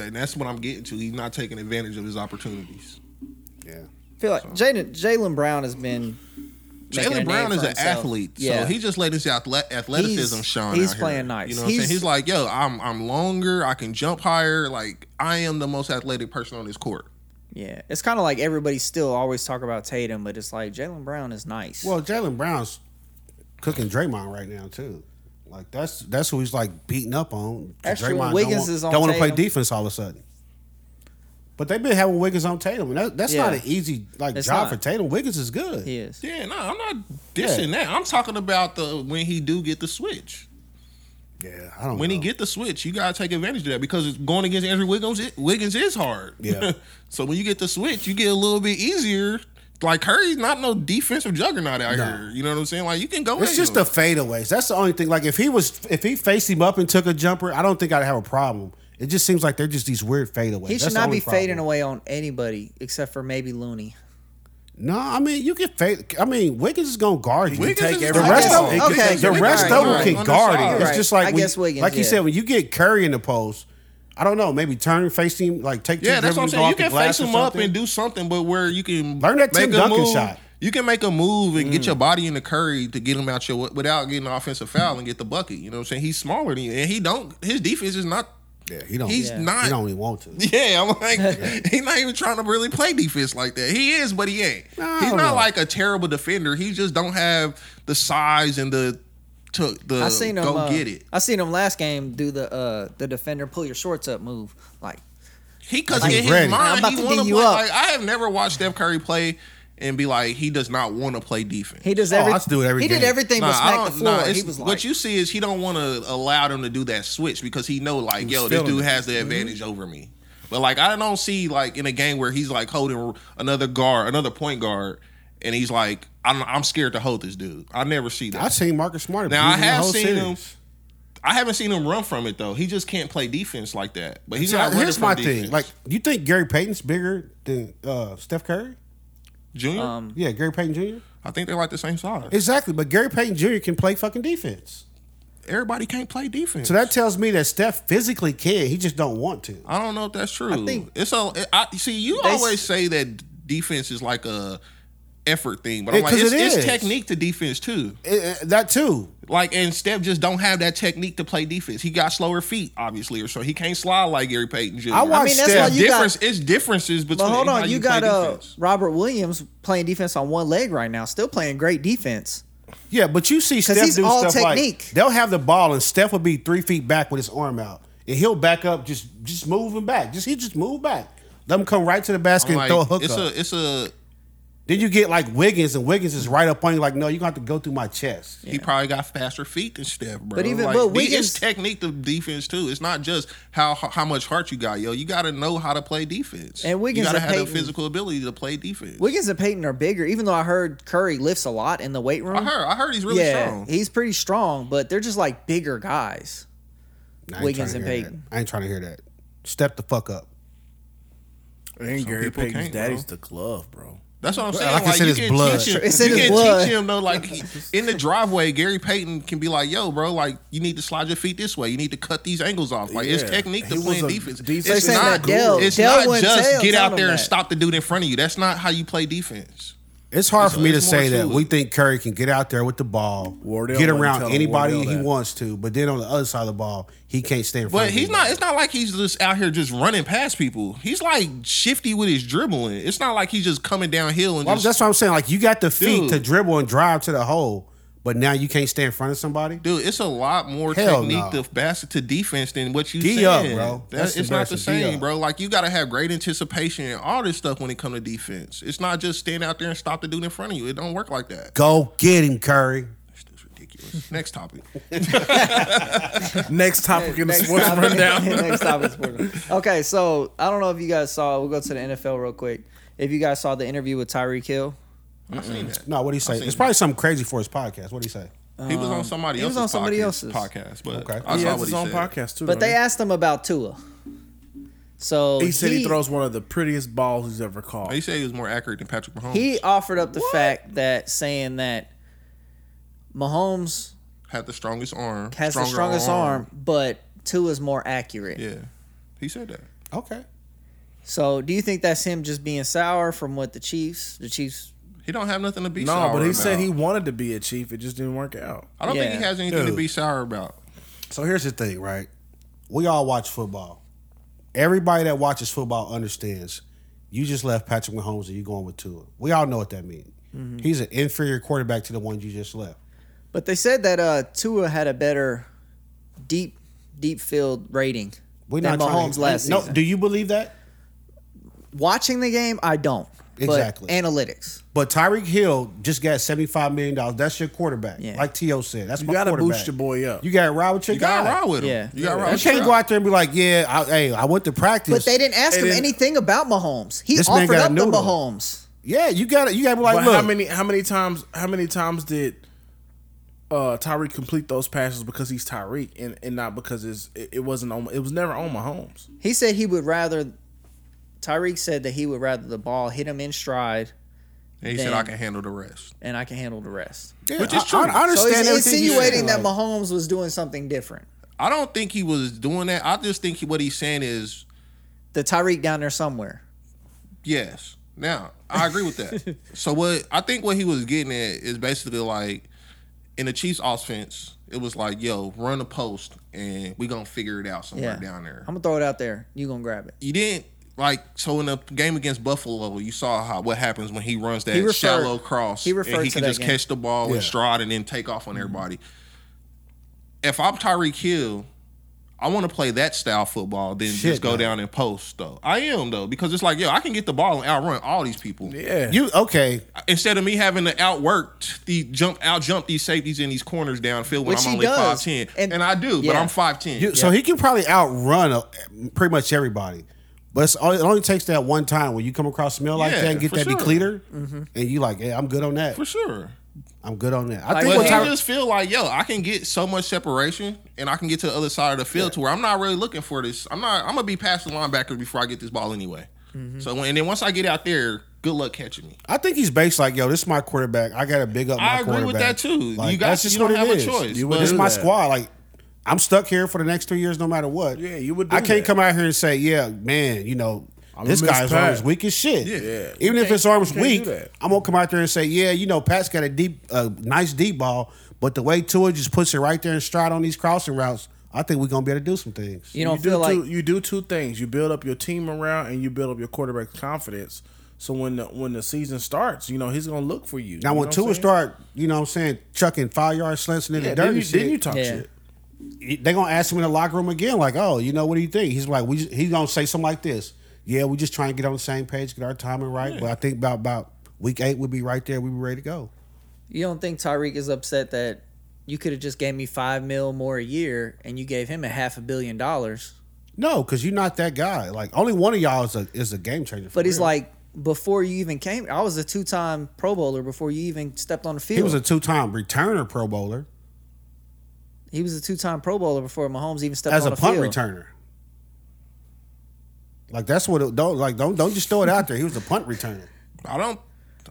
S2: And that's what I'm getting to. He's not taking advantage of his opportunities.
S4: Yeah.
S3: I feel like Jaden Jalen Brown has been. making a
S2: Jalen
S3: name
S2: Brown
S3: for
S2: is an
S3: himself.
S2: athlete,
S3: Yeah.
S2: so he just let his athle- athleticism
S3: He's-
S2: shine.
S3: he's
S2: out here.
S3: playing nice.
S2: You know what I'm
S3: He's-
S2: saying? He's like, yo, I'm I'm longer. I can jump higher. Like I am the most athletic person on this court.
S3: yeah. It's kind of like everybody still always talk about Tatum, but it's like Jalen Brown is nice.
S4: Well, Jalen Brown's cooking Draymond right now too. Like that's that's who he's like beating up on.
S3: That's true.
S4: Draymond don't
S3: Wiggins
S4: want-
S3: is on
S4: don't want to play
S3: Tatum.
S4: defense all of a sudden. But they've been having Wiggins on Tatum, and that, that's
S3: Yeah.
S4: not an easy like
S3: It's
S4: job
S3: not.
S4: for Tatum. Wiggins is good.
S3: he is.
S2: Yeah, no, I'm not dissing that. I'm talking about the when he do get the switch.
S4: Yeah, I don't.
S2: When he
S4: know.
S2: get the switch, you gotta take advantage of that because it's going against Andrew Wiggins. It, Wiggins is hard.
S4: Yeah.
S2: so when you get the switch, you get a little bit easier. Like Curry's not no defensive juggernaut out
S4: No.
S2: here. You know what I'm saying? Like you can go.
S4: It's
S2: at
S4: just
S2: him.
S4: the fadeaways. That's the only thing. Like if he was, if he faced him up and took a jumper, I don't think I'd have a problem. It just seems like they're just these weird fadeaways.
S3: He
S4: That's
S3: should
S4: the
S3: not
S4: only
S3: be
S4: problem.
S3: fading away on anybody except for maybe Looney.
S4: No, I mean you can fade. I mean Wiggins is gonna guard you.
S2: Wiggins
S1: take
S2: is
S1: every-
S4: The
S1: I
S4: rest
S1: guess-
S4: of them,
S1: okay,
S4: okay, the
S1: you're
S4: rest
S1: right,
S4: of them
S1: you're
S4: can
S2: right.
S4: guard it.
S2: You're
S4: It's
S3: right.
S4: just like
S3: I
S4: when-
S3: guess Wiggins,
S4: like you
S3: yeah.
S4: said, when you get Curry in the post, I don't know, maybe turn face him, like take two
S2: Yeah, that's what I'm
S4: dribbles, go
S2: saying. You
S4: off the
S2: can
S4: glass
S2: face
S4: or
S2: him up
S4: something.
S2: and do something, but where you can
S4: Learn that Tim
S2: make a
S4: Duncan
S2: move-
S4: shot.
S2: You can make a move and
S3: Mm.
S2: get your body in the curry to get him out your without getting an offensive foul and get the bucket. You know what I'm saying? He's smaller than you, and he don't. His defense is not.
S4: Yeah, he don't.
S2: He's
S4: yeah.
S2: not.
S4: He don't even want to.
S2: Yeah, I'm like he's not even trying to really play defense like that. He is, but he ain't.
S4: I
S2: he's
S4: don't
S2: not
S4: know.
S2: like a terrible defender. He just don't have the size and the to the
S3: I seen him
S2: go
S3: uh,
S2: get it.
S3: I seen him last game do the uh the defender pull your shorts up move. Like
S2: He because
S4: Like,
S2: in his
S4: he's ready.
S3: I'm
S2: mind
S3: about
S2: he
S3: to
S2: want to
S3: beat
S2: play.
S3: you up.
S2: Like, I have never watched Steph Curry play and be like he does not want to play defense.
S3: he does
S4: Oh,
S3: every,
S4: I used to do it every
S3: He did
S4: game.
S3: everything
S2: Nah,
S3: but
S2: I
S3: smack the
S2: don't.
S3: floor.
S2: nah,
S3: he
S2: it's-
S3: was like
S2: what you see is he don't want to allow them to do that switch because he know like yo this
S1: feeling
S2: dude
S1: it.
S2: has
S4: Mm-hmm.
S2: the advantage over me. But like I don't see like in a game where he's like holding another guard, another point guard, and he's like I'm I'm scared to hold this dude. I never see that.
S4: I've seen Marcus Smart.
S2: Now, I
S4: abusing the
S2: have
S4: whole
S2: seen
S4: series.
S2: him- I haven't seen him run from it though. He just can't play defense like that. But he's
S4: So,
S2: not. running
S4: here's
S2: from
S4: my
S2: defense.
S4: thing. Like, you think Gary Payton's bigger than uh, Steph Curry?
S2: Junior,
S4: Yeah, Gary Payton Jr.
S2: I think they're like the same size.
S4: Exactly, but Gary Payton Jr. can play fucking defense.
S2: Everybody can't play defense.
S4: So that tells me that Steph physically can. He just don't want to.
S2: I don't know if that's true. I
S3: think-
S2: it's a. I see you
S3: They s-
S2: always say that defense is like a effort thing, but
S4: Yeah,
S2: I'm like
S4: 'cause
S2: it's,
S4: it
S2: it's
S4: is.
S2: technique to defense too.
S4: Eh, eh, that too.
S2: Like and Steph just don't have that technique to play defense. He got slower feet, obviously, or so he can't slide like Gary Payton Jr.
S4: I watched
S3: mean, that's
S4: Steph.
S3: why you got-
S2: difference. it's differences between.
S3: But hold
S2: how
S3: on, you,
S2: you
S3: got
S2: play
S3: uh,
S2: defense.
S3: Robert Williams playing defense on one leg right now, still playing great defense.
S4: Yeah, but you see Steph
S3: he's
S4: do
S3: all
S4: stuff
S3: technique.
S4: like they'll have the ball and Steph will be three feet back with his arm out, and he'll back up, just just move him back, just he just move back. Let him come right to the basket
S2: I'm
S4: and throw a
S2: like,
S4: hook
S2: it's
S4: up.
S2: a. It's a.
S4: then you get like Wiggins, and Wiggins is right up on you, like, no, you're gonna have to go through my chest.
S2: He probably got faster feet than Steph, bro.
S3: But even-
S2: like,
S3: but
S2: de-
S3: Wiggins-
S2: it's technique to defense too. It's not just how how much heart you got, yo. You got to know how to play defense,
S3: And
S2: you
S3: Wiggins
S2: gotta
S3: and
S2: have
S3: Peyton-
S2: the physical ability to play defense.
S3: Wiggins and Peyton are bigger, even though I heard Curry lifts a lot in the weight room.
S2: I heard. I heard he's really
S3: yeah,
S2: strong.
S3: he's pretty strong, but they're just like bigger guys.
S4: I ain't
S3: Wiggins
S4: tryna
S3: and
S4: hear that.
S3: Payton.
S4: I ain't trying to hear that. Step the fuck up.
S1: And Gary
S2: people
S1: Payton's
S2: can't,
S1: daddy's
S2: bro.
S1: the glove, bro.
S2: That's what I'm saying.
S4: like I
S2: Like,
S4: said,
S2: you
S4: it's
S2: can
S4: blood.
S2: teach him.
S3: It's in
S2: you
S3: his
S2: can
S3: blood.
S2: teach him though. Like he- in the driveway, Gary Payton can be like, "Yo, bro, like you need to slide your feet this way. You need to cut these angles off. Like it's
S1: Yeah.
S2: technique to
S1: He
S2: playing
S1: was a
S2: defense.
S1: decent-
S2: it's
S1: They saying
S2: not,
S1: that Dell-
S2: it's
S3: Dell
S2: not
S3: wouldn't
S2: just
S3: tell-
S2: get
S3: tell
S2: out
S3: him
S2: there and
S3: that.
S2: stop the dude in front of you. That's not how you play defense.
S4: It's hard
S2: It's-
S4: for me to
S2: it's more
S4: say that
S2: to
S4: we
S2: it.
S4: think Curry can get out there with the ball,
S1: Wardell
S4: get
S1: wouldn't
S4: around
S1: tell him
S4: anybody
S1: Wardell
S4: he
S1: that.
S4: wants to, but then on the other side of the ball, he can't stay in front
S2: But
S4: of
S2: he's
S4: anybody.
S2: not. It's not like he's just out here just running past people. He's like shifty with his dribbling. It's not like he's just coming downhill and
S4: Well,
S2: just
S4: that's what I'm saying. Like you got the feet
S2: Dude.
S4: to dribble and drive to the hole, but now you can't stay in front of somebody.
S2: Dude, it's a lot more
S4: Hell
S2: technique
S4: no.
S2: to basket to defense than what you
S4: D
S2: said.
S4: up, bro.
S2: That-
S4: That's the
S2: it's not the
S4: best of D
S2: same,
S4: up.
S2: bro. Like you got to have great anticipation and all this stuff when it comes to defense. It's not just stand out there and stop the dude in front of you. It don't work like that.
S4: Go get him, Curry.
S2: This dude's ridiculous. Next topic.
S1: Next topic in the
S3: Next
S1: sports
S3: topic.
S1: rundown.
S3: Next topic, sports rundown. Okay, so I don't know if you guys saw. We'll go to the NFL real quick. If you guys saw the interview with Tyreek Hill,
S2: I seen that.
S4: No, what do you say?
S2: seen
S4: It's
S2: that.
S4: probably something crazy for his podcast. What do you say?
S2: He was on somebody
S3: Um, he was
S2: else's.
S3: on somebody
S2: podcast,
S3: else's.
S2: podcast, but
S4: Okay.
S2: I
S1: He
S2: saw
S1: has
S2: what
S1: his
S2: he
S1: own
S2: said.
S1: podcast too.
S3: but
S1: don't
S3: they
S1: he?
S3: asked him about Tua. So
S1: He said he throws one of the prettiest balls he's ever caught.
S2: He said he was more accurate than Patrick Mahomes.
S3: he offered up the fact that saying that Mahomes
S2: had the strongest arm.
S3: has the
S2: stronger
S3: strongest arm, but two is more accurate.
S2: Yeah, he said that.
S4: Okay.
S3: So, do you think that's him just being sour from what the Chiefs, the Chiefs?
S2: He don't have nothing to be
S1: No,
S2: sour
S1: but he said
S2: about.
S1: he wanted to be a chief. It just didn't work out.
S2: I don't think
S3: Yeah.
S2: he has anything
S4: Dude.
S2: to be sour about.
S4: So here's the thing, right? We all watch football. Everybody that watches football understands. You just left Patrick Mahomes and you going with Tua. We all know what that means. He's an inferior quarterback to the one you just left.
S3: But they said that uh Tua had a better deep deep field rating
S4: We're
S3: than
S4: not trying
S3: Mahomes
S4: to,
S3: last
S4: no,
S3: season.
S4: Do you believe that?
S3: Watching the game, I don't. But
S4: Exactly.
S3: analytics.
S4: But Tyreek Hill just got seventy five million dollars. That's your quarterback.
S3: Yeah.
S4: Like T.O. said, that's
S1: You
S4: my
S1: gotta
S4: quarterback.
S1: boost your boy up.
S4: You got to ride with your
S2: You
S4: guy.
S2: got to ride with him.
S3: Yeah.
S2: You got to
S3: Yeah.
S2: ride
S4: You
S2: with your
S4: can't
S2: guy.
S4: go out there and be like, yeah, I, hey, I went to practice.
S3: But they didn't ask
S1: And
S3: him
S1: then-
S3: anything about Mahomes. He
S4: This man
S3: offered
S4: got
S3: up the
S4: noodled.
S3: Mahomes.
S4: Yeah, you got to You got to be like,
S1: But
S4: look,
S1: how many how many times how many times did uh Tyreek complete those passes because he's Tyreek and, and not because it's it, it wasn't on it was never on Mahomes.
S3: He said he would rather. Tyreek said that he would rather the ball hit him in stride,
S2: And he said,
S3: Damn.
S2: I can handle the rest.
S3: and I can handle the rest.
S4: Yeah,
S2: Which is
S4: I-
S2: true.
S4: I, I
S3: So
S4: understand
S3: he's
S4: everything you said,
S3: insinuating that
S4: like-
S3: Mahomes was doing something different.
S2: I don't think he was doing that. I just think he, what he's saying is
S3: The Tyreek down there somewhere.
S2: yes. Now, I agree with that. so, what I think what he was getting at is basically like in the Chiefs offense, it was like, yo, run the post and we going to figure it out somewhere
S3: Yeah.
S2: down there.
S3: I'm gonna throw it out there. You gonna grab it?
S2: you didn't like so in the game against Buffalo, you saw how what happens when he runs that
S3: He referred-
S2: shallow cross.
S3: he referred
S2: and he
S3: to
S2: can
S3: that
S2: just
S3: game. Mm-hmm.
S2: catch the ball
S4: Yeah.
S2: and stride and then take off on everybody. If I'm Tyreek Hill, I want to play that style football than
S4: Shit,
S2: just go
S4: no.
S2: down and post though. I am though, because it's like, yo, I can get the ball and outrun all these people.
S1: Yeah.
S4: You okay?
S2: Instead of me having to outwork the jump out jump these safeties in these corners downfield when
S3: Which
S2: I'm
S3: he
S2: only
S3: does.
S2: five ten.
S3: And-
S2: And, I do, but
S3: yeah.
S2: I'm five ten.
S4: You, So he can probably outrun uh pretty much everybody. But it's, all- it only takes that one time when you come across smell like
S2: Yeah,
S4: that and get
S2: for
S4: that
S2: sure.
S4: decleater,
S3: Mm-hmm.
S4: and you like, yeah, I'm good on that.
S2: for sure.
S4: I'm good on that. I
S3: Like,
S4: think
S2: But
S4: what
S2: he
S4: Tyre-
S2: just feel like, yo, I can get so much separation, and I can get to the other side of the field to where I'm not really looking for this. I'm not. I'm gonna be past the linebackers before I get this ball anyway. So when, and then once I get out there, good luck catching me.
S4: I think he's based like, yo, this is my quarterback. I gotta big up. My
S2: I agree with
S4: quarterback.
S2: that, too.
S4: Like,
S2: You guys-
S4: that's just
S2: you don't
S4: what it
S2: have a
S4: is.
S2: choice,
S4: You
S2: but-
S4: this is my
S1: do that.
S4: squad. Like, I'm stuck here for the next three years, no matter what.
S1: Yeah, you would do
S4: I can't
S1: that.
S4: come out here and say, yeah, man, you know.
S1: I'm
S4: this
S1: a missed
S4: guy's arm
S1: pass.
S4: is weak as shit.
S1: Yeah.
S4: Even if his arm's
S1: you can't
S4: weak,
S1: do that.
S4: I'm gonna come out there and say, yeah, you know, Pat's got a deep, a nice deep ball, but the way Tua just puts it right there and stride on these crossing routes, I think we're gonna be able to do some things.
S3: You don't
S1: do
S3: feel like
S1: two, you do two things. You build up your team around and you build up your quarterback's confidence. So when the when the season starts, you know he's gonna look for you. you
S4: Now, when
S1: know what I'm
S4: Tua
S1: saying?
S4: start, you know, what I'm saying chucking five yard slants into
S1: yeah,
S4: the dirty
S1: then you,
S4: shit.
S1: then you talk
S3: Yeah.
S1: shit.
S4: they gonna ask him in the locker room again, like, "Oh, you know, what do you think?" He's like, "We," just, he's gonna say something like this: "Yeah, we just trying to get on the same page, get our timing right." But I think about about week eight, we'll be right there. We'll be ready to go.
S3: you don't think Tyreek is upset that you could have just gave me five mil more a year and you gave him a half a billion dollars.
S4: No, because you're not that guy. Like, only one of y'all is a is a game changer. for
S3: But he's
S4: real.
S3: like, before you even came, I was a two-time Pro Bowler before you even stepped on the field.
S4: he was a two time returner Pro Bowler
S3: two-time Pro Bowler before Mahomes even stepped
S4: as
S3: on
S4: a
S3: the
S4: punt
S3: field.
S4: returner. Like that's what it, don't like don't don't just throw it out there. He was a punt returner.
S2: I don't.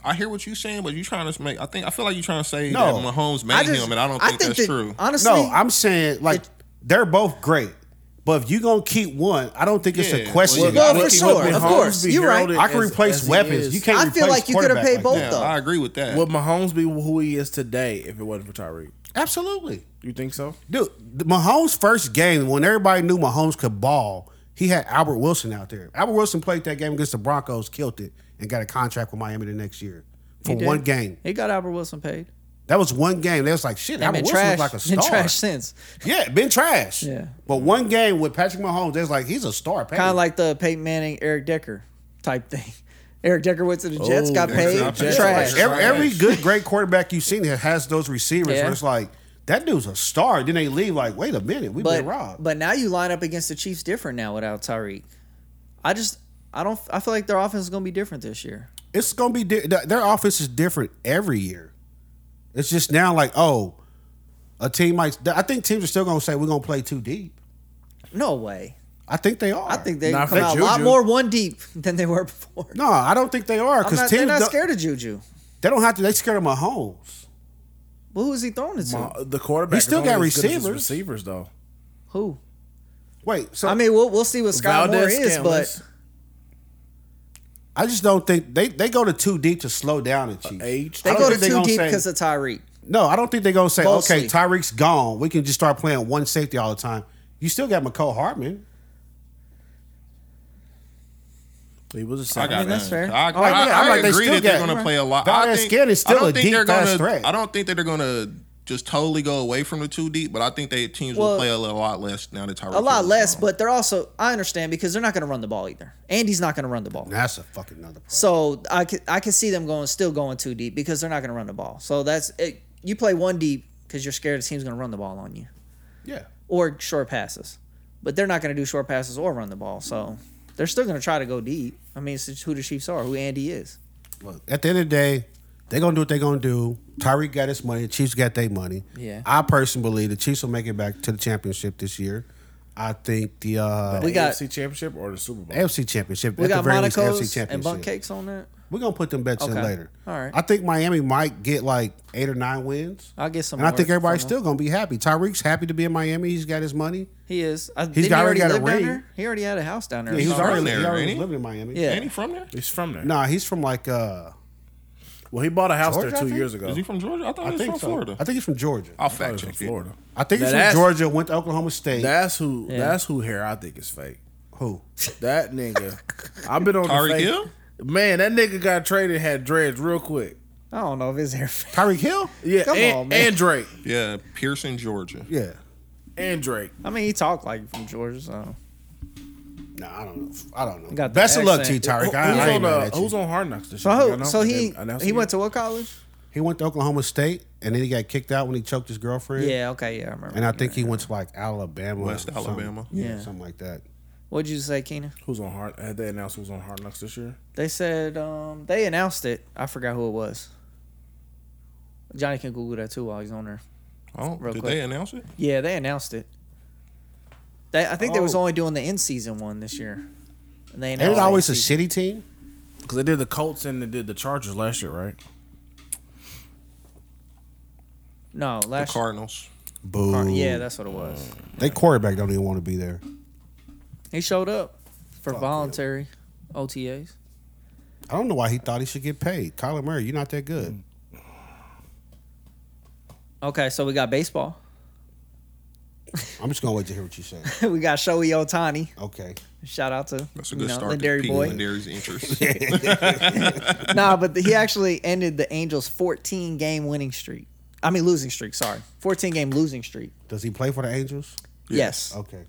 S2: I hear what you're saying, but you trying to make. I think I feel like you're trying to say
S4: No.
S2: that Mahomes made him, and I don't think, that's
S3: that-
S2: true.
S3: Honestly,
S4: No, I'm saying like
S3: it-
S4: they're both great. But if you gonna keep one, I don't think it's
S2: Yeah,
S4: a
S2: well,
S4: question.
S2: you gotta
S4: I
S3: Well,
S4: think
S3: for sure.
S4: with Mahomes-
S3: Of course.
S1: be
S3: You're right.
S1: heralded
S4: I can
S1: as-
S4: replace
S1: as he
S4: weapons.
S1: is.
S4: You can't.
S3: I feel
S4: replace
S3: like you could have
S4: quarterback
S3: paid
S4: like
S3: both,
S4: that.
S2: Yeah,
S3: though.
S2: I agree with that.
S1: Would Mahomes be who he is today if it wasn't for Tyreek?
S4: Absolutely,
S1: You think so?
S4: dude. The Mahomes' first game when everybody knew Mahomes could ball, he had Albert Wilson out there. Albert Wilson played that game against the Broncos, killed it, and got a contract with Miami the next year for
S3: He did.
S4: one game.
S3: He got Albert Wilson paid.
S4: That was one game. They was like, shit,
S3: I've
S4: Albert
S3: been
S4: Wilson
S3: trash.
S4: was like a
S3: Been
S4: star.
S3: trash since.
S4: Yeah, been trash.
S3: Yeah.
S4: but one game with Patrick Mahomes, they was like, he's a star.
S3: Kind of like the Peyton Manning, Eric Decker type thing. Eric Decker went to the Jets, got
S4: Oh,
S1: Decker
S3: paid,
S1: got paid.
S3: trash.
S1: Jets.
S4: Every, every good great quarterback you've seen has those receivers
S3: Yeah.
S4: where it's like that dude's a star. Then they leave like, wait a minute, we've
S3: But
S4: been robbed.
S3: but now you line up against the Chiefs different now without Tyreek. I just I don't I feel like their offense is going to be different this year.
S4: it's gonna be di- th- their offense is different every year. It's just now like, oh, a team might. I think teams are still gonna say we're gonna play too deep.
S3: No way.
S4: I think they are.
S3: I think they
S1: Not
S3: come
S1: for
S3: out a lot
S1: Juju.
S3: more one deep than they were before.
S4: no, I don't think they are
S3: I'm
S4: because
S3: not,
S4: teams
S3: they're not
S4: don't-
S3: scared of Juju.
S4: they don't have to. They scared of Mahomes.
S3: Well, who is he throwing it to?
S1: Uh, the quarterback.
S4: He
S1: is
S4: still
S1: only
S4: got
S1: as good as his
S4: receivers.
S1: Receivers though.
S3: Who?
S4: Wait, so
S3: I mean, we'll we'll see what Sky Moore
S1: Valdez
S3: is,
S1: Scantles,
S3: but
S4: I just don't think they they go to too deep to slow down the Chiefs.
S1: age.
S4: I
S3: they
S4: don't
S3: go to
S4: think they
S3: too
S4: gonna
S3: deep
S4: say-
S3: because of Tyreek.
S4: No, I don't think they're gonna say,
S3: Mostly.
S4: okay, Tyreek's gone. We can just start playing one safety all the time. You still got McCole Hartman.
S1: He was a
S2: I
S1: second.
S2: got
S3: mean, that's
S2: that.
S3: fair. Oh,
S2: I, I,
S4: Like, yeah, I'm
S2: I
S4: like, they
S2: agree
S4: still
S2: that they're
S4: got-
S2: going to play a lot. I
S4: Valdez
S2: don't think,
S4: Scantlon's still
S2: I don't
S4: a
S2: think they're
S4: deep, fast
S2: gonna,
S4: threat.
S2: I don't think that they're going to just totally go away from the two deep, but I think they teams
S3: Well,
S2: will play a little- lot less now that Tyreek
S3: A lot
S2: Hill is
S3: less,
S2: gone.
S3: but they're also I understand because they're not going to run the ball either. Andy's not going to run the ball.
S4: That's a fucking another problem.
S3: So I could I could see them going still going too deep because they're not going to run the ball. So that's it, you play one deep because you're scared the team's going to run the ball on you
S4: Yeah.
S3: or short passes, but they're not going to do short passes or run the ball. So they're still going to try to go deep. I mean, it's just who the Chiefs are, who Andy is.
S4: Look, at the end of the day, they're gonna do what they're gonna do. Tyreek got his money, the Chiefs got their money.
S3: Yeah.
S4: I personally believe the Chiefs will make it back to the championship this year. I think the uh
S3: We got
S1: AFC Championship or the Super Bowl.
S4: AFC championship.
S3: we
S4: at
S3: got
S4: the very least,
S3: Monaco's
S4: AFC championship.
S3: and bunk cakes on that.
S4: We're gonna put them bets
S3: Okay.
S4: in later.
S3: All right.
S4: I think Miami might get like eight or nine wins.
S3: I'll get some
S4: And I
S3: more
S4: think everybody's
S3: from
S4: still gonna be happy. Tyreek's happy to be in Miami. He's got his money.
S3: He is. I,
S4: He's
S3: didn't he already
S4: already got a
S3: live down
S4: ring.
S3: there? He already had a house down there. or
S4: Yeah, he's
S3: something.
S4: already,
S2: there,
S4: he already
S2: ain't he?
S4: living in Miami.
S3: Yeah.
S2: Ain't he from there?
S1: He's from there.
S4: Nah, he's from like uh
S1: Well, he bought a house
S4: Georgia, I
S1: there two
S4: think?
S1: years ago.
S2: Is he from Georgia? I thought
S4: I
S2: he was
S4: think
S2: from
S4: so.
S2: Florida.
S4: I think he's from Georgia.
S2: I'll
S1: Thought he
S2: fact
S1: was
S2: check
S1: from
S2: it.
S1: Florida.
S4: I think he's
S1: Now,
S4: from
S1: that's-
S4: Georgia, went to Oklahoma State.
S1: That's who.
S3: Yeah.
S1: That's who hair I think is fake.
S4: Who?
S1: That nigga. I've been on the
S2: Tyreek
S1: fake-
S2: Hill?
S1: Man, that nigga got traded, had dreads real quick.
S3: I don't know if his hair.
S4: Tyreek Hill?
S1: Yeah,
S3: Come
S1: and,
S3: on, man.
S1: and Drake,
S2: Yeah, Pearson, Georgia.
S4: Yeah.
S1: and Drake.
S3: I mean, he talked like from Georgia, so
S4: Nah, I don't know. I don't know.
S3: Got the
S4: Best of luck to you,
S3: accent.
S4: Tyreek.
S1: Who-
S4: I, I
S1: who's,
S4: ain't
S1: on,
S4: mad
S1: uh,
S4: at you.
S1: who's on Hard Knocks this
S3: so
S1: year?
S3: who-
S1: You know?
S3: so
S1: And
S3: he
S1: then announced
S3: he
S1: it.
S3: went to what college?
S4: He went to Oklahoma State and then he got kicked out when he choked his girlfriend.
S3: Yeah, okay, yeah, I remember.
S4: And I think he went to like Alabama. or
S2: West
S4: something.
S2: Alabama.
S4: Yeah,
S3: Yeah.
S4: something like that.
S3: What'd you say, Keenan?
S1: Who's on Hard? Had they announced who's on Hard Knocks this year?
S3: They said um, they announced it. I forgot who it was. Johnny can Google that too while he's on there.
S2: Oh,
S3: Real
S2: did
S3: quick.
S2: they announce it?
S3: Yeah, they announced it. They, I think they was
S4: Oh.
S3: only doing the in season one this year. And they
S4: And
S3: announced
S4: it's always a
S3: in-season.
S4: shitty team.
S1: Because they did the Colts and they did the Chargers last year, right?
S3: No,
S2: The
S3: last
S2: Cardinals.
S4: Boo.
S3: year. Yeah, that's what it was.
S4: They quarterback don't even want to be there.
S3: He showed up for voluntary OTAs.
S4: I don't know why he thought he should get paid. Kyler Murray, you're not that
S3: Mm.
S4: good.
S3: Okay, so we got baseball.
S4: I'm just gonna wait to hear what you say.
S3: we got Shohei Otani.
S4: Okay.
S3: Shout out to
S2: That's a
S3: you
S2: good
S3: know,
S2: start to
S3: Lindari
S2: pique
S3: boy.
S2: Lindary's interest.
S3: nah, but he actually ended the Angels' 14 game winning streak. I mean, losing streak, sorry. 14 game losing streak.
S4: Does he play for the Angels?
S3: Yes.
S4: Okay.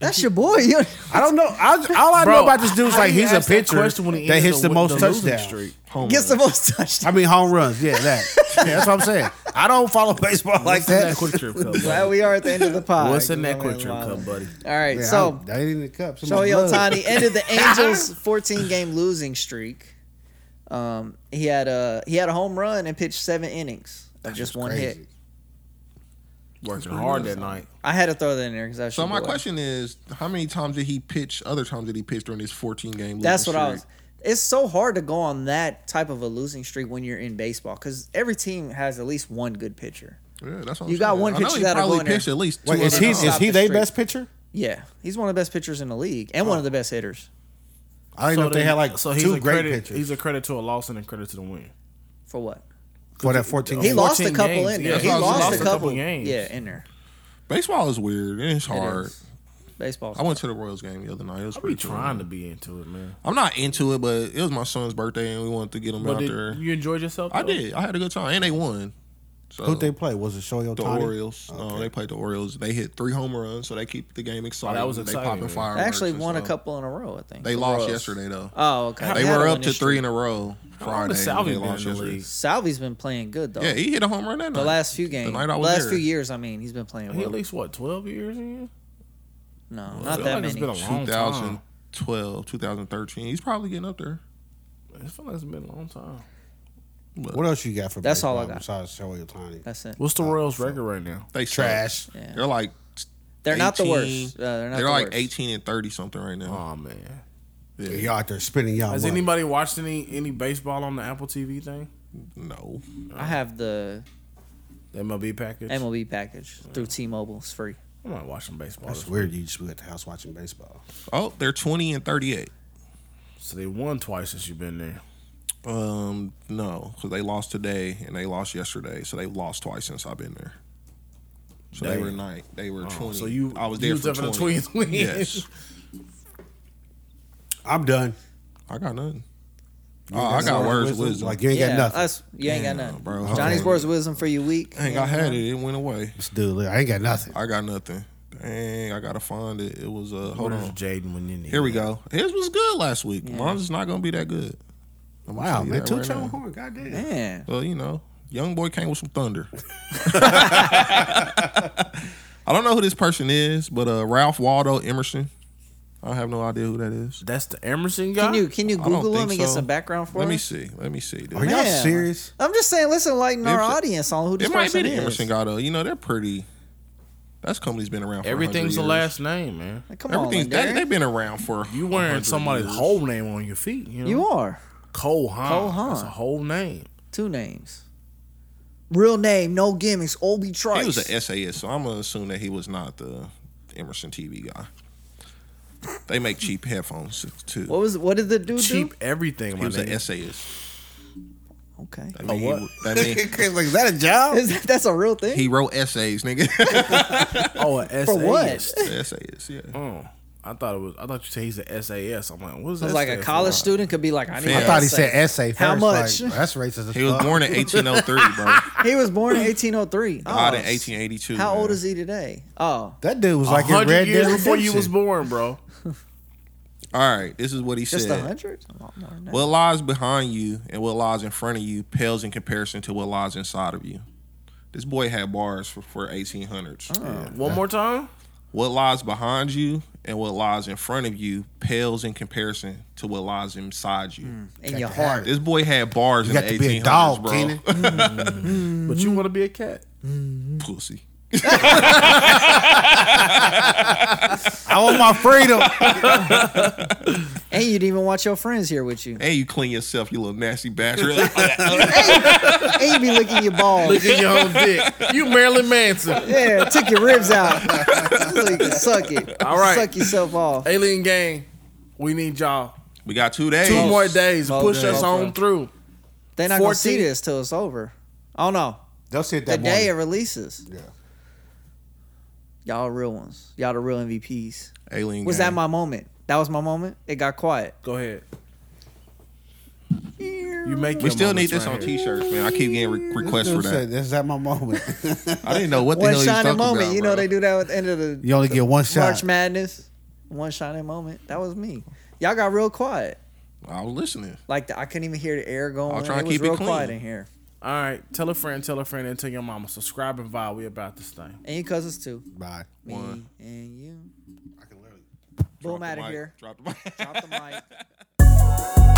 S3: That's your boy. You-
S4: I don't know. I, all I know
S1: Bro,
S4: about this dude is
S1: how
S4: like
S1: do you
S4: he's a
S1: ask that
S4: pitcher
S1: question when he
S4: that
S1: ended
S4: hits the,
S1: the-
S4: most
S1: the losing
S4: touchdowns.
S1: streak?
S3: Gets the most touchdowns.
S4: I mean home runs. Yeah, that. yeah, that's what I'm saying. I don't follow baseball like
S1: What's in that
S4: that.
S1: quick trip cup? buddy?
S3: Glad we are at the end of the pod.
S1: What's in that
S3: I'm
S1: quick trip
S3: wild.
S1: cup, buddy?
S3: All right,
S4: Yeah,
S3: so
S4: I- that ain't in the cup. So
S3: Shohei
S4: much blood.
S3: Otani ended the Angels' 14 game losing streak. Um, he had a he had a home run and pitched seven innings of just one hit.
S4: Crazy.
S1: Working hard that night.
S3: I had to throw that in there because that's
S2: So
S3: your
S2: my
S3: boy.
S2: question is, how many times did he pitch? Other times did he pitch during this 14 game?
S3: That's what
S2: losing
S3: I
S2: streak?
S3: was. It's so hard to go on that type of a losing streak when you're in baseball because every team has at least one good pitcher.
S2: Yeah, that's what I'm
S3: You got
S2: saying.
S3: one
S2: I know
S3: pitcher
S2: he
S3: that'll
S2: probably
S3: go in there.
S2: pitched at least. Two
S4: Wait, is
S2: other
S4: he
S2: times.
S4: is he
S3: Stop the
S4: their
S3: streak.
S4: best pitcher?
S3: Yeah, he's one of the best pitchers in the league and one of the best hitters
S4: I didn't know if they had like
S1: so he's
S4: two
S1: a
S4: great
S1: credit,
S4: pitchers
S1: He's a credit to a loss and a credit to the win.
S3: for what?
S4: for that 14.
S3: He
S4: game.
S3: lost a
S1: 14
S3: couple
S1: games.
S3: in
S1: Yeah,
S3: there.
S2: that's
S3: he
S2: what I was-
S3: lost,
S2: lost
S3: a
S2: a
S3: couple,
S1: couple games.
S3: Yeah, in there.
S2: Baseball is weird. and It's
S3: It
S2: hard.
S3: is. Baseball.
S2: I went to the Royals game the other night. It was
S1: I be
S2: pretty cool.
S1: trying to be into it, man.
S2: I'm not into it, but it was my son's birthday and we wanted to get him
S1: But
S2: out
S1: did
S2: there.
S1: you enjoyed yourself?
S2: I
S1: though?
S2: did. I had a good time and they won. So
S4: Who'd they play? Was it Shohei
S2: the
S4: Ohtani?
S2: Orioles. No, they played the Orioles. They hit three home runs, so they keep the game exciting.
S1: Oh, was
S2: they
S1: exciting,
S2: popping
S1: yeah.
S2: fireworks.
S3: They actually
S2: and
S3: won a
S2: stuff.
S3: couple in a row, I think.
S2: They lost yesterday though.
S3: Oh, okay.
S2: they
S3: had a
S2: were up
S3: winning
S2: to
S3: streak.
S2: three in a row Friday.
S1: has
S2: and
S1: Salvi
S2: they
S1: been
S2: lost
S1: in the
S2: yesterday.
S1: league?
S3: Salvi's been playing good though.
S2: Yeah, he hit a home run that night.
S3: the last few games,
S2: night I was
S3: last
S2: there.
S3: few years, I mean, he's been playing
S1: He at
S3: well.
S1: least what twelve years in?
S3: No,
S1: I
S3: not
S1: feel
S3: that
S1: like It's
S3: many.
S1: been a long time.
S2: 2012, 2013. He's probably getting up there.
S1: I feel like it's been a long time.
S4: What else you got for
S3: That's all
S4: baseball
S3: I got.
S4: besides Shohei Ohtani?
S3: That's it.
S1: What's the Royals' record right now?
S2: They suck.
S4: Trash.
S3: Yeah.
S2: They're like
S3: They're not the
S2: 18
S3: worst. Uh, they're not
S2: they're
S3: the
S2: like
S3: worst.
S2: 18 and 30 something right now.
S1: Oh man.
S2: Yeah.
S4: Y'all out there spending y'all
S1: Has
S4: money.
S1: anybody watched any any baseball on the Apple TV thing?
S2: No.
S3: I have the
S1: The MLB package.
S3: MLB package through T-Mobile. It's free.
S1: I'm not watching baseball.
S4: That's weird. You just be at the house watching baseball.
S2: Oh, they're 20 and 38.
S1: So they won twice since you've been there.
S2: Um, no, because they lost today and they lost yesterday, so they've lost twice since I've been there. So they
S1: Damn. Oh,
S2: were nine. They were 20.
S1: So you,
S2: I was
S1: you
S2: there for
S1: up in
S2: 20.
S1: the twins win.
S2: Yes,
S4: I'm done.
S2: I got nothing. Oh, I got words of wisdom.
S4: Like you ain't
S3: yeah,
S4: got nothing.
S3: Us, you ain't
S2: Damn,
S3: got nothing.
S2: bro.
S3: Johnny's
S2: Okay.
S3: words of wisdom for you week.
S2: Dang, I had it. It went away.
S4: This dude, I ain't got nothing.
S2: I got nothing. Dang, I gotta find it. It was uh, hold
S1: Where's
S2: on.
S1: Jaden when you need?
S2: Here we
S1: him?
S2: go. His was good last week. Mine's is not gonna be that good. I'm gonna
S4: Wow,
S2: tell you
S4: man,
S2: that
S4: two
S2: right now.
S4: tone horn. Goddamn.
S3: Man,
S2: Well, you know, young boy came with some thunder. I don't know who this person is, but uh, Ralph Waldo Emerson. I have no idea who that is.
S1: That's the Emerson guy.
S3: can you can you
S2: I don't
S3: Google him
S2: think
S3: and get
S2: so.
S3: some background for
S2: Let me
S3: him?
S2: see. Let me see. dude.
S4: Are y'all
S3: Man.
S4: serious?
S3: I'm just saying, let's enlighten our
S2: It's-
S3: audience on who this
S2: It might be
S3: person
S2: the
S3: is.
S2: Emerson guy though. You know, they're pretty. That's company's been around. for 100
S1: Everything's the
S2: years.
S1: last name, man.
S3: Like, Come on,
S2: Everything's they,
S3: Lindari.
S2: they've been around for.
S1: You wearing
S2: 100
S1: somebody's
S2: years.
S1: whole name on your feet. You, know?
S3: You are
S1: Cole Haan.
S3: Cole Haan.
S1: That's a whole name.
S3: two names. Real name, no gimmicks. Obi Trice.
S2: He was a SAS, so I'm gonna assume that he was not the Emerson TV guy. They make cheap headphones too.
S3: what was what did the dude
S1: Cheap everything.
S2: he
S1: My
S2: was
S1: nigga.
S2: an SAS.
S3: do? Okay,
S2: I mean,
S1: what?
S2: He, that mean,
S4: like, is that a job?
S3: Is that, that's a real thing.
S2: he wrote essays, nigga.
S1: oh, an
S3: For what?
S1: SAS.
S2: essays, yeah.
S1: Oh, I thought it was. I thought you said he's a SAS. I'm like, what is that?
S3: It's like a
S1: stand for?
S3: college student could be like, I need.
S2: I
S4: I
S3: an
S4: thought he
S3: essay.
S4: said essay first.
S3: How much?
S4: Like, that's racist. As
S2: He was
S4: fuck.
S2: born in 1803, bro.
S3: He was born in
S2: Died
S3: 1803.
S2: in
S3: Oh,
S2: 1882.
S3: How
S2: man.
S3: old is he today? Oh,
S4: That dude was
S1: A
S4: like in
S1: hundred
S4: Red
S1: years
S4: Dead
S1: before you was
S4: Redemption.
S1: born, bro.
S2: All right, this is what he
S3: just a
S2: said.
S3: hundred. Oh, no, no.
S2: What lies behind you and what lies in front of you pales in comparison to what lies inside of you. This boy had bars for, for 1800s.
S3: Oh.
S1: One more time.
S2: What lies behind you and what lies in front of you pales in comparison to what lies inside you.
S3: in your heart.
S2: This boy had bars
S4: Hmm. You
S2: in
S4: got
S2: the
S4: to
S2: 1800s,
S4: be a dog,
S2: bro.
S4: Kenan.
S1: But you want to be a cat.
S2: Pussy.
S4: I want my freedom.
S3: And you didn't even want your friends here with you.
S2: And you clean yourself, you little nasty bastard.
S3: and you be licking your balls.
S1: Look at your own dick. You Marilyn Manson.
S3: Yeah, took your ribs out. so you can suck it.
S1: All right.
S3: Suck yourself off.
S1: Alien gang. We need y'all.
S2: we got two days.
S1: Two more days. to
S3: Close,
S1: Push
S3: close,
S1: us on
S3: bro.
S1: through.
S3: They're not going to see
S1: 14.
S3: this till it's over. Oh, no.
S4: They'll sit
S3: The
S4: that
S3: day it
S4: morning.
S3: releases.
S4: Yeah.
S3: Y'all are real ones. Y'all the real MVPs.
S2: Alien
S3: Was
S2: gang.
S3: that my moment? That was my moment. It got quiet.
S1: Go ahead. You make.
S2: We
S1: your
S2: still need
S1: moments
S2: this
S1: right
S2: on
S1: here.
S2: T-shirts, man. I keep getting re- requests for
S4: Dude said,
S2: that.
S4: This is at my moment.
S2: I didn't know what the
S3: One
S2: hell you talking
S3: shining moment.
S2: about.
S3: you know
S2: bro.
S3: they do that at the end of the
S4: you only get one
S3: March
S4: shot.
S3: Madness. One shining moment. That was me. Y'all got real quiet.
S2: I was listening.
S3: Like the, I couldn't even hear the air going.
S2: I'll try
S3: it
S2: to
S3: was
S2: keep it
S3: real
S2: clean.
S3: quiet in here.
S1: All right. Tell a friend. Tell a friend and tell your mama. Subscribe and vibe. We about this thing.
S3: And your cousins too.
S4: Bye.
S3: Me
S2: One.
S3: and you.
S4: I can literally.
S3: Boom
S2: Drop
S3: out
S2: the
S3: of
S2: mic.
S3: here.
S2: Drop the mic.
S3: Drop the mic.